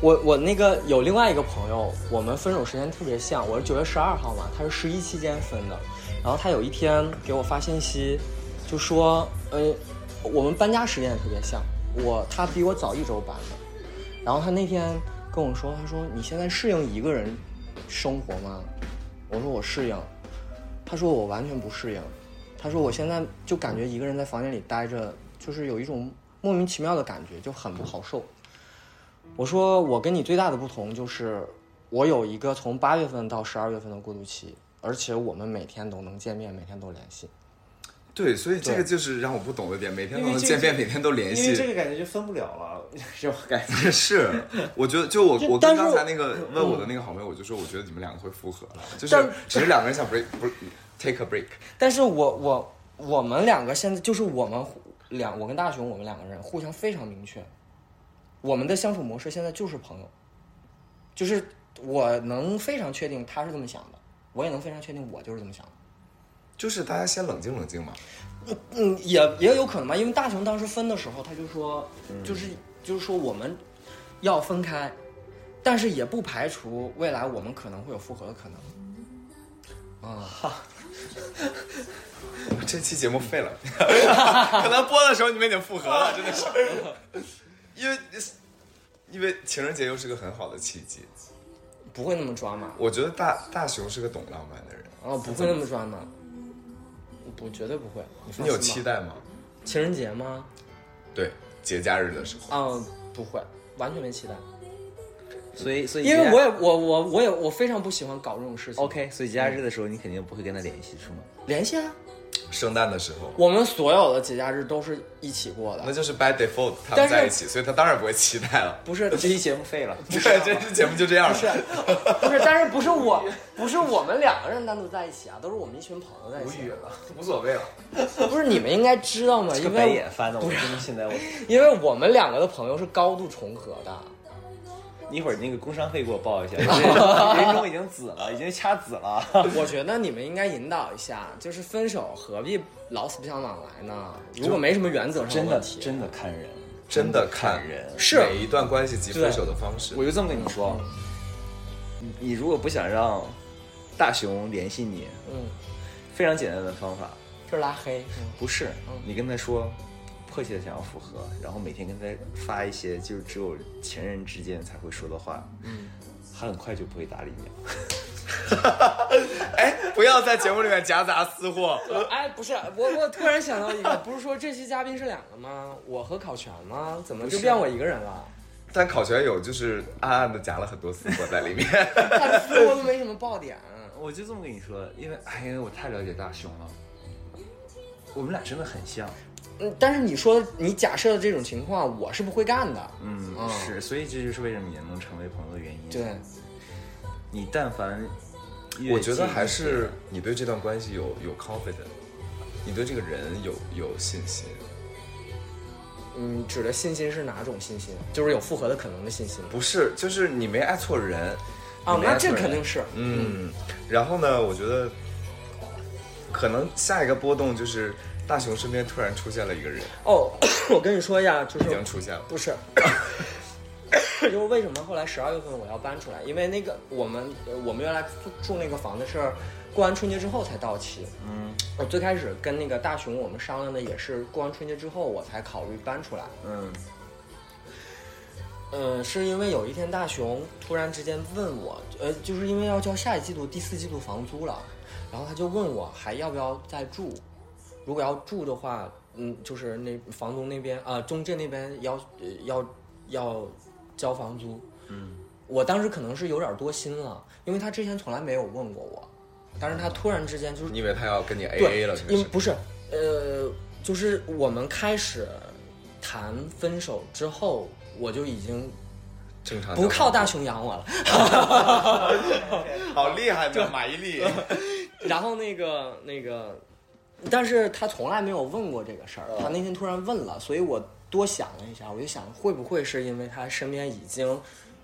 Speaker 2: 我我那个有另外一个朋友，我们分手时间特别像，我是九月十二号嘛，他是十一期间分的，然后他有一天给我发信息，就说，呃，我们搬家时间也特别像，我他比我早一周搬的，然后他那天跟我说，他说你现在适应一个人生活吗？我说我适应，他说我完全不适应，他说我现在就感觉一个人在房间里待着，就是有一种莫名其妙的感觉，就很不好受。我说我跟你最大的不同就是，我有一个从八月份到十二月份的过渡期，而且我们每天都能见面，每天都联系。
Speaker 3: 对，所以这个就是让我不懂的点，每天都
Speaker 4: 因
Speaker 3: 能
Speaker 4: 为这
Speaker 3: 见面，
Speaker 4: 个
Speaker 3: 每天都联
Speaker 4: 因为这
Speaker 3: 系。
Speaker 4: 个感觉就分不了了，这种感觉。
Speaker 3: 哎 *laughs* 是，我觉得就我我
Speaker 2: 但
Speaker 3: 跟
Speaker 2: 是
Speaker 3: 刚
Speaker 2: 我嗯
Speaker 3: 才那个问我的那个好朋友，我就说我觉得你们两个会复合了，就是只是两个人想 break 不是 take a break。
Speaker 2: 但是我我我们两个现在就是我们互两我跟大雄我们两个人互相非常明确，我们的相处模式现在就是朋友，就是我能非常确定他是这么想的，我也能非常确定我就是这么想的。
Speaker 3: 就是大家先冷静冷静嘛。
Speaker 2: 嗯，也也有可能吧，因为大雄当时分的时候，他就说，就是就是说我们要分开，但是也不排除未来我们可能会有复合的可能。
Speaker 3: 这期节目废了， *laughs* 可能播的时候你们已经复合了，真的是。因为因为情人节又是个很好的契机，
Speaker 2: 不会那么抓马，
Speaker 3: 我觉得大大熊是个懂浪漫的人，
Speaker 2: 哦，不会那么抓马，我绝对不会。你放
Speaker 3: 你有
Speaker 2: 心
Speaker 3: 期
Speaker 2: 吧
Speaker 3: 待吗？
Speaker 2: 情人节吗？
Speaker 3: 对，节假日的时候，
Speaker 2: 啊、不会，完全没期待，
Speaker 4: *laughs* 所以，所以
Speaker 2: 因为
Speaker 4: 节
Speaker 2: 我也我我我也我非常不喜欢搞这种事情。
Speaker 4: OK，所以节假日的时候你肯定不会跟他联系是吗？
Speaker 2: 联系啊，
Speaker 3: 圣诞的时候，
Speaker 2: 我们所有的节假日都是一起过
Speaker 3: 那
Speaker 2: 的，
Speaker 3: 就是 by default 他
Speaker 2: 但
Speaker 3: 们
Speaker 2: 是
Speaker 3: 在一起，所以他当然不会期待了。
Speaker 2: 不是
Speaker 4: 这期节目废了。
Speaker 3: 对， *laughs* 这期节目就这样了。
Speaker 2: 不是，但是不是我，不是我们两个人单独在一起啊，都是我们一群朋友在一起。
Speaker 3: 了， *laughs* 无所谓了。
Speaker 2: 不是你们应该知道吗？
Speaker 4: 这个
Speaker 2: 因
Speaker 4: 白
Speaker 2: 为
Speaker 4: 眼翻的，我真的现 *laughs* 在我
Speaker 2: 因为我们两个的朋友是高度重合的。
Speaker 4: 一会儿那个工伤费给我报一 *laughs* 下，人中已经紫了，已经掐紫了。
Speaker 2: 我觉得你们应该引导一下，就是分手何必老死不相往来呢？如果没什么原则上
Speaker 4: *laughs* 真的
Speaker 2: 问题，
Speaker 4: 真的看人，
Speaker 3: 真的看
Speaker 4: 人。
Speaker 2: 是
Speaker 3: 每一段关系及分手的方式。
Speaker 4: 我就这么跟你说，你你如果不想让大熊联系你，
Speaker 2: 嗯，
Speaker 4: 非常简单的方法，
Speaker 2: 就是拉黑。嗯
Speaker 4: 不是你跟他说迫切的想要复合，然后每天跟他发一些就是只有情人之间才会说的话，嗯，他很快就不会搭理你了。
Speaker 3: 哎，不要在节目里面夹杂私货。
Speaker 2: 哎，不是，我我突然想到一个，不是说这期嘉宾是两个吗？我和烤全吗？怎么就变我一个人 *laughs* 了？
Speaker 3: 但考全有就是暗暗的夹了很多私货在里 *laughs* 面。
Speaker 2: 他思路都没什么爆点。啊
Speaker 4: 我就这么跟你说，因为哎呀，我太了解大熊了，我们俩真的很像，
Speaker 2: 嗯，但是你说你假设的这种情况，我是不会干的。
Speaker 4: 嗯，
Speaker 2: 嗯
Speaker 4: 是，所以这就是为什么你能成为朋友的原因。
Speaker 2: 对，
Speaker 4: 你但凡越
Speaker 3: 我觉得还
Speaker 4: 近一些
Speaker 3: 是你对这段关系有有 confident，你对这个人有有信心。
Speaker 2: 嗯，指的信心是哪种信心？就是有复合的可能的信心吗。
Speaker 3: 不是，就是你没爱错人。
Speaker 2: 啊，
Speaker 3: 你没
Speaker 2: 那
Speaker 3: 爱错
Speaker 2: 这
Speaker 3: 人
Speaker 2: 肯定是，
Speaker 3: 嗯，然后呢，我觉得可能下一个波动就是大雄身边突然出现了一个人，
Speaker 2: 哦， *coughs* 我跟你说一下，就
Speaker 3: 已经
Speaker 2: 是
Speaker 3: 出现了。
Speaker 2: 不是， *coughs* 就是为什么后来十二月份我要搬出来？因为那个我们呃我们原来住住那个房子是过完春节之后才到期。嗯，我最开始跟那个大熊我们商量的也是过完春节之后我才考虑搬出来。
Speaker 4: 嗯，
Speaker 2: 嗯，是因为有一天大熊突然之间问我，呃，就是因为要交下一季度第四季度房租了，然后他就问我还要不要再住，如果要住的话，嗯，就是那房东那边啊、中介那边要呃要要交房租。嗯，我当时可能是有点多心了，因为他之前从来没有问过我，但是他突然之间就是
Speaker 3: 你以为他要跟你 A
Speaker 2: 对，
Speaker 3: 嗯 A 了？
Speaker 2: 因
Speaker 3: 这
Speaker 2: 为
Speaker 3: 是
Speaker 2: 不是，呃，就是我们开始谈分手之后，我就已经
Speaker 3: 正常的
Speaker 2: 不靠大熊养我了。
Speaker 3: *laughs* 好厉害的马伊琍，
Speaker 2: 然后那个那个，但是他从来没有问过这个事儿，他那天突然问了，所以我多想了一下，我就想会不会是因为他身边已经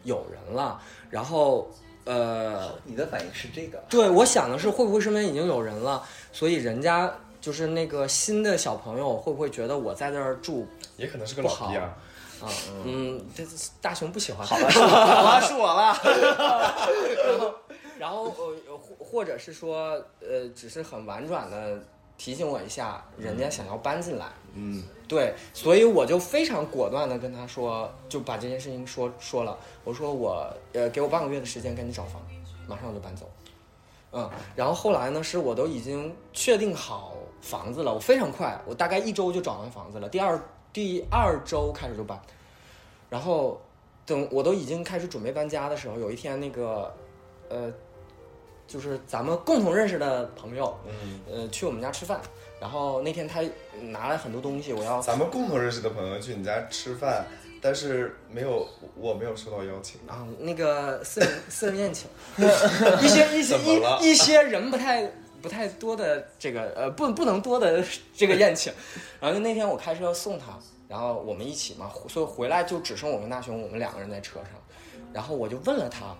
Speaker 2: 有人了，然后呃，
Speaker 4: 你的反应是这个，
Speaker 2: 对，我想的是会不会身边已经有人了，所以人家就是那个新的小朋友会不会觉得我在那儿住
Speaker 3: *laughs* 也可能是个
Speaker 2: 不
Speaker 3: 老
Speaker 2: 好
Speaker 3: 逼啊。
Speaker 2: 啊？嗯，这大熊不喜欢。好
Speaker 3: 啊，是我了。
Speaker 2: 然后， *laughs* 然后呃，或或者是说，呃，只是很婉转的提醒我一下，人家想要搬进来，
Speaker 3: 嗯，
Speaker 2: 对，所以我就非常果断的跟他说，就把这件事情说说了。我说我呃，给我半个月的时间赶紧找房，马上我就搬走。嗯，然后后来呢，是我都已经确定好房子了，我非常快，我大概一周就找完房子了，第二第二周开始就搬，然后等我都已经开始准备搬家的时候，有一天那个呃，就是咱们共同认识的朋友，
Speaker 3: 嗯，
Speaker 2: 呃，去我们家吃饭，然后那天他拿了很多东西，我要
Speaker 3: 咱们共同认识的朋友去你家吃饭，但是没有，我没有收到邀请。
Speaker 2: 啊，那个私人私人宴请， *laughs* 一些一些
Speaker 3: 怎么了
Speaker 2: 一一些人不太不太多的这个呃不不能多的这个宴请，然后就那天我开车送他，然后我们一起嘛，所以回来就只剩我跟大雄我们两个人在车上，然后我就问了他，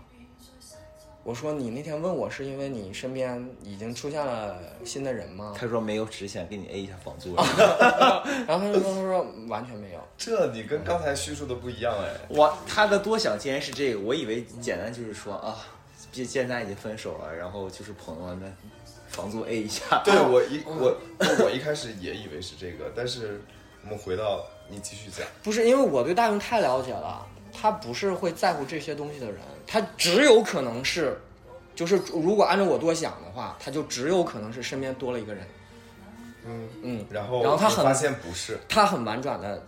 Speaker 2: 我说你那天问我是因为你身边已经出现了新的人吗？
Speaker 4: 他说没有，只是想给你 A 一下房租。
Speaker 2: 然后他就说他说完全没有，
Speaker 3: 这你跟刚才叙述的不一样哎。
Speaker 4: 我他的多想竟然是这个，我以为简单就是说啊，毕现在已经分手了，然后就是朋友那房租 A 一下。
Speaker 3: 对我一我我一开始也以为是这个，但是我们回到你继续讲，
Speaker 2: 不是因为我对大雄太了解了，他不是会在乎这些东西的人，他只有可能是，就是如果按照我多想的话，他就只有可能是身边多了一个人。
Speaker 3: 嗯，
Speaker 2: 嗯，
Speaker 3: 然后
Speaker 2: 然后他
Speaker 3: 你
Speaker 2: 很
Speaker 3: 发现不是，
Speaker 2: 他很婉转的，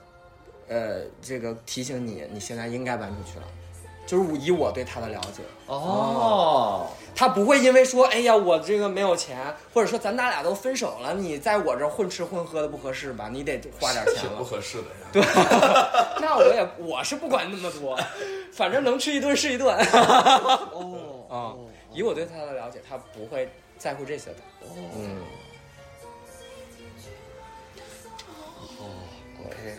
Speaker 2: 呃，这个提醒你，你现在应该搬出去了。就是以我对他的了解，
Speaker 4: 哦，
Speaker 2: 他不会因为说，哎呀，我这个没有钱，或者说咱俩俩都分手了，你在我这儿混吃混喝的不合适吧？你得花点钱
Speaker 3: *laughs* 挺
Speaker 2: 了
Speaker 3: 不。合适的呀。
Speaker 2: 对， *laughs* 那我也我是不管那么多，反正能吃一顿是一顿。
Speaker 5: 哦
Speaker 2: 啊、以我对他的了解，他不会在乎这些的。嗯，
Speaker 4: ，OK。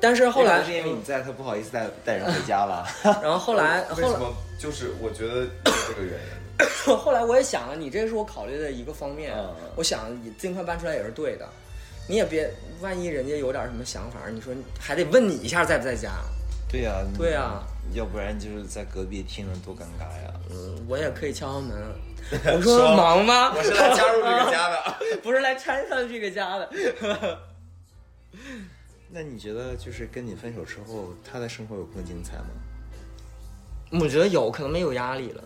Speaker 2: 但是后来
Speaker 4: 是，因为你在，他不好意思带带人回家了。
Speaker 2: 然后后来，
Speaker 3: 为
Speaker 2: 后
Speaker 3: 什
Speaker 2: 来，
Speaker 3: 么？就是我觉得这个原
Speaker 2: *laughs*
Speaker 3: 因，
Speaker 2: 后来我也想了，你这是我考虑的一个方面。
Speaker 4: 嗯
Speaker 2: 我想你尽快搬出来也是对的，你也别万一人家有点什么想法，你说还得问你一下在不在家。
Speaker 4: *laughs* 对呀、你
Speaker 2: 对呀
Speaker 4: 要不然就是在隔壁听了多尴尬呀。
Speaker 2: 嗯，我也可以敲敲门。我说忙吗？
Speaker 3: 我是来加入这个家的。
Speaker 2: *laughs* 不是来拆散这个家的。
Speaker 4: 那你觉得就是跟你分手之后，他的生活有更精彩吗？
Speaker 2: 我觉得有可能没有压力了。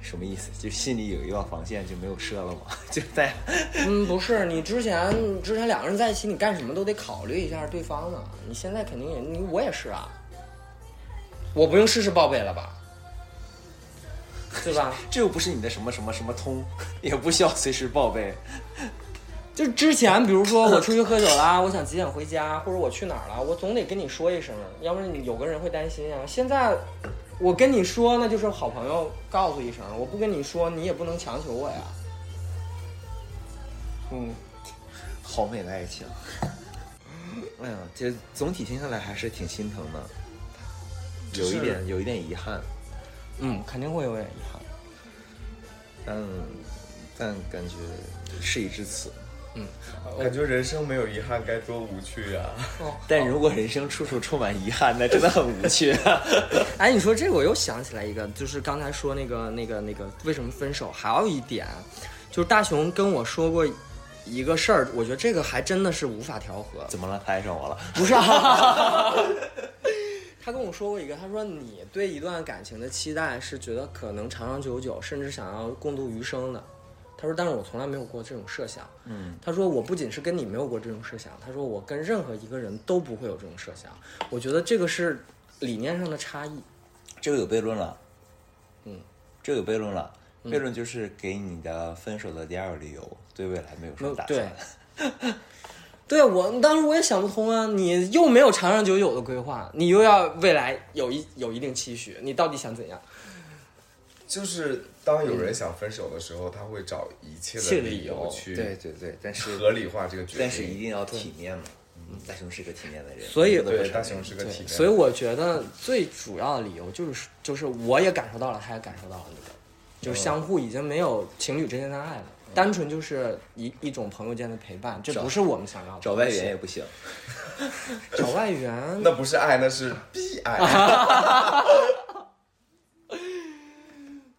Speaker 4: 什么意思？就心里有一道防线就没有设了吗？ *laughs* 就在
Speaker 2: 嗯，不是，你之前之前两个人在一起，你干什么都得考虑一下对方啊。你现在肯定也，你我也是啊。我不用事事报备了吧？对吧？
Speaker 4: 这又不是你的什么什么什么通， *laughs* 也不需要随时报备。
Speaker 2: 就之前，比如说我出去喝酒啦，我想几点回家，或者我去哪儿了，我总得跟你说一声，要不然你有个人会担心啊。现在我跟你说，那就是好朋友告诉一声，我不跟你说，你也不能强求我呀。嗯，
Speaker 4: 好美的爱情。哎呀，这总体听下来还是挺心疼的，有一点有一点遗憾，
Speaker 2: 嗯，肯定会有点遗憾。
Speaker 4: 但但感觉事已至此。
Speaker 3: *laughs* 感觉人生没有遗憾该多无趣啊呀、
Speaker 4: 但如果人生处处充满遗憾，那真的很无趣。 *laughs*
Speaker 2: 哎，你说这个我又想起来一个，就是刚才说那个那个那个为什么分手，还有一点，就是大雄跟我说过一个事儿，我觉得这个还真的是无法调和。
Speaker 4: 怎么了？他爱上我了？
Speaker 2: 不是、啊， *laughs* 他跟我说过一个，他说你对一段感情的期待是觉得可能长长久久，甚至想要共度余生的，他说，但是我从来没有过这种设想。嗯，他说我不仅是跟你没有过这种设想，他说我跟任何一个人都不会有这种设想。我觉得这个是理念上的差异。
Speaker 4: 这个有悖论了，嗯，这个有悖论了。悖论就是给你的分手的第二个理由，对未来没有什么打算。
Speaker 2: 对， *laughs* 对我当时我也想不通啊！你又没有长长久久的规划，你又要未来有一有一定期许，你到底想怎样？
Speaker 3: 就是当有人想分手的时候，他会找一切
Speaker 2: 嗯切
Speaker 3: 的
Speaker 2: 理
Speaker 3: 理由
Speaker 2: 由
Speaker 3: 去
Speaker 4: 对对对，但是
Speaker 3: 合理化这个决定。
Speaker 4: 但是一定要体面嘛。嗯，大雄是个体面的人，
Speaker 2: 所以
Speaker 4: 我们都
Speaker 3: 对
Speaker 4: 会
Speaker 3: 大
Speaker 4: 承
Speaker 3: 雄
Speaker 4: 认
Speaker 3: 是个体面，
Speaker 2: 所以我觉得最主要的理由就是，就是我也感受到了，他也感受到了那个，就是相互已经没有情侣之间的爱了，单纯就是一一种朋友间的陪伴，这不是我们想要的。
Speaker 4: 找外援也不行。
Speaker 2: 找外援，
Speaker 3: 那不是爱，那是逼
Speaker 2: 啊
Speaker 3: 爱。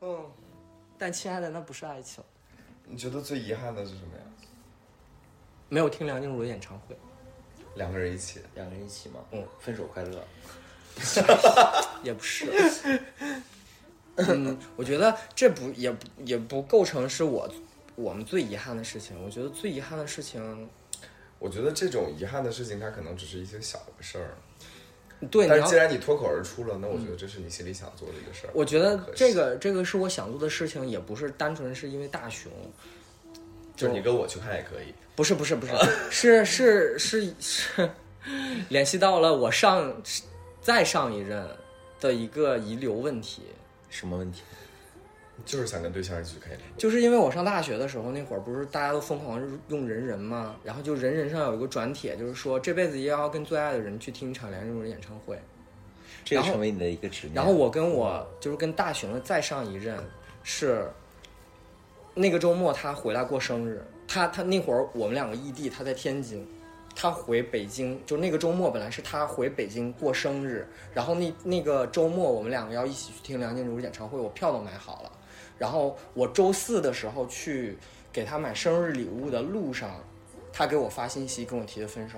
Speaker 2: 嗯，但亲爱的，那不是爱情。
Speaker 3: 你觉得最遗憾的是什么呀？
Speaker 2: 没有听梁静茹的演唱会，
Speaker 3: 两个人一起，
Speaker 4: 两个人一起嘛，嗯，分手快乐。
Speaker 2: 也不是。嗯，我觉得这不也不也不构成是我我们最遗憾的事情。我觉得最遗憾的事情，
Speaker 3: 我觉得这种遗憾的事情，它可能只是一些小的事儿。
Speaker 2: 对，你
Speaker 3: 但是
Speaker 2: 要
Speaker 3: 既然你脱口而出了，那我觉得这是你心里想做的一个事儿。
Speaker 2: 我觉得
Speaker 3: 可惜
Speaker 2: 这个这个是我想做的事情，也不是单纯是因为大熊，
Speaker 3: 就是你跟我去看也可以。
Speaker 2: 不是不是不是，是是是是，联系到了我上再上一任的一个遗留问题，
Speaker 4: 什么问题？
Speaker 3: 就是想跟对象一起去看演唱会。
Speaker 2: 就是因为我上大学的时候那会儿，不是大家都疯狂用人人嘛，然后就人人上有一个转帖，就是说这辈子一定要跟最爱的人去听一场梁静茹的演唱会，
Speaker 4: 这
Speaker 2: 然
Speaker 4: 个
Speaker 2: 后
Speaker 4: 成为你的一个执念。
Speaker 2: 然后我跟我就是跟大熊的再上一任是那个周末他回来过生日，他他那会儿我们两个异地，他在天津，他回北京，就那个周末本来是他回北京过生日，然后那那个周末我们两个要一起去听梁静茹演唱会，我票都买好了，然后我周四的时候去给他买生日礼物的路上，他给我发信息跟我提的分手。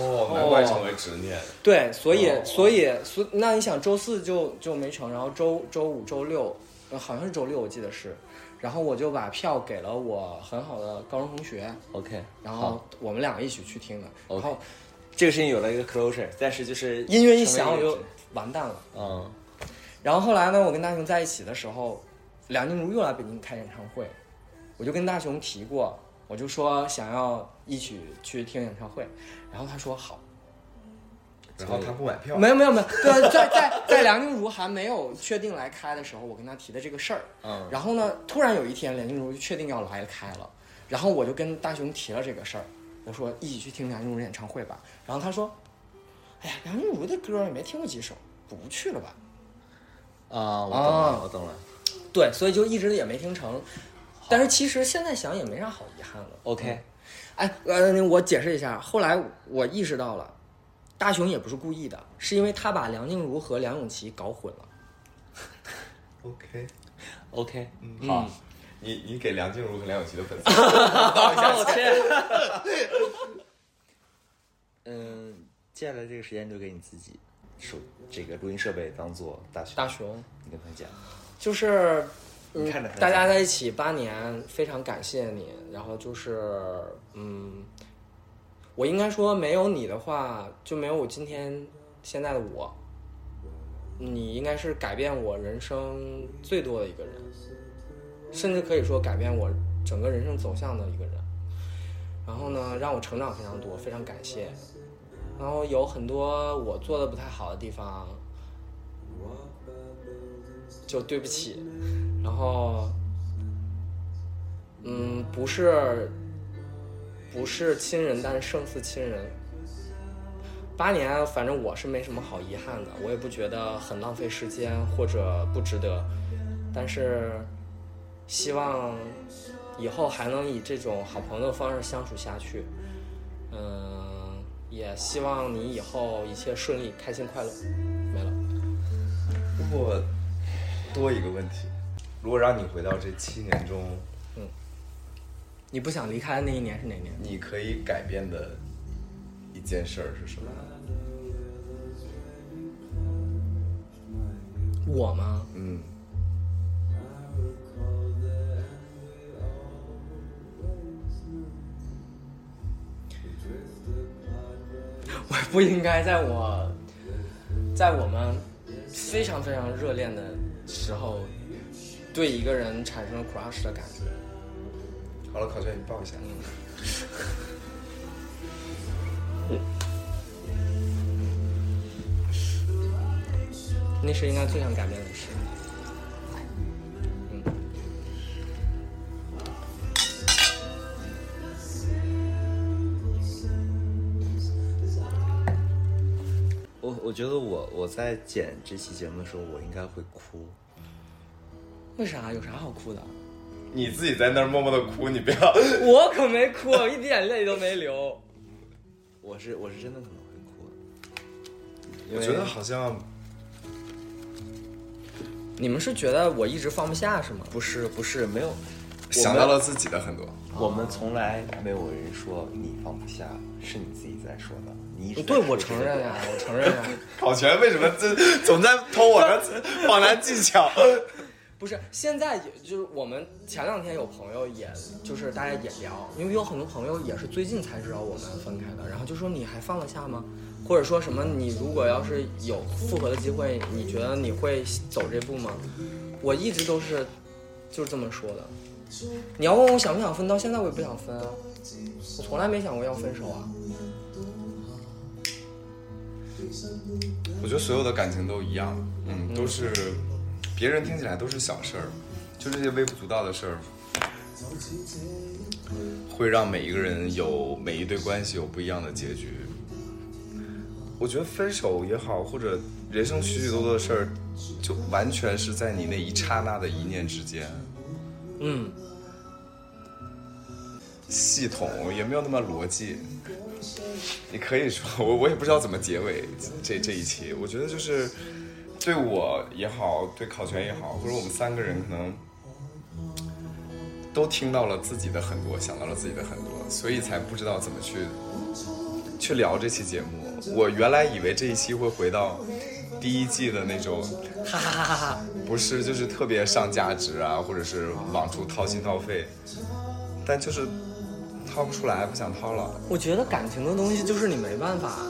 Speaker 3: 哦，难怪
Speaker 2: 啊
Speaker 3: 成为执念。
Speaker 2: 对，所以、所以所那你想周四就就没成，然后周周五、周六、呃好像是周六，我记得是，然后我就把票给了我很好的高中同学，
Speaker 4: OK，
Speaker 2: 然后我们两个一起去听的，然后
Speaker 4: 这个事情有了一个 closure，但是就是
Speaker 2: 音乐一响
Speaker 4: 成
Speaker 2: 我
Speaker 4: 为一个
Speaker 2: 就完蛋了。
Speaker 4: 嗯，
Speaker 2: 然后后来呢，我跟大雄在一起的时候，梁静茹又来北京开演唱会，我就跟大雄提过，我就说想要一起去听演唱会，然后他说好，
Speaker 3: 然后他不买票，
Speaker 2: 没有没有 *laughs* 没有，对，在在在梁静茹还没有确定来开的时候，我跟她提的这个事儿，
Speaker 3: 嗯，
Speaker 2: 然后呢，突然有一天梁静茹就确定要来开了，然后我就跟大雄提了这个事儿，我说一起去听梁静茹演唱会吧，然后他说，哎呀，梁静茹的歌也没听过几首，不去了吧？
Speaker 4: 啊，我懂
Speaker 2: 啊
Speaker 4: 了，我懂了。
Speaker 2: 对，所以就一直也没听成，但是其实现在想也没啥好遗憾的。
Speaker 4: OK，
Speaker 2: 哎，呃，我解释一下，后来我意识到了，大雄也不是故意的，是因为他把梁静茹和梁咏琪搞混了。
Speaker 3: OK。
Speaker 4: OK，
Speaker 3: 好，你你给梁静茹和梁咏琪的粉丝
Speaker 2: *laughs*
Speaker 4: 嗯，接下来这个时间留给你自己，手这个录音设备当做大学，
Speaker 2: 大雄，
Speaker 4: 你跟他讲，
Speaker 2: 就是，
Speaker 4: 你
Speaker 2: 嗯
Speaker 4: 看着他
Speaker 2: 大家在一起八年，非常感谢你。然后就是，嗯，我应该说没有你的话，就没有我今天现在的我。你应该是改变我人生最多的一个人，甚至可以说改变我整个人生走向的一个人。然后呢，让我成长非常多，非常感谢。然后有很多我做的不太好的地方，就对不起。然后，嗯，不是，不是亲人，但是胜似亲人。八年，反正我是没什么好遗憾的，我也不觉得很浪费时间或者不值得。但是，希望以后还能以这种好朋友的方式相处下去。嗯，也希望你以后一切顺利、开心、快乐。没了。
Speaker 3: 如果多一个问题，如果让你回到这七年中，
Speaker 2: 你不想离开的那一年是哪年？
Speaker 3: 你可以改变的一件事儿是什么？
Speaker 2: 我吗？ *laughs*
Speaker 3: 嗯，
Speaker 2: 不应该在我，在我们非常非常热恋的时候，对一个人产生 crush 的感觉。
Speaker 3: 好了，考卷你报一下。
Speaker 2: 那是应该最想改变的事。嗯，
Speaker 4: 我我觉得我我在剪这期节目的时候，我应该会哭。
Speaker 2: 为啥？有啥好哭的？
Speaker 3: 你自己在那儿默默的哭，你不要。
Speaker 2: 我可没哭，我一滴眼泪都没流。
Speaker 4: 我是我是真的可能会哭，
Speaker 3: 我觉得好像
Speaker 2: 你们是觉得我一直放不下是吗？
Speaker 4: 不是不是没有，
Speaker 3: 想到了自己的很多。
Speaker 4: 我们从来没有人说你放不下，是你自己在说的。你一直在
Speaker 2: 哦对，我
Speaker 4: 说
Speaker 2: 承认呀、我承认啊呀、
Speaker 3: 考全为什么这总在偷我的 *laughs* 访谈技巧？
Speaker 2: 不是，现在也就是我们前两天有朋友也，就是大家也聊，因为有很多朋友也是最近才知道我们分开的，然后就说你还放得下吗？或者说什么你如果要是有复合的机会，你觉得你会走这步吗？我一直都是就是这么说的。你要问我想不想分，到现在我也不想分啊，我从来没想过要分手啊。
Speaker 3: 我觉得所有的感情都一样，嗯，都是别人听起来都是小事儿，就这些微不足道的事儿，会让每一个人有每一对关系有不一样的结局。我觉得分手也好，或者人生许许多多的事儿，就完全是在你那一刹那的一念之间。
Speaker 2: 嗯，
Speaker 3: 系统也没有那么逻辑。你可以说， *laughs* 我我也不知道怎么结尾这这一期。我觉得就是对我也好，对考全也好，或者我们三个人可能都听到了自己的很多，想到了自己的很多，所以才不知道怎么去去聊这期节目。我原来以为这一期会回到第一季的那种
Speaker 2: 哈哈哈哈哈。
Speaker 3: 不是，就是特别上价值啊，或者是往出掏心掏肺，但就是掏不出来，不想掏了，
Speaker 2: 我觉得感情的东西就是你没办法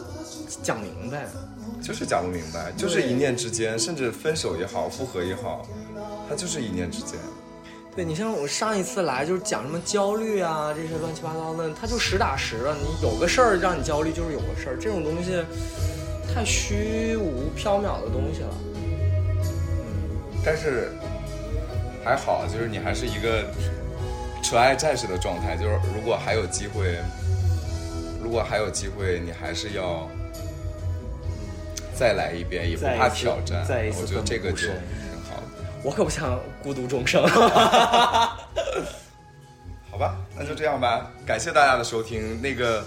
Speaker 2: 讲明白。
Speaker 3: 就是讲不明白，就是一念之间，甚至分手也好，复合也好，它就是一念之间。
Speaker 2: 对你像我上一次来就是讲什么焦虑啊这些乱七八糟的，他就实打实的，你有个事儿让你焦虑就是有个事儿，这种东西太虚无缥缈的东西了。
Speaker 3: 但是还好，就是你还是一个纯爱战士的状态，就是如果还有机会，如果还有机会，你还是要再来一遍，也不
Speaker 4: 再一
Speaker 3: 怕
Speaker 4: 次
Speaker 3: 挑战。
Speaker 4: 再一次
Speaker 3: 我觉得
Speaker 4: 奋
Speaker 3: 这
Speaker 4: 不
Speaker 3: 个
Speaker 4: 顾
Speaker 3: 就
Speaker 4: 身
Speaker 3: 很好。
Speaker 2: 我可不想孤独终生。 *laughs*
Speaker 3: 好吧，那就这样吧。感谢大家的收听。那个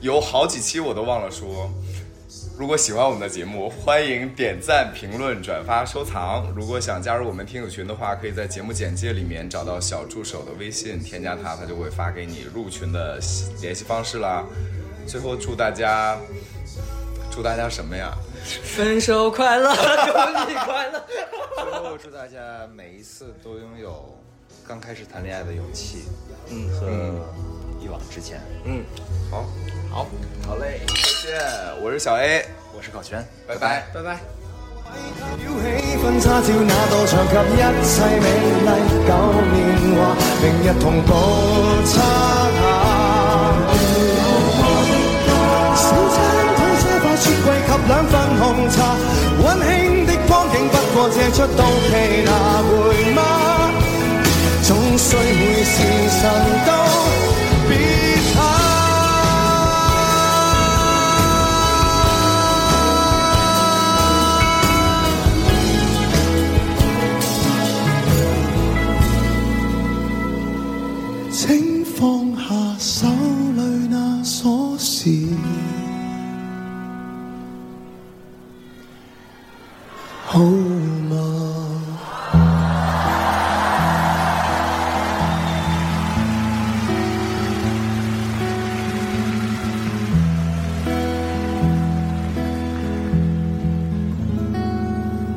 Speaker 3: 有好几期我都忘了说，如果喜欢我们的节目，欢迎点赞、评论、转发、收藏。如果想加入我们听友群的话，可以在节目简介里面找到小助手的微信，添加他，他就会发给你入群的联系方式啦。最后祝大家，祝大家什么呀？
Speaker 2: 分手快乐， *laughs* 祝你快乐。
Speaker 4: 最后祝大家每一次都拥有刚开始谈恋爱的勇气，嗯，和一往直前。
Speaker 2: 嗯，
Speaker 3: 好，
Speaker 2: 好，
Speaker 4: 好嘞，
Speaker 3: 再见。我是小 A，
Speaker 4: 我是考全。
Speaker 3: 拜拜
Speaker 2: 拜拜。
Speaker 7: 要起分叉照那道牆及一切美麗舊年華，明日同步擦下。小餐廳沙發雪櫃及兩份紅茶，温馨的光景不過借出到期拿回嗎？總需每時辰都別怕。请放下手里那鎖匙，好。